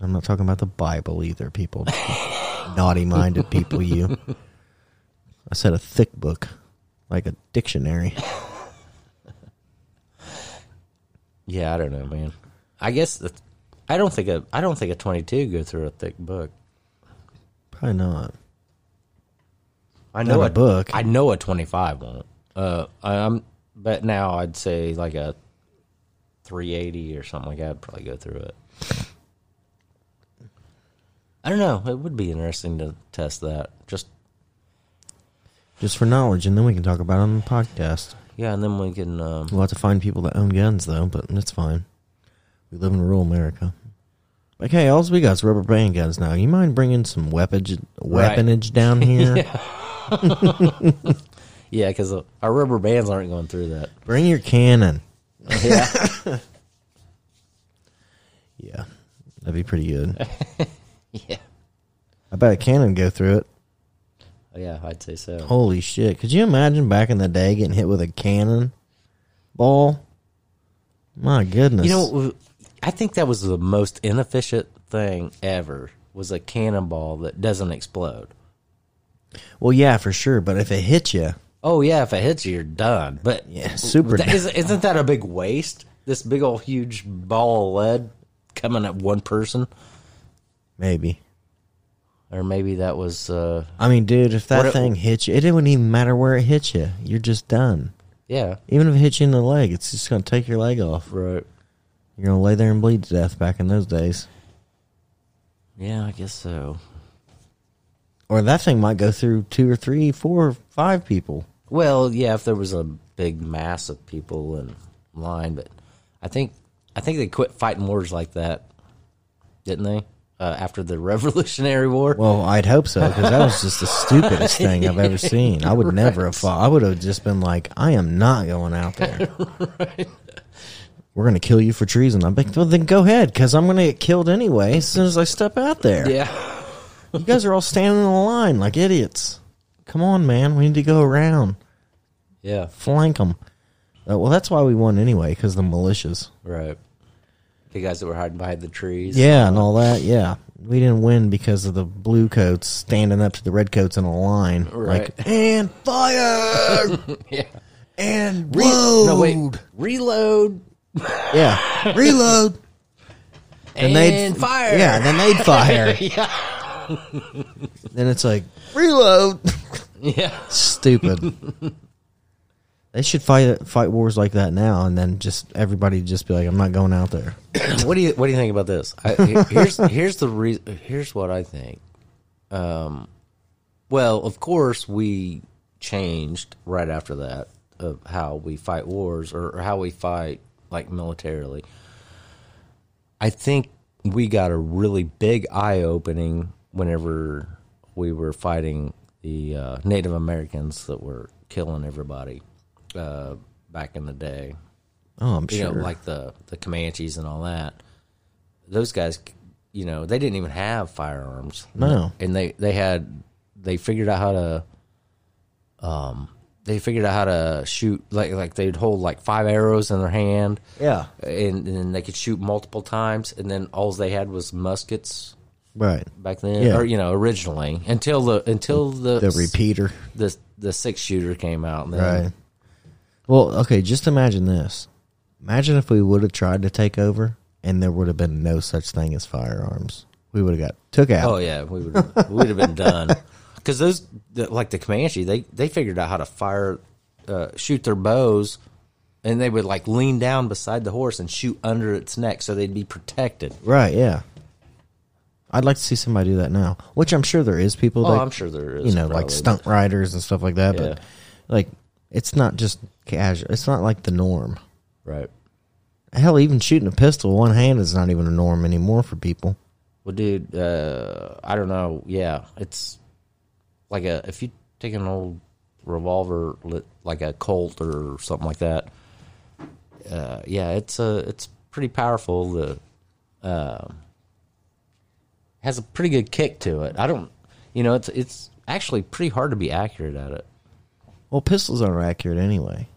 Speaker 1: I'm not talking about the Bible either, people. Naughty minded people, you. I said a thick book, like a dictionary.
Speaker 2: Yeah, I don't know, man. I guess the, I don't think a I don't think a twenty two go through a thick book.
Speaker 1: Probably not.
Speaker 2: I know
Speaker 1: Not a book.
Speaker 2: I know a twenty five won't. Uh, I, I'm but now I'd say like a three eighty or something like that. I'd probably go through it. I don't know. It would be interesting to test that. Just
Speaker 1: Just for knowledge, and then we can talk about it on the podcast.
Speaker 2: yeah, and then we can. Um,
Speaker 1: We'll have to find people that own guns, though, but that's fine. We live in rural America. Like, hey, all we got is rubber band guns now. You mind bringing some weaponage,
Speaker 2: Right.
Speaker 1: weaponage down here?
Speaker 2: yeah, because our rubber bands aren't going through that.
Speaker 1: Bring your cannon.
Speaker 2: Yeah.
Speaker 1: Yeah, that'd be pretty good.
Speaker 2: yeah.
Speaker 1: I bet a cannon go through it.
Speaker 2: Yeah, I'd say so.
Speaker 1: Holy shit. Could you imagine back in the day getting hit with a cannon ball? My goodness.
Speaker 2: You know, I think that was the most inefficient thing ever was a cannonball that doesn't explode.
Speaker 1: well, yeah, for sure. But if it hits you,
Speaker 2: Oh yeah, if it hits you, you're done. But
Speaker 1: Yeah, super
Speaker 2: That- Isn't, isn't that a big waste? This big old huge ball of lead coming at one person,
Speaker 1: maybe.
Speaker 2: or maybe that was uh,
Speaker 1: I mean, dude, if that
Speaker 2: What it-
Speaker 1: thing hits you, it wouldn't even matter where it hits you. You're just done.
Speaker 2: yeah,
Speaker 1: Even if it hits you in the leg, it's just going to take your leg off.
Speaker 2: right.
Speaker 1: You're going to lay there and bleed to death back in those days.
Speaker 2: Yeah, I guess so.
Speaker 1: Or that thing might go through two or three, four or five people.
Speaker 2: Well, yeah, if there was a big mass of people in line, but I think I think they quit fighting wars like that, didn't they? Uh, after the Revolutionary War.
Speaker 1: Well, I'd hope so because that was just the stupidest thing I've ever seen. I would never have fought. I would have just been like, I am not going out there. We're going to kill you for treason. I'm like, well, then go ahead because I'm going to get killed anyway as soon as I step out there.
Speaker 2: yeah.
Speaker 1: You guys are all standing in a line like idiots. Come on, man. We need to go around,
Speaker 2: Yeah.
Speaker 1: flank them. well, that's why we won anyway because the militias.
Speaker 2: Right. The guys that were hiding behind the trees.
Speaker 1: Yeah, and all that. Yeah, we didn't win because of the blue coats standing up to the red coats in a line, like
Speaker 2: Right.
Speaker 1: and fire
Speaker 2: Yeah.
Speaker 1: and
Speaker 2: Re-
Speaker 1: reload.
Speaker 2: No, wait. Reload.
Speaker 1: Yeah, reload.
Speaker 2: And,
Speaker 1: they'd-
Speaker 2: fire.
Speaker 1: Yeah, then they'd fire. yeah. Then it's like reload.
Speaker 2: Yeah.
Speaker 1: Stupid. they should fight fight wars like that now, and then just everybody just be like, "I'm not going out there."
Speaker 2: what do you What do you think about this? I, he- here's here's the re- here's what I think. Um, well, of course, we changed right after that of how we fight wars or, or how we fight like militarily. I think we got a really big eye opening whenever we were fighting the uh, Native Americans that were killing everybody uh, back in the day
Speaker 1: Oh, I'm
Speaker 2: you
Speaker 1: sure.
Speaker 2: know, like the the Comanches and all that. Those guys, you know, they didn't even have firearms.
Speaker 1: No.
Speaker 2: and they they had they figured out how to, um, they figured out how to shoot like like they'd hold like five arrows in their hand.
Speaker 1: Yeah.
Speaker 2: and, and then they could shoot multiple times, and then all they had was muskets
Speaker 1: right.
Speaker 2: back then,
Speaker 1: Yeah.
Speaker 2: or you know, originally until the until the
Speaker 1: The repeater.
Speaker 2: the the six shooter came out. And then,
Speaker 1: Right. Well, okay, just imagine this. Imagine if we would have tried to take over and there would have been no such thing as firearms. We would have got took out.
Speaker 2: Oh yeah, we would we'd have been done because those the, like the Comanche they they figured out how to fire, uh, shoot their bows, and they would like lean down beside the horse and shoot under its neck so they'd be protected.
Speaker 1: Right, yeah. I'd like to see somebody do that now, which I'm sure there is people
Speaker 2: Oh,
Speaker 1: that
Speaker 2: I'm sure there is.
Speaker 1: you know, like
Speaker 2: probably.
Speaker 1: stunt riders and stuff like that, but
Speaker 2: Yeah.
Speaker 1: like it's not just casual. It's not like the norm.
Speaker 2: right?
Speaker 1: Hell, even shooting a pistol one hand is not even a norm anymore for people.
Speaker 2: Well, dude, uh, I don't know. Yeah, it's like a if you take an old revolver, li- like a Colt or something like that. Uh, yeah, it's a it's pretty powerful. The um has a pretty good kick to it. I don't, you know, it's it's actually pretty hard to be accurate at it.
Speaker 1: Well, pistols aren't accurate anyway.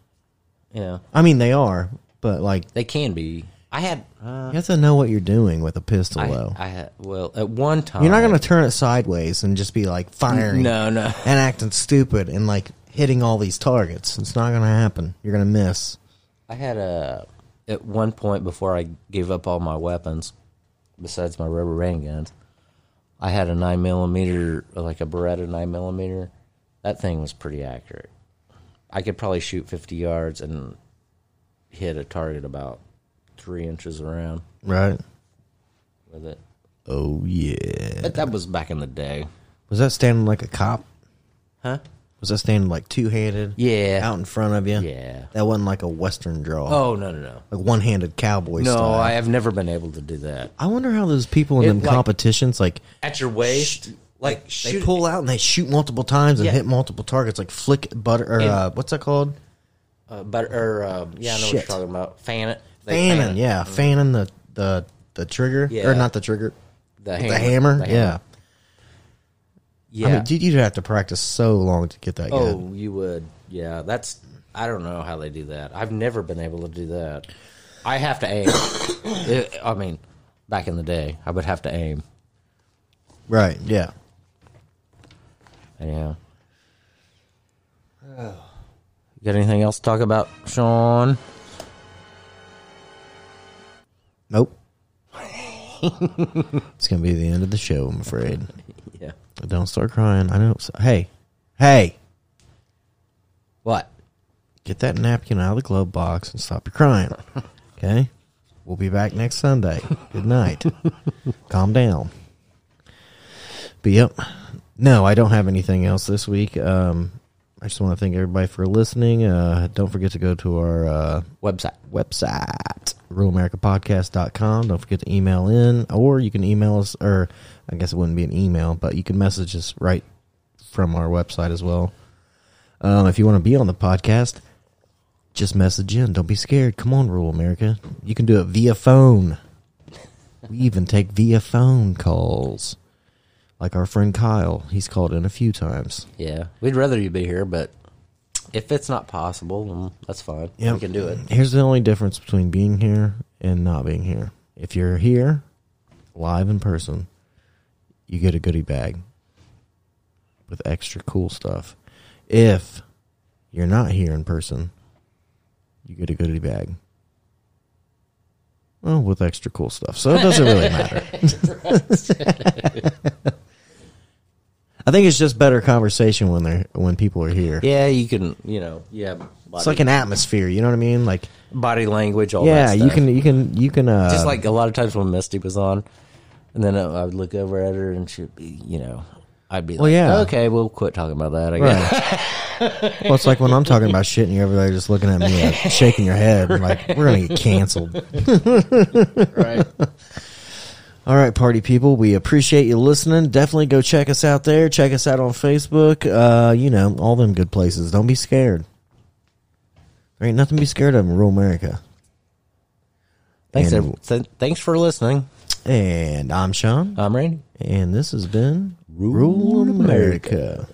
Speaker 2: Yeah,
Speaker 1: I mean, they are, but like
Speaker 2: they can be. I had uh,
Speaker 1: You have to know what you're doing with a pistol,
Speaker 2: I,
Speaker 1: though.
Speaker 2: I had well at one time.
Speaker 1: you're not going to turn it sideways and just be like firing
Speaker 2: No, no.
Speaker 1: and acting stupid and like hitting all these targets. It's not going to happen. You're going to miss.
Speaker 2: I had a at one point before I gave up all my weapons, besides my rubber rain guns, I had a nine millimeter, like a Beretta nine millimeter. That thing was pretty accurate. I could probably shoot fifty yards and hit a target about three inches around
Speaker 1: Right.
Speaker 2: with it.
Speaker 1: Oh, yeah.
Speaker 2: But that was back in the day.
Speaker 1: Was that standing like a cop?
Speaker 2: Huh?
Speaker 1: Was that standing like two handed?
Speaker 2: Yeah.
Speaker 1: Out in front of you?
Speaker 2: Yeah.
Speaker 1: That wasn't like a Western draw.
Speaker 2: Oh no no no.
Speaker 1: Like one handed cowboy
Speaker 2: No,
Speaker 1: style.
Speaker 2: I have never been able to do that.
Speaker 1: I wonder how those people in
Speaker 2: It,
Speaker 1: them
Speaker 2: like-
Speaker 1: competitions, like,
Speaker 2: At your waist, like
Speaker 1: they
Speaker 2: shoot,
Speaker 1: pull out and they shoot multiple times and
Speaker 2: Yeah.
Speaker 1: hit multiple targets, like flick butter, or
Speaker 2: And-
Speaker 1: uh, what's that called?
Speaker 2: uh, but or um, yeah, I know what you're
Speaker 1: Shit.
Speaker 2: talking about. Fan it, They fan
Speaker 1: fanning,
Speaker 2: it.
Speaker 1: yeah, fanning the the the trigger
Speaker 2: Yeah.
Speaker 1: or not the trigger,
Speaker 2: the
Speaker 1: the hammer,
Speaker 2: the
Speaker 1: yeah.
Speaker 2: yeah.
Speaker 1: I mean, dude, you'd have to practice so long to get that good.
Speaker 2: oh, you would, yeah. That's I don't know how they do that. I've never been able to do that. I have to aim. It- I mean, back in the day, I would have to aim.
Speaker 1: Right. Yeah.
Speaker 2: Anyhow.
Speaker 1: Oh.
Speaker 2: You got anything else to talk about, Sean?
Speaker 1: Nope. it's gonna be the end of the show. I'm afraid.
Speaker 2: Yeah.
Speaker 1: Don't start crying. I know. Hey, hey,
Speaker 2: What?
Speaker 1: get that napkin out of the glove box and stop your crying. Okay. We'll be back next Sunday. Good night. Calm down. But yep. No, I don't have anything else this week. Um, I just want to thank everybody for listening. Uh, don't forget to go to our uh,
Speaker 2: Website.
Speaker 1: website, ruramericapodcast.com. Don't forget to email in, or you can email us, or I guess it wouldn't be an email, but you can message us right from our website as well. Um, if you want to be on the podcast, just message in. Don't be scared. Come on, Rural America. You can do it via phone. We even take via phone calls. Like our friend Kyle, he's called in a few times.
Speaker 2: Yeah. We'd rather you be here, but if it's not possible, then that's fine.
Speaker 1: Yep.
Speaker 2: We can do it.
Speaker 1: Here's the only difference between being here and not being here. If you're here, live in person, you get a goodie bag with extra cool stuff. If you're not here in person, you get a goodie bag. Well, with extra cool stuff. So it doesn't really matter. I think it's just better conversation when they're when people are here.
Speaker 2: Yeah, you can, you know, yeah. Body,
Speaker 1: It's like an atmosphere, you know what I mean? Like
Speaker 2: body language, all
Speaker 1: yeah,
Speaker 2: that
Speaker 1: you
Speaker 2: stuff.
Speaker 1: can you can you can uh
Speaker 2: Just like a lot of times when Misty was on, and then I I would look over at her and she'd be, you know, I'd be
Speaker 1: Well,
Speaker 2: like,
Speaker 1: yeah.
Speaker 2: okay, we'll quit talking about that, I guess.
Speaker 1: Right. well, it's like when I'm talking about shit and you're over there just looking at me, like, shaking your head, and like we're gonna get canceled.
Speaker 2: Right.
Speaker 1: All right, party people, we appreciate you listening. Definitely go check us out there. Check us out on Facebook. Uh, you know, all them good places. Don't be scared. There ain't nothing to be scared of in rural America.
Speaker 2: Thanks,
Speaker 1: And-
Speaker 2: ev- th- thanks for listening.
Speaker 1: And I'm Sean,
Speaker 2: I'm Randy.
Speaker 1: and this has been Rural America.